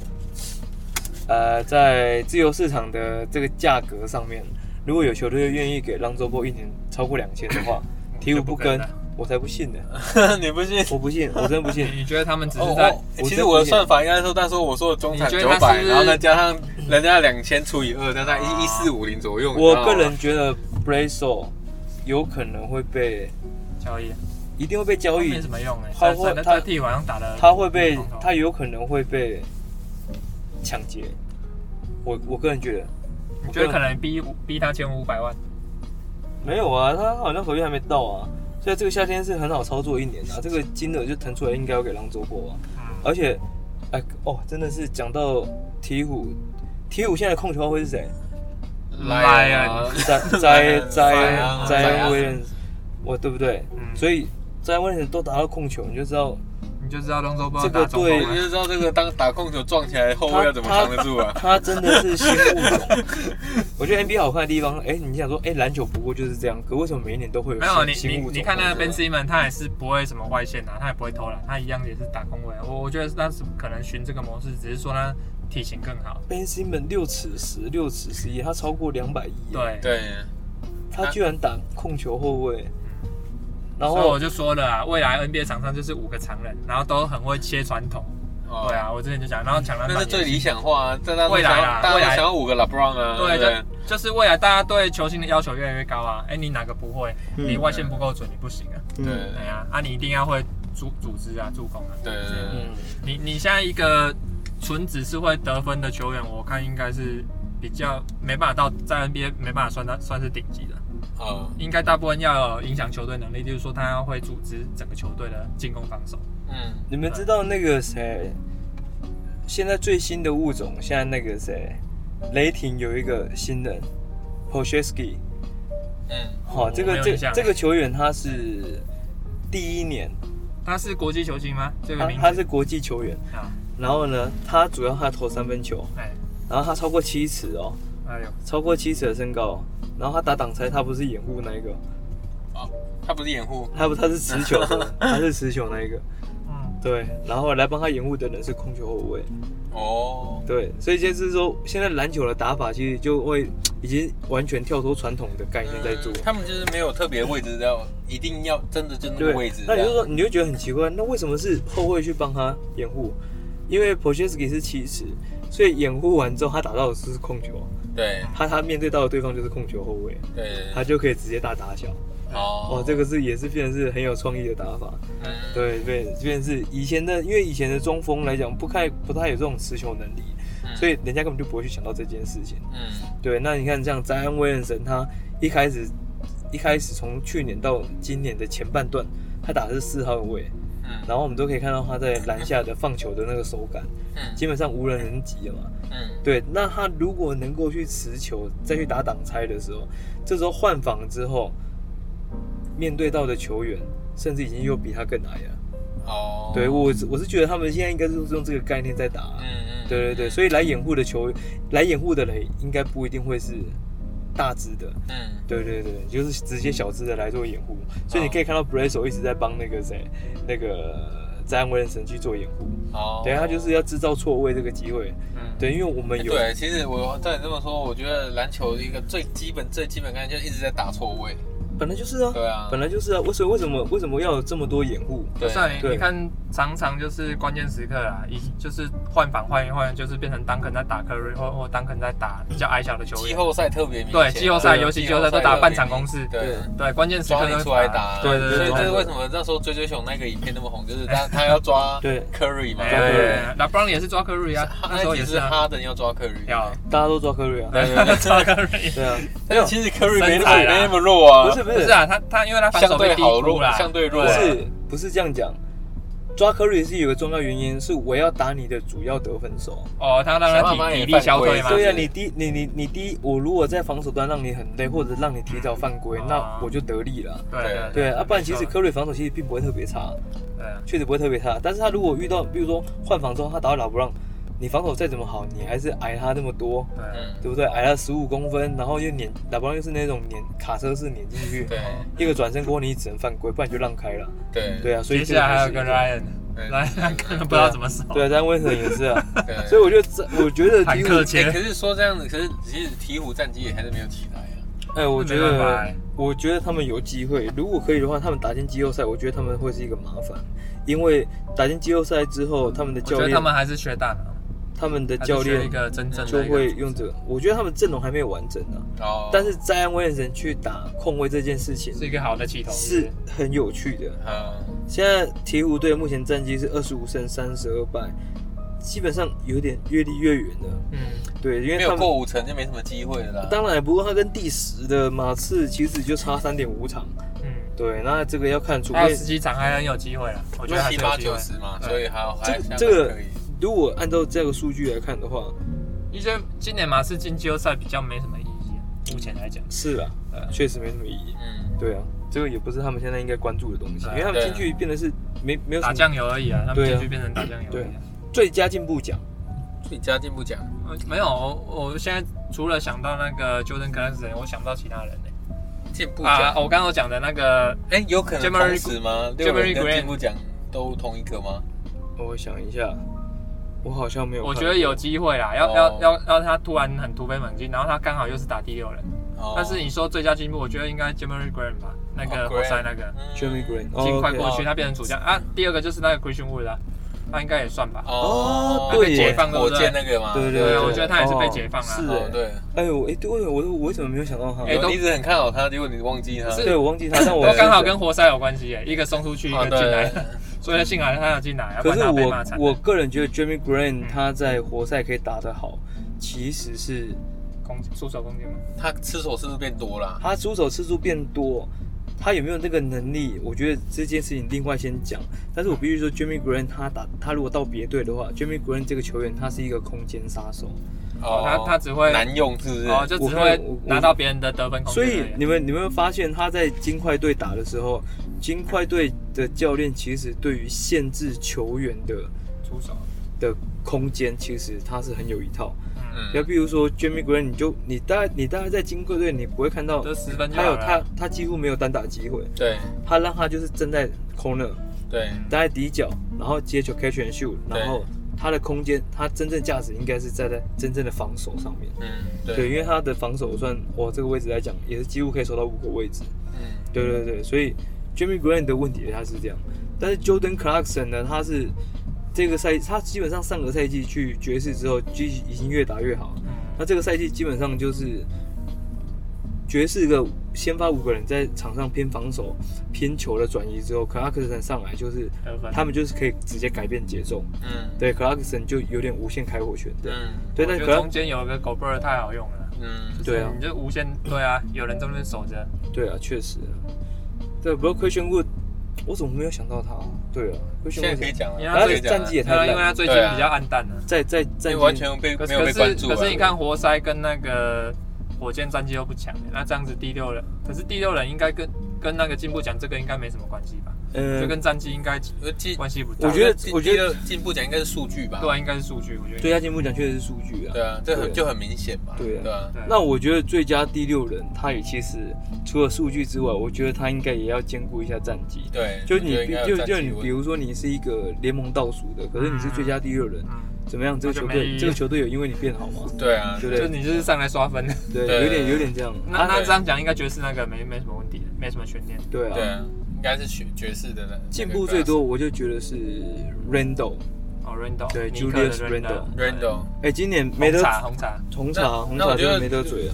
[SPEAKER 3] 呃，在自由市场的这个价格上面，如果有球队愿意给浪周波一年超过两千的话，鹈鹕不跟
[SPEAKER 2] 嗯就不跟了，
[SPEAKER 3] 我才不
[SPEAKER 2] *laughs*
[SPEAKER 3] 信呢，
[SPEAKER 1] 哦 *laughs* 你不信？
[SPEAKER 3] 我不信，我真不信。
[SPEAKER 2] 你觉得他们只
[SPEAKER 1] 哦
[SPEAKER 2] 是在？
[SPEAKER 1] 哦
[SPEAKER 3] 我
[SPEAKER 1] 其
[SPEAKER 3] 真
[SPEAKER 1] 实
[SPEAKER 3] 不
[SPEAKER 1] 我的
[SPEAKER 3] 信
[SPEAKER 1] 算法应该说，但是我说的中产
[SPEAKER 2] 你觉
[SPEAKER 1] 九
[SPEAKER 2] 得他是
[SPEAKER 1] 百，
[SPEAKER 2] 不是啊
[SPEAKER 1] 然后再加上人家两千除以二，大概一一四五零左右。你
[SPEAKER 3] 我
[SPEAKER 1] 知道吗
[SPEAKER 3] 个人觉得 Brazo 有可能会被，
[SPEAKER 2] 交易
[SPEAKER 3] 一定会被交易
[SPEAKER 2] 啊没什，么用哎、
[SPEAKER 3] 他
[SPEAKER 2] 欸，
[SPEAKER 3] 会
[SPEAKER 2] 他
[SPEAKER 3] 他
[SPEAKER 2] 他替好像打的，
[SPEAKER 3] 他会被
[SPEAKER 2] 嗯，
[SPEAKER 3] 他有可能会被抢劫。我我个人觉得
[SPEAKER 2] 你觉得可能逼逼他签五百万？
[SPEAKER 3] 没有啊，他好像合约还没到啊，所以这个夏天是很好操作一年啊，这个金额就腾出来应该要给狼做过啊。
[SPEAKER 2] 嗯，
[SPEAKER 3] 而且，哎哦，真的是讲到鹈鹕，鹈鹕现在的控球后卫是谁？
[SPEAKER 1] 来啊！
[SPEAKER 3] 摘
[SPEAKER 2] *laughs*
[SPEAKER 3] 摘
[SPEAKER 1] 宰
[SPEAKER 3] 摘
[SPEAKER 1] 啊宰
[SPEAKER 3] 摘
[SPEAKER 1] 啊
[SPEAKER 3] 威廉斯，我对不对？
[SPEAKER 2] 嗯
[SPEAKER 3] 所以摘威廉斯都达到控球，你就知道
[SPEAKER 2] 你就知道龙舟不
[SPEAKER 3] 这个
[SPEAKER 2] 打啊中锋
[SPEAKER 3] 对
[SPEAKER 2] 了
[SPEAKER 1] 你就知道这个当打控球撞起来，后卫要怎么扛得住啊？
[SPEAKER 3] 他真的是心物
[SPEAKER 2] *laughs*
[SPEAKER 3] 种。我觉得 NBA 好看的地方，哎、你想说，哎、篮球不过就是这样，可为什么每一年都会有
[SPEAKER 2] 没有
[SPEAKER 3] 新
[SPEAKER 2] 你你
[SPEAKER 3] 新物种
[SPEAKER 2] 你看那个
[SPEAKER 3] 出来
[SPEAKER 2] Ben Simmons，他也是不会什么外线啊，他也不会偷懒，他一样也是打空位。我我觉得那是可能循这个模式，只是说他体型更好。
[SPEAKER 3] Ben Simmons 六尺十、六尺十一，他超过两百一，，啊
[SPEAKER 2] 对，
[SPEAKER 1] *laughs* 对，
[SPEAKER 3] 他居然打控球后卫，然
[SPEAKER 2] 啊嗯所以
[SPEAKER 3] 后
[SPEAKER 2] 我就说了啊，未来 NBA 场上就是五个常人，然后都很会切传统。
[SPEAKER 1] 哦
[SPEAKER 2] 对，啊，我之前就讲，然后抢篮板
[SPEAKER 1] 那
[SPEAKER 2] 也
[SPEAKER 1] 是
[SPEAKER 2] 是
[SPEAKER 1] 最理想化啊！大家都
[SPEAKER 2] 未来
[SPEAKER 1] 想
[SPEAKER 2] 啦
[SPEAKER 1] 要，大家
[SPEAKER 2] 未
[SPEAKER 1] 都
[SPEAKER 2] 来
[SPEAKER 1] 想要五个 LeBron 啊，
[SPEAKER 2] 对，
[SPEAKER 1] 对不对
[SPEAKER 2] 就就是未来大家对球星的要求越来越高啊。哎，你哪个不会？
[SPEAKER 3] 嗯
[SPEAKER 2] 你外线不够准，你不行啊。
[SPEAKER 1] 对
[SPEAKER 3] 嗯
[SPEAKER 2] 对啊，啊，你一定要会组组织啊，助攻啊。
[SPEAKER 1] 对对对
[SPEAKER 3] 嗯，
[SPEAKER 2] 你你现在一个纯只是会得分的球员，我看应该是比较没办法到在 NBA 没办法算他算是顶级的，
[SPEAKER 1] 哦，
[SPEAKER 2] 应该大部分要有影响球队能力，就是说他要会组织整个球队的进攻防守。
[SPEAKER 1] 嗯，
[SPEAKER 3] 你们知道那个谁，现在最新的物种，现在那个谁，雷霆有一个新人 p o s h e s k i
[SPEAKER 1] 嗯，
[SPEAKER 3] 好、
[SPEAKER 2] 哦我
[SPEAKER 3] 这
[SPEAKER 2] 没
[SPEAKER 3] 个
[SPEAKER 2] 有
[SPEAKER 3] 这
[SPEAKER 2] 印象
[SPEAKER 3] 这个球员他是第一年，
[SPEAKER 2] 他是国际球星吗？这个
[SPEAKER 3] 他
[SPEAKER 2] 名
[SPEAKER 3] 他
[SPEAKER 2] 字
[SPEAKER 3] 是国际球员，
[SPEAKER 2] 啊，
[SPEAKER 3] 然后呢，他主要他投三分球，
[SPEAKER 2] 哎
[SPEAKER 3] 然后他超过七尺哦，
[SPEAKER 2] 哎呦，
[SPEAKER 3] 超过七尺的身高，然后他打挡拆，他不是掩护那一个，
[SPEAKER 1] 他不是掩护，
[SPEAKER 3] 他不他是持球
[SPEAKER 2] *laughs*
[SPEAKER 3] 的，他是持球那一个，
[SPEAKER 2] 嗯，
[SPEAKER 3] 对，然后来帮他掩护的人是控球后卫。
[SPEAKER 1] 哦，
[SPEAKER 3] 对，所以就是说，现在篮球的打法其实就会已经完全跳脱传统的概念在做。
[SPEAKER 1] 嗯他们就是没有特别位置要，一定要真的就那
[SPEAKER 3] 对
[SPEAKER 1] 个位置，，
[SPEAKER 3] 那你
[SPEAKER 1] 这
[SPEAKER 3] 就
[SPEAKER 1] 样
[SPEAKER 3] 说，你就觉得很奇怪，那为什么是后卫去帮他掩护？因为 p o s h e s k i 是七十，所以掩护完之后，他打到的是控球，
[SPEAKER 1] 对
[SPEAKER 3] 他他面对到的对方就是控球后卫，
[SPEAKER 1] 对
[SPEAKER 3] 他
[SPEAKER 1] 对，
[SPEAKER 3] 就可以直接大打小。
[SPEAKER 1] 嗯哦
[SPEAKER 3] 哦，这个是也是变成是很有创意的打法。
[SPEAKER 1] 嗯
[SPEAKER 3] 对，变变成是以前的，因为以前的中锋来讲，不太不太有这种持球能力，
[SPEAKER 1] 嗯
[SPEAKER 3] 所以人家根本就不会去想到这件事情。
[SPEAKER 1] 嗯
[SPEAKER 3] 对，那你看像詹恩威廉神，他一开始一开始从去年到今年的前半段，他打的是四号位，
[SPEAKER 1] 嗯
[SPEAKER 3] 然后我们都可以看到他在篮下的放球的那个手感，
[SPEAKER 1] 嗯
[SPEAKER 3] 基本上无人能及了嘛。
[SPEAKER 1] 嗯
[SPEAKER 3] 对，那他如果能够去持球，再去打挡拆的时候，这时候换防之后，面对到的球员甚至已经又比他更矮了。
[SPEAKER 1] 哦，
[SPEAKER 3] 对我是我是觉得他们现在应该是用这个概念在打啊、
[SPEAKER 1] 嗯嗯，
[SPEAKER 3] 对对对，所以来掩护的球，来掩护的人应该不一定会是大只的，
[SPEAKER 1] 以嗯
[SPEAKER 3] 对对对，就是直接小只的来做掩护，所以你可以看
[SPEAKER 2] 哦
[SPEAKER 3] 到 Brazo 一直在帮那个谁，那个詹恩威廉神去做掩护，
[SPEAKER 1] 哦，哎
[SPEAKER 3] 等一下他就是要制造错位这个机会，
[SPEAKER 2] 嗯
[SPEAKER 3] 对，因为我们有
[SPEAKER 1] 对，其实我照你这么说，我觉得篮球一个最基本、最基本概念就是一直在打错位。
[SPEAKER 3] 本来就是啊，
[SPEAKER 1] 对啊，
[SPEAKER 3] 本来就是啊，为什么为什么为什么要有这么多掩护？
[SPEAKER 1] 对
[SPEAKER 2] 算啊你
[SPEAKER 3] 对
[SPEAKER 2] 你看，常常就是关键时刻啊，一就是换反换一换，就是变成当肯在打 Curry 或或当肯在打比较矮小的球
[SPEAKER 1] 季
[SPEAKER 2] 员。
[SPEAKER 1] 后赛特别明显。
[SPEAKER 2] 对季后赛
[SPEAKER 1] 对
[SPEAKER 2] 尤其季后赛都打半场攻势
[SPEAKER 1] 对，
[SPEAKER 2] 对，关键时刻
[SPEAKER 1] 抓
[SPEAKER 2] 都
[SPEAKER 1] 你
[SPEAKER 2] 会
[SPEAKER 1] 出来打。
[SPEAKER 2] 对对对，
[SPEAKER 1] 所以
[SPEAKER 2] 对
[SPEAKER 1] 这是为什么那时候追追熊那个影片那么红，就是他 *laughs* 他要抓
[SPEAKER 3] 对
[SPEAKER 1] Curry 嘛，
[SPEAKER 2] 哎
[SPEAKER 3] 抓
[SPEAKER 2] 对
[SPEAKER 3] Curry
[SPEAKER 2] 对对拉布朗也是抓科瑞啊，
[SPEAKER 1] 他
[SPEAKER 2] 那时候
[SPEAKER 1] 那
[SPEAKER 2] 也
[SPEAKER 1] 也
[SPEAKER 2] 是
[SPEAKER 1] 是
[SPEAKER 2] 啊，
[SPEAKER 1] 哈登要抓 Curry。
[SPEAKER 2] 要
[SPEAKER 3] 大家都抓科瑞啊，
[SPEAKER 1] 对对对
[SPEAKER 2] 抓科瑞。
[SPEAKER 3] 对啊，没有
[SPEAKER 1] 但其实 Curry 没
[SPEAKER 2] 身
[SPEAKER 1] 那么
[SPEAKER 2] 材
[SPEAKER 1] 没
[SPEAKER 2] 啊
[SPEAKER 1] 那么弱啊。
[SPEAKER 3] 不是不
[SPEAKER 2] 不
[SPEAKER 3] 是
[SPEAKER 2] 是啊，他他因为他防守被低估啦，
[SPEAKER 1] 相对弱
[SPEAKER 3] 不
[SPEAKER 1] 啊
[SPEAKER 2] 对
[SPEAKER 3] 是不是这样讲，抓科瑞是有个重要原因，是我要打你的主要得分手。
[SPEAKER 2] 哦，他让
[SPEAKER 1] 小爸
[SPEAKER 2] 他
[SPEAKER 1] 妈
[SPEAKER 2] 体体
[SPEAKER 1] 也
[SPEAKER 2] 力消退
[SPEAKER 1] 犯
[SPEAKER 2] 嘛，
[SPEAKER 1] 规
[SPEAKER 3] 对呀、
[SPEAKER 1] 是
[SPEAKER 3] 你第你你你第一，我如果在防守端让你很累，或者让你提早犯规，
[SPEAKER 2] 嗯
[SPEAKER 3] 那我就得利了。
[SPEAKER 2] 对对
[SPEAKER 3] 对啊，不然其实
[SPEAKER 2] 没错
[SPEAKER 3] 科瑞防守其实并不会特别差，
[SPEAKER 2] 对啊
[SPEAKER 3] 确实不会特别差。但是他如果遇到，比如说换防之后，他打到老布朗，你防守再怎么好，你还是挨他那么多，
[SPEAKER 2] 对啊
[SPEAKER 1] 嗯，
[SPEAKER 3] 对不对？挨了十五公分，然后又撵老布朗又是那种撵卡车式撵进去，
[SPEAKER 1] 对
[SPEAKER 3] 一个转身过后你只能犯规，不然就让开了。
[SPEAKER 1] 对
[SPEAKER 3] 对啊，所以
[SPEAKER 2] 接下来还有
[SPEAKER 3] 这
[SPEAKER 2] 个
[SPEAKER 3] 个还
[SPEAKER 2] Ryan，Ryan 根本不知道怎么守，
[SPEAKER 3] 是对啊，但威特也
[SPEAKER 2] *laughs*
[SPEAKER 3] 是啊，
[SPEAKER 1] 对
[SPEAKER 3] 所以我觉得这我觉得
[SPEAKER 2] 坦
[SPEAKER 3] 鹈
[SPEAKER 2] 克
[SPEAKER 3] 鹕，
[SPEAKER 1] 哎哎，可
[SPEAKER 2] 前
[SPEAKER 1] 是说这样子，可是其实鹈鹕战绩也还是没有起来啊。
[SPEAKER 3] 哎，我觉
[SPEAKER 2] 没办法
[SPEAKER 3] 得
[SPEAKER 2] 欸
[SPEAKER 3] 我觉得他们有机会，如果可以的话，他们打进季后赛，我觉得他们会是一个麻烦，因为打进季后赛之后，他们的
[SPEAKER 2] 我
[SPEAKER 3] 教
[SPEAKER 2] 觉得
[SPEAKER 3] 练，
[SPEAKER 2] 他们还是缺蛋啊，
[SPEAKER 3] 他们的
[SPEAKER 2] 还是
[SPEAKER 3] 教
[SPEAKER 2] 缺
[SPEAKER 3] 练
[SPEAKER 2] 一个真正的
[SPEAKER 3] 就
[SPEAKER 2] 一个
[SPEAKER 3] 会用这个。我觉得他们阵容还没有完整啊，
[SPEAKER 1] 哦，
[SPEAKER 3] 但是詹威廉神去打控卫这件事情
[SPEAKER 2] 是一个好的起头，
[SPEAKER 3] 是很有趣的。
[SPEAKER 1] 嗯，
[SPEAKER 3] 现在鹈鹕队目前战绩是二十五胜三十二败，基本上有点越离越远了。
[SPEAKER 2] 嗯，
[SPEAKER 3] 对，因
[SPEAKER 1] 没
[SPEAKER 3] 为
[SPEAKER 1] 有
[SPEAKER 3] 他们
[SPEAKER 1] 过五成就没什么机会了啦。
[SPEAKER 3] 当然，不过他跟第十的马刺其实就差三点五场。
[SPEAKER 2] 嗯，
[SPEAKER 3] 对，那这个要看，除
[SPEAKER 2] 还有
[SPEAKER 3] 非
[SPEAKER 2] 十几场还很有机会了，我觉
[SPEAKER 1] 就
[SPEAKER 2] 得还是
[SPEAKER 1] 七
[SPEAKER 2] 有
[SPEAKER 1] 八
[SPEAKER 2] 机会
[SPEAKER 1] 九十嘛，
[SPEAKER 2] 对
[SPEAKER 1] 所以还有还
[SPEAKER 3] 这个
[SPEAKER 1] 相
[SPEAKER 3] 这
[SPEAKER 1] 当
[SPEAKER 3] 个
[SPEAKER 1] 可以。
[SPEAKER 3] 如果按照这个数据来看的话，
[SPEAKER 2] 因为今年马刺进季后赛比较没什么意义，啊目前来讲，
[SPEAKER 3] 是啦，
[SPEAKER 2] 呃，
[SPEAKER 3] 确实没什么意义。
[SPEAKER 1] 嗯，
[SPEAKER 3] 对啊，这个也不是他们现在应该关注的东西，
[SPEAKER 2] 对啊
[SPEAKER 3] 因为他们
[SPEAKER 1] 对啊
[SPEAKER 3] 进去变得是没没有什
[SPEAKER 2] 打
[SPEAKER 3] 么
[SPEAKER 2] 酱油而已啊，他们
[SPEAKER 3] 对啊
[SPEAKER 2] 进去变成打酱油而已啊。
[SPEAKER 3] 最佳进步奖。
[SPEAKER 1] 最佳进步奖
[SPEAKER 2] 呃没有，我我现在除了想到那个 Jordan Clarkson，我想不到其他人呢、
[SPEAKER 1] 进步
[SPEAKER 2] 啊，
[SPEAKER 1] 奖，
[SPEAKER 2] 我刚刚有讲的那个
[SPEAKER 1] 哎，有可能
[SPEAKER 2] Jamari-
[SPEAKER 1] 同时吗？六人
[SPEAKER 2] Jamari
[SPEAKER 1] 跟
[SPEAKER 2] Grant
[SPEAKER 1] 进步奖都同一个吗？
[SPEAKER 3] 哦我想一下，我好像没有看。
[SPEAKER 2] 我觉得有机会啦，要、
[SPEAKER 1] 哦
[SPEAKER 2] 要要要他突然很突飞猛进，然后他刚好又是打第六人。
[SPEAKER 1] 哦
[SPEAKER 2] 但是你说最佳进步，我觉得应该 Jeremy Graham 吧，那个
[SPEAKER 1] 哦
[SPEAKER 2] 活塞
[SPEAKER 1] Graham
[SPEAKER 2] 那个，
[SPEAKER 1] 嗯
[SPEAKER 3] Jeremy 哦 Green，
[SPEAKER 2] 尽快过
[SPEAKER 3] o
[SPEAKER 2] 去，他变成主将啊。第二个就是那个 Christian Wood 啊，他应该也算吧。
[SPEAKER 1] 哦
[SPEAKER 3] 哦，对耶
[SPEAKER 1] 解放火箭那个嘛，
[SPEAKER 3] 对
[SPEAKER 2] 对
[SPEAKER 3] 对，
[SPEAKER 2] 啊我觉得他也是被解放啊
[SPEAKER 3] 是
[SPEAKER 1] 哦
[SPEAKER 3] 哎，
[SPEAKER 1] 对，
[SPEAKER 3] 哎呦，哎，对，我我我为什么没有想到他？
[SPEAKER 2] 哎
[SPEAKER 1] 有
[SPEAKER 2] 都
[SPEAKER 1] 你一直很看好他，结果你忘记他，
[SPEAKER 2] 是
[SPEAKER 3] 对，我忘记他，
[SPEAKER 2] *laughs*
[SPEAKER 3] 但我
[SPEAKER 2] 我刚好跟活塞有关系耶，一个送出去，一
[SPEAKER 1] 哦
[SPEAKER 2] 个进来
[SPEAKER 1] 对，，
[SPEAKER 2] 所以他幸好他要进来，要不
[SPEAKER 3] 可
[SPEAKER 2] 然
[SPEAKER 3] 是
[SPEAKER 2] 他被骂惨。
[SPEAKER 3] 我我个人觉得 Jeremy
[SPEAKER 2] 嗯
[SPEAKER 3] Green 他在活塞可以打得好，其实是
[SPEAKER 2] 攻出手攻击吗？
[SPEAKER 1] 他吃手是不是变多了？
[SPEAKER 3] 他出手次数变多，他有没有那个能力？我觉得这件事情另外先讲。但是我必须说，Jeremy Green 他打他如果到别队的话，Jeremy Green 这个球员他是一个空间杀手，
[SPEAKER 2] 哦他他只会
[SPEAKER 1] 哦难用是不是？
[SPEAKER 2] 哦，就只会拿到别人的得分空
[SPEAKER 3] 所
[SPEAKER 2] 间而已。
[SPEAKER 3] 以你们你们发现他在金块队打的时候，金块队的教练其实对于限制球员的
[SPEAKER 2] 出手，
[SPEAKER 3] 的空间，其实他是很有一套。
[SPEAKER 2] 嗯，
[SPEAKER 3] 要
[SPEAKER 1] 嗯，
[SPEAKER 3] 比如说 Jeremy Green，你就你大概你大概在金块队，你不会看到
[SPEAKER 2] 得十分就
[SPEAKER 3] 他
[SPEAKER 2] 好
[SPEAKER 3] 有
[SPEAKER 2] 了
[SPEAKER 3] 哦他他几乎没有单打机会，
[SPEAKER 1] 对
[SPEAKER 3] 他让他就是站在 corner。
[SPEAKER 1] 对，
[SPEAKER 3] 待在底角，然后接球 catch and shoot，
[SPEAKER 1] 对
[SPEAKER 3] 然后他的空间，他真正价值应该是站在真正的防守上面。
[SPEAKER 1] 嗯
[SPEAKER 3] 对，
[SPEAKER 1] 对，
[SPEAKER 3] 因为他的防守算我这个位置来讲，也是几乎可以守到五个位置。
[SPEAKER 1] 嗯
[SPEAKER 3] 对对对，所以 Jimmy Green 的问题他是这样，但是 Jordan Clarkson 呢，他是这个赛他基本上上个赛季去爵士之后，就已经越打越好了。那这个赛季基本上就是爵士的先发五个人在场上偏防守偏球的转移之后，Clarkson 上来就是
[SPEAKER 2] 得分。
[SPEAKER 3] 他们就是可以直接改变节奏。
[SPEAKER 1] 嗯
[SPEAKER 3] 对，Clarkson 就有点无限开火权。对，
[SPEAKER 1] 嗯
[SPEAKER 3] 对，
[SPEAKER 2] 我
[SPEAKER 3] 但
[SPEAKER 2] 觉
[SPEAKER 3] c
[SPEAKER 2] 得
[SPEAKER 3] l
[SPEAKER 2] 中间有个狗贝尔太好用了。
[SPEAKER 1] 嗯，
[SPEAKER 3] 对啊
[SPEAKER 2] 你就无限对啊，有人在那边守着，
[SPEAKER 3] 对啊，确实啊。对，啊不过 Christian Wood，我怎么没有想到他啊？对啊
[SPEAKER 1] 现在
[SPEAKER 3] ，Christian
[SPEAKER 1] 可以
[SPEAKER 3] Wood
[SPEAKER 1] 讲
[SPEAKER 2] 因为
[SPEAKER 1] 了，
[SPEAKER 2] 他
[SPEAKER 3] 的战绩也
[SPEAKER 2] 对啊，
[SPEAKER 3] 太
[SPEAKER 2] 因为他
[SPEAKER 3] 烂，
[SPEAKER 2] 最近
[SPEAKER 1] 对啊
[SPEAKER 2] 比较暗淡了。
[SPEAKER 3] 在在
[SPEAKER 1] 因为
[SPEAKER 3] 战
[SPEAKER 1] 完
[SPEAKER 3] 绩
[SPEAKER 1] 全被
[SPEAKER 2] 可
[SPEAKER 1] 啊没
[SPEAKER 2] 是
[SPEAKER 1] 有
[SPEAKER 2] 可
[SPEAKER 1] 被关
[SPEAKER 2] 是
[SPEAKER 1] 注，
[SPEAKER 2] 可是你看，活塞跟那个火箭战绩又不强，那这样子第六人，可是第六人应该跟跟那个进步奖这个应该没什么关系吧？
[SPEAKER 3] 呃
[SPEAKER 2] 这，跟战绩应该
[SPEAKER 1] 进
[SPEAKER 2] 关系不大。
[SPEAKER 3] 我觉得我觉得
[SPEAKER 1] 得进步奖应该是数据吧，
[SPEAKER 2] 对啊，应该是数据，我觉得
[SPEAKER 3] 最佳进步奖确实是数据啊
[SPEAKER 1] 对。啊，这
[SPEAKER 3] 对
[SPEAKER 1] 很
[SPEAKER 3] 啊
[SPEAKER 1] 就很明显嘛，
[SPEAKER 3] 对啊
[SPEAKER 1] 对啊，
[SPEAKER 2] 对
[SPEAKER 3] 那我觉得最佳第六人，他也其实除了数据之外，我觉得他应该也要兼顾一下战绩。
[SPEAKER 1] 对，
[SPEAKER 3] 就
[SPEAKER 1] 我
[SPEAKER 3] 你
[SPEAKER 1] 觉得应该
[SPEAKER 3] 就
[SPEAKER 1] 有战
[SPEAKER 3] 就
[SPEAKER 1] 绩
[SPEAKER 3] 你，
[SPEAKER 1] 问
[SPEAKER 3] 比如说你是一个联盟倒数的，可是你是最佳第六人，
[SPEAKER 2] 嗯，
[SPEAKER 3] 怎么样？这个
[SPEAKER 2] 那就
[SPEAKER 3] 球
[SPEAKER 2] 没意
[SPEAKER 3] 队
[SPEAKER 2] 义
[SPEAKER 3] 这个球队有因为你变好吗？
[SPEAKER 1] 对啊，
[SPEAKER 3] 对不
[SPEAKER 2] 就
[SPEAKER 3] 对？
[SPEAKER 2] 你就是上来刷分的。
[SPEAKER 3] 对，
[SPEAKER 1] 对
[SPEAKER 3] 有点有点这样。
[SPEAKER 2] 那
[SPEAKER 3] 啊
[SPEAKER 2] 那这样讲，应该爵士那个没没什么问题，没什么悬念。
[SPEAKER 3] 对
[SPEAKER 1] 对
[SPEAKER 3] 啊，
[SPEAKER 1] 啊，应该是爵爵士的那
[SPEAKER 3] 进步最多，我就觉得是 Randall。
[SPEAKER 2] 哦，Randall，
[SPEAKER 3] 对
[SPEAKER 2] 尼克的
[SPEAKER 3] Julius
[SPEAKER 2] Randall，
[SPEAKER 1] 那个 Randall。
[SPEAKER 3] 哎，今年没
[SPEAKER 2] 红
[SPEAKER 3] 得
[SPEAKER 2] 茶红茶，
[SPEAKER 3] 红茶，红
[SPEAKER 1] 那我
[SPEAKER 3] 茶
[SPEAKER 1] 觉
[SPEAKER 3] 真
[SPEAKER 1] 得
[SPEAKER 3] 的没得嘴了。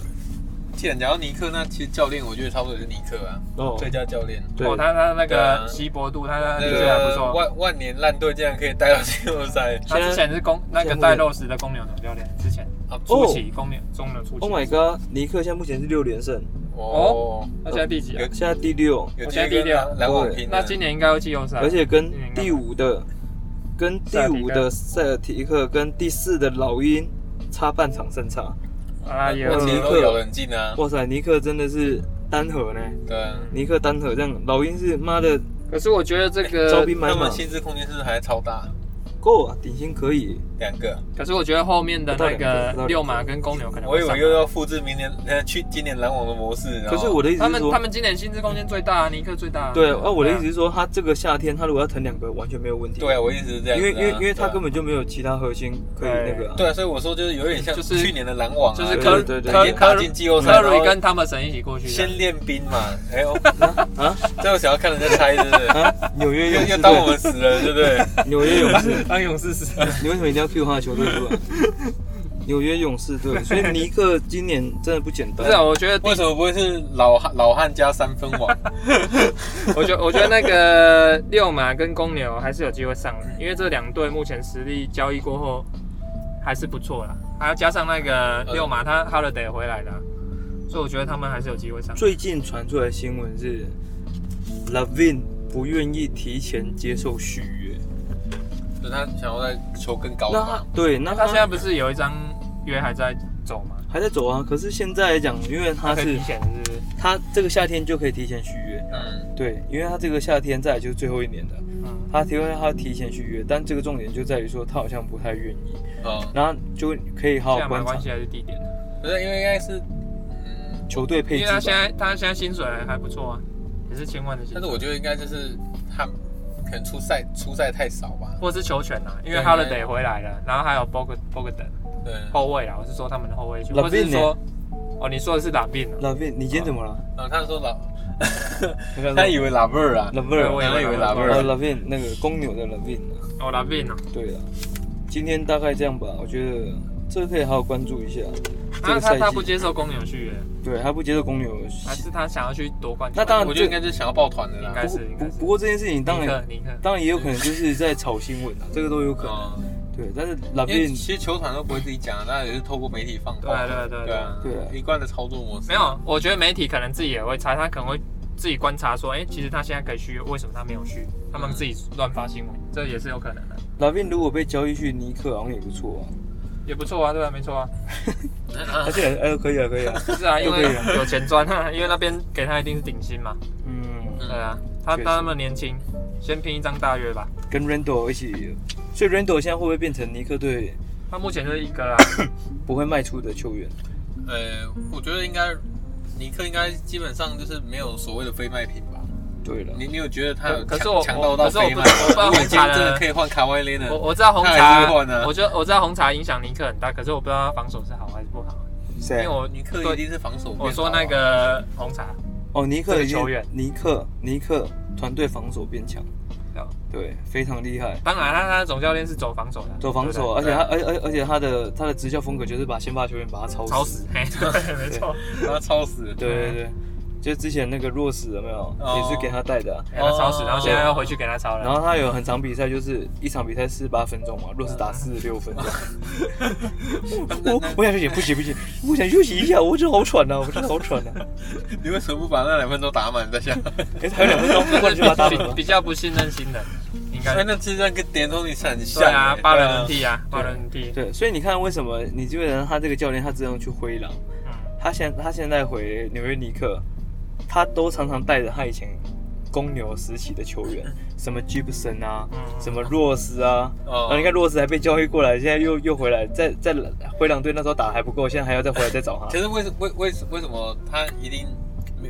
[SPEAKER 1] 既然讲到尼克，那其实教练我觉得差不多也是尼克啊，
[SPEAKER 3] 哦，
[SPEAKER 1] 最佳教练。
[SPEAKER 3] 对啊
[SPEAKER 2] 哦，他他那
[SPEAKER 1] 对
[SPEAKER 2] 个
[SPEAKER 1] 啊
[SPEAKER 2] 稀薄度，他他
[SPEAKER 1] 那
[SPEAKER 2] 力气还不
[SPEAKER 1] 个
[SPEAKER 2] 错。
[SPEAKER 1] 万万年烂队竟然可以带到季后赛啊
[SPEAKER 2] 他之前是公那个
[SPEAKER 3] 现在
[SPEAKER 2] 带 Rose 的公牛总教练，之前
[SPEAKER 3] 哦
[SPEAKER 1] 啊！
[SPEAKER 2] 初期公牛中牛初期。
[SPEAKER 3] Oh my god，尼克现在目前是六连胜，
[SPEAKER 1] 哦，
[SPEAKER 2] 那现在第几啊？
[SPEAKER 1] 有
[SPEAKER 3] 现在第六，
[SPEAKER 1] 有
[SPEAKER 2] 我
[SPEAKER 1] 机
[SPEAKER 2] 现在
[SPEAKER 1] 会
[SPEAKER 2] 第
[SPEAKER 1] 跟
[SPEAKER 2] 六
[SPEAKER 1] 篮篮网拼啊了。
[SPEAKER 2] 那今年应该会季后赛，
[SPEAKER 3] 而且跟
[SPEAKER 2] 今年应该
[SPEAKER 3] 第五的跟第五的塞尔提克跟第四的老鹰差半场胜差。
[SPEAKER 2] 啊也
[SPEAKER 1] 我
[SPEAKER 2] 有
[SPEAKER 1] 其实
[SPEAKER 3] 尼
[SPEAKER 1] 都
[SPEAKER 3] 克
[SPEAKER 1] 咬得很近啊。
[SPEAKER 3] 哇塞，尼克真的是单核呢，
[SPEAKER 1] 对啊，
[SPEAKER 3] 尼克单核这样，老鹰是妈的
[SPEAKER 2] 可是我觉得这
[SPEAKER 3] 招
[SPEAKER 2] 个
[SPEAKER 3] 兵买
[SPEAKER 1] 他
[SPEAKER 3] 马
[SPEAKER 1] 们薪资空间是不是还超大？
[SPEAKER 3] 够啊，顶薪可以。
[SPEAKER 1] 两个，
[SPEAKER 2] 可是我觉得后面的那
[SPEAKER 3] 不到两
[SPEAKER 2] 个
[SPEAKER 3] 个不到两个
[SPEAKER 2] 六马跟公牛可能
[SPEAKER 1] 我
[SPEAKER 2] 会
[SPEAKER 1] 以
[SPEAKER 2] 上
[SPEAKER 1] 为又要复制明年呃去今年篮网的模式。
[SPEAKER 3] 可是我
[SPEAKER 1] 的
[SPEAKER 3] 的意思
[SPEAKER 2] 他
[SPEAKER 3] 是
[SPEAKER 2] 们
[SPEAKER 3] 说
[SPEAKER 2] 他，们今年薪资空间最大，尼克最大。
[SPEAKER 3] 对，啊，我的意思
[SPEAKER 2] 对啊
[SPEAKER 3] 是说，他这个夏天他如果要腾两个，完全没有问题。
[SPEAKER 1] 对啊，我一直是这样
[SPEAKER 3] 因
[SPEAKER 1] 子啊、
[SPEAKER 3] 为因为因为他
[SPEAKER 1] 对啊
[SPEAKER 3] 根本就没有其他核心可以那个啊。
[SPEAKER 1] 对啊，所以我说就是有点像
[SPEAKER 2] 就是
[SPEAKER 1] 去年的篮网啊、啊
[SPEAKER 2] 就是
[SPEAKER 3] 科
[SPEAKER 2] 科
[SPEAKER 3] 对对对
[SPEAKER 2] 科
[SPEAKER 3] 也
[SPEAKER 1] 打
[SPEAKER 2] 科
[SPEAKER 1] 进季后赛
[SPEAKER 2] 科
[SPEAKER 1] 然
[SPEAKER 2] 瑞
[SPEAKER 1] 后
[SPEAKER 2] 跟汤姆森一起过去的。
[SPEAKER 1] 先练兵嘛。哎 *laughs* 呦，
[SPEAKER 3] 啊
[SPEAKER 1] 最后想要看人家猜，对不
[SPEAKER 3] *laughs*
[SPEAKER 1] 对？
[SPEAKER 3] 啊！纽约
[SPEAKER 1] 又
[SPEAKER 3] 勇士
[SPEAKER 1] 又当我
[SPEAKER 3] 队，
[SPEAKER 1] 们死人，对不对？
[SPEAKER 3] *laughs* 纽约勇
[SPEAKER 2] *laughs*
[SPEAKER 3] 士，
[SPEAKER 2] 当勇士死。
[SPEAKER 3] 你为什么一定要 Q 他的球队出来？纽约勇士队，所以尼克今年真的不简
[SPEAKER 2] 不
[SPEAKER 3] 单
[SPEAKER 2] 是、。啊，我觉得，
[SPEAKER 1] 为什么不会是老汉老汉加三分王？
[SPEAKER 2] 我觉得，我觉得那个六马跟公牛还是有机会上的，因为这两队目前实力交易过后还是不错啦，还要加上那个
[SPEAKER 3] 呃
[SPEAKER 2] 六马他 Holiday 回来了，所以我觉得他们还是有机会上。
[SPEAKER 3] 最近传出来的新闻是，Lavin 不愿意提前接受续约。
[SPEAKER 1] 就他想要在球更高
[SPEAKER 3] 那他
[SPEAKER 1] 嘛？
[SPEAKER 3] 对，那
[SPEAKER 2] 那
[SPEAKER 3] 他
[SPEAKER 2] 他现
[SPEAKER 3] 现在
[SPEAKER 2] 在不是有一张约还在走吗？
[SPEAKER 3] 还在走啊。可是现在来讲，因为他
[SPEAKER 2] 可以
[SPEAKER 3] 是
[SPEAKER 2] 提前是不是？
[SPEAKER 3] 他这个夏天就可以提前续约，
[SPEAKER 1] 嗯，
[SPEAKER 3] 对，因为他这个夏天再来就是最后一年的，
[SPEAKER 2] 嗯，
[SPEAKER 3] 他提问他提前续约，但这个重点就在于说他好像不太愿意，
[SPEAKER 1] 哦，
[SPEAKER 3] 然后就可以好
[SPEAKER 2] 现
[SPEAKER 3] 好
[SPEAKER 2] 在买
[SPEAKER 3] 观察
[SPEAKER 2] 关系还是地点，
[SPEAKER 1] 不是，因为应该是，嗯，
[SPEAKER 3] 球队配
[SPEAKER 2] 因
[SPEAKER 3] 置
[SPEAKER 2] 为他现
[SPEAKER 3] 吧。
[SPEAKER 2] 在他现在薪水还不错啊，也是千万的薪
[SPEAKER 1] 但是
[SPEAKER 2] 水，
[SPEAKER 1] 我觉得应该就是他可能出赛出赛太少吧。
[SPEAKER 2] 或是球权啊，因为
[SPEAKER 1] 对
[SPEAKER 2] Holiday 回来了，然后还有 Bog Bogdan
[SPEAKER 1] 对，
[SPEAKER 2] 后卫啦，我是说他们的后卫球，
[SPEAKER 3] Lavin
[SPEAKER 2] 或是说哦，你说的是打病啊？
[SPEAKER 3] 老魏，你今天怎么了？
[SPEAKER 1] 然后他说老， *laughs*
[SPEAKER 3] 你看
[SPEAKER 1] 他以为拉贝尔啊，
[SPEAKER 3] 老魏，
[SPEAKER 2] 呃对我也
[SPEAKER 1] 他以为拉贝
[SPEAKER 3] 呃，
[SPEAKER 1] 尔。
[SPEAKER 3] 老魏那个公牛的老魏啊。
[SPEAKER 2] 哦，打病啊，
[SPEAKER 3] 对啊，今天大概这样吧，我觉得这个可以好好关注一下。这
[SPEAKER 2] 那他
[SPEAKER 3] 个赛
[SPEAKER 2] 他不
[SPEAKER 3] 季，
[SPEAKER 2] 接受公牛续约，
[SPEAKER 3] 对他不接受公牛，
[SPEAKER 2] 还是他想要去夺冠军？
[SPEAKER 3] 那当然
[SPEAKER 1] 我觉得应该就是想要抱团的啦
[SPEAKER 2] 应。该
[SPEAKER 3] 不
[SPEAKER 2] 是
[SPEAKER 3] 过
[SPEAKER 2] 应
[SPEAKER 3] 不
[SPEAKER 2] 该是
[SPEAKER 3] 不过这件事情当
[SPEAKER 2] 尼克
[SPEAKER 3] 然
[SPEAKER 2] 尼克，
[SPEAKER 3] 当然也有可能就是在炒新闻啊，这个都有可能。
[SPEAKER 2] 啊哦
[SPEAKER 1] 嗯，
[SPEAKER 3] 对，但是老
[SPEAKER 1] 因为
[SPEAKER 3] 魏
[SPEAKER 1] 其实球团都不会自己讲，那也是透过媒体放。
[SPEAKER 2] 对啊对啊对啊
[SPEAKER 1] 对啊，
[SPEAKER 3] 对啊
[SPEAKER 1] 一贯的操作模式。
[SPEAKER 2] 没有，我觉得媒体可能自己也会猜，他可能会自己观察说，哎，其实他现在可以续约，为什么他没有续？他们自己乱发新闻，
[SPEAKER 3] 嗯
[SPEAKER 2] 这也是有可能的，
[SPEAKER 3] 老魏如果被交易去尼克，好像也不错啊。
[SPEAKER 2] 也不错啊，对吧？没错啊，
[SPEAKER 3] 而且哎，可以啊，
[SPEAKER 2] *laughs*
[SPEAKER 3] 可以啊。 *laughs*
[SPEAKER 2] 是啊，因为
[SPEAKER 3] 都可以啊
[SPEAKER 2] 有钱赚啊， *laughs* 因为那边给他一定是顶薪嘛，
[SPEAKER 3] 嗯，
[SPEAKER 2] 对啊，
[SPEAKER 3] 确
[SPEAKER 2] 他
[SPEAKER 3] 实
[SPEAKER 2] 他那么年轻，先拼一张大约吧。
[SPEAKER 3] 跟 Randall 一起，所以 Randall 现在会不会变成尼克队
[SPEAKER 2] 他目前就是一个啊，
[SPEAKER 3] 不会卖出的球员？
[SPEAKER 1] 呃，我觉得应该尼克应该基本上就是没有所谓的非卖品吧。
[SPEAKER 3] 对了，
[SPEAKER 1] 你你有觉得他有
[SPEAKER 2] 可可是
[SPEAKER 1] 强
[SPEAKER 2] 我
[SPEAKER 1] 强到到
[SPEAKER 2] 可是我
[SPEAKER 1] 飞
[SPEAKER 2] 不
[SPEAKER 1] 吗？
[SPEAKER 2] 我不知道
[SPEAKER 1] 如果你今
[SPEAKER 2] 红茶
[SPEAKER 1] 天真的
[SPEAKER 2] 呢
[SPEAKER 1] 可以换卡哇伊雷呢？
[SPEAKER 2] 我我知道红
[SPEAKER 1] 嗯他还是
[SPEAKER 2] 茶
[SPEAKER 1] 会换啊，
[SPEAKER 2] 我就我知道红茶影响尼克很大，可是我不知道他防守是好还是不好，因
[SPEAKER 3] 谁
[SPEAKER 2] 为？我
[SPEAKER 1] 尼克一
[SPEAKER 2] 对
[SPEAKER 1] 定是防守变好啊。
[SPEAKER 2] 我说那个红茶，
[SPEAKER 3] 哦，尼克已
[SPEAKER 2] 这
[SPEAKER 3] 经
[SPEAKER 2] 个球员
[SPEAKER 3] 尼克尼克团队防守变强
[SPEAKER 2] 对啊，
[SPEAKER 3] 对，非常厉害。
[SPEAKER 2] 当然他他总教练是走防守的，
[SPEAKER 3] 走防守，啊
[SPEAKER 2] 对
[SPEAKER 3] 而且他，而而而且他的他的执教风格就是把先发球员把他
[SPEAKER 2] 不对
[SPEAKER 3] 操
[SPEAKER 2] 吵
[SPEAKER 3] 死。
[SPEAKER 2] 死，嘿对，没错，
[SPEAKER 1] 他超死。
[SPEAKER 3] 对对对，就之前那个弱死有没有，
[SPEAKER 1] 哦
[SPEAKER 3] 也是给他带的啊。
[SPEAKER 2] 给哎他吵死，然后现在
[SPEAKER 1] 对
[SPEAKER 2] 要回去给他吵
[SPEAKER 3] 然
[SPEAKER 2] 了，
[SPEAKER 3] 后他有很长比赛，就是一场比赛四十八分钟嘛，弱死打四十六分钟。我我想休息，不行不行，我想休息一下，我真的好喘呐、啊我真的好喘呐、
[SPEAKER 1] 你为什么不把那两分钟打满再下？
[SPEAKER 3] 哎，还有两分钟，过去把他打
[SPEAKER 2] 比
[SPEAKER 3] 满吧
[SPEAKER 2] 比。较不信任新人，应
[SPEAKER 1] 哎，
[SPEAKER 2] 该
[SPEAKER 1] 那这让跟点头你很
[SPEAKER 2] 对
[SPEAKER 1] 像
[SPEAKER 2] 啊，
[SPEAKER 1] 欸
[SPEAKER 2] 八人轮。替啊，八人轮替，
[SPEAKER 3] 对，所以你看为什么你基本上他这个教练他只能去灰狼，
[SPEAKER 2] 嗯，
[SPEAKER 3] 他现他现在回纽约尼克，他都常常带着他以前公牛时期的球员，什么 Gibson 啊，
[SPEAKER 2] 嗯
[SPEAKER 3] 什么洛斯啊，
[SPEAKER 1] 哦
[SPEAKER 3] 然后你看洛斯还被交易过来，现在又又回来，在在灰狼队那时候打得还不够，现在还要再回来再找
[SPEAKER 1] 其 *laughs*
[SPEAKER 3] 他，
[SPEAKER 1] 实为什为为为什么他一定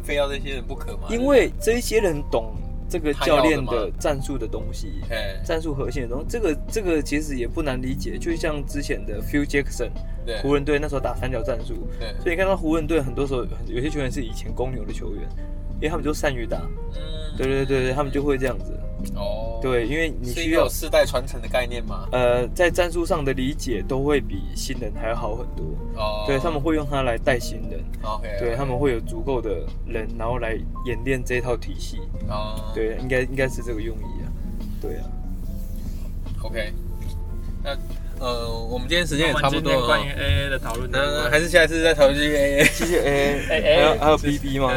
[SPEAKER 1] 非要这些人不可嘛？
[SPEAKER 3] 因为这一些人懂这个教练
[SPEAKER 1] 他要的
[SPEAKER 3] 的战术的东西。
[SPEAKER 1] 哎，
[SPEAKER 3] 战术核心的东西，这个这个其实也不难理解，就像之前的 Phil Jackson
[SPEAKER 1] 对
[SPEAKER 3] 湖人队那时候打三角战术，
[SPEAKER 1] 对，
[SPEAKER 3] 所以你看到湖人队很多时候很有些球员是以前公牛的球员，因为他们就善于打，
[SPEAKER 1] 嗯
[SPEAKER 3] 对对对对，他们就会这样子。
[SPEAKER 1] 哦，，
[SPEAKER 3] 对，因为你
[SPEAKER 1] 是
[SPEAKER 3] 需
[SPEAKER 1] 一个
[SPEAKER 3] 要
[SPEAKER 1] 有世代传承的概念嘛。
[SPEAKER 3] 呃，在战术上的理解都会比新人还要好很多。
[SPEAKER 1] 哦，
[SPEAKER 3] 对，他们会用它来带新人，
[SPEAKER 1] OK，
[SPEAKER 3] 对他们会有足够的人，然后来演练这套体系。
[SPEAKER 1] 哦，
[SPEAKER 3] 对，应该应该是这个用意啊。对啊，
[SPEAKER 1] ，OK，那呃，我们今天时
[SPEAKER 2] 那
[SPEAKER 1] 间也
[SPEAKER 2] 我
[SPEAKER 1] 差
[SPEAKER 2] 们
[SPEAKER 1] 不
[SPEAKER 2] 今天
[SPEAKER 1] 多了
[SPEAKER 2] 关于
[SPEAKER 1] 哦。
[SPEAKER 2] AA 的讨论
[SPEAKER 1] 那
[SPEAKER 2] 呢，
[SPEAKER 1] 还是下一次再讨论 A A
[SPEAKER 3] 其实哎，
[SPEAKER 2] 哎
[SPEAKER 3] 还
[SPEAKER 2] 哎
[SPEAKER 3] 有还有 BB 吗？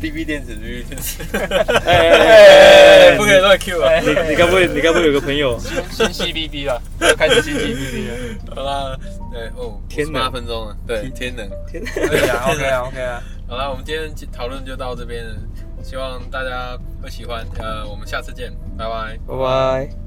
[SPEAKER 1] B B 电子，B B 电子，
[SPEAKER 3] 哎 *laughs* 哎哎，
[SPEAKER 1] 不可以乱 Q 啊！
[SPEAKER 3] 你你该不会你该不会有个朋友？
[SPEAKER 2] 新 CBD 了，又开始新 CBD 了，
[SPEAKER 1] 好啦，对哦，
[SPEAKER 3] 天能
[SPEAKER 1] 八分钟了，对，天能。
[SPEAKER 3] 天，
[SPEAKER 2] 对啊，OK 啊，OK 啊，
[SPEAKER 1] 好啦，我们今天讨论就到这边了，希望大家会喜欢。呃，我们下次见，拜拜。
[SPEAKER 3] 拜拜。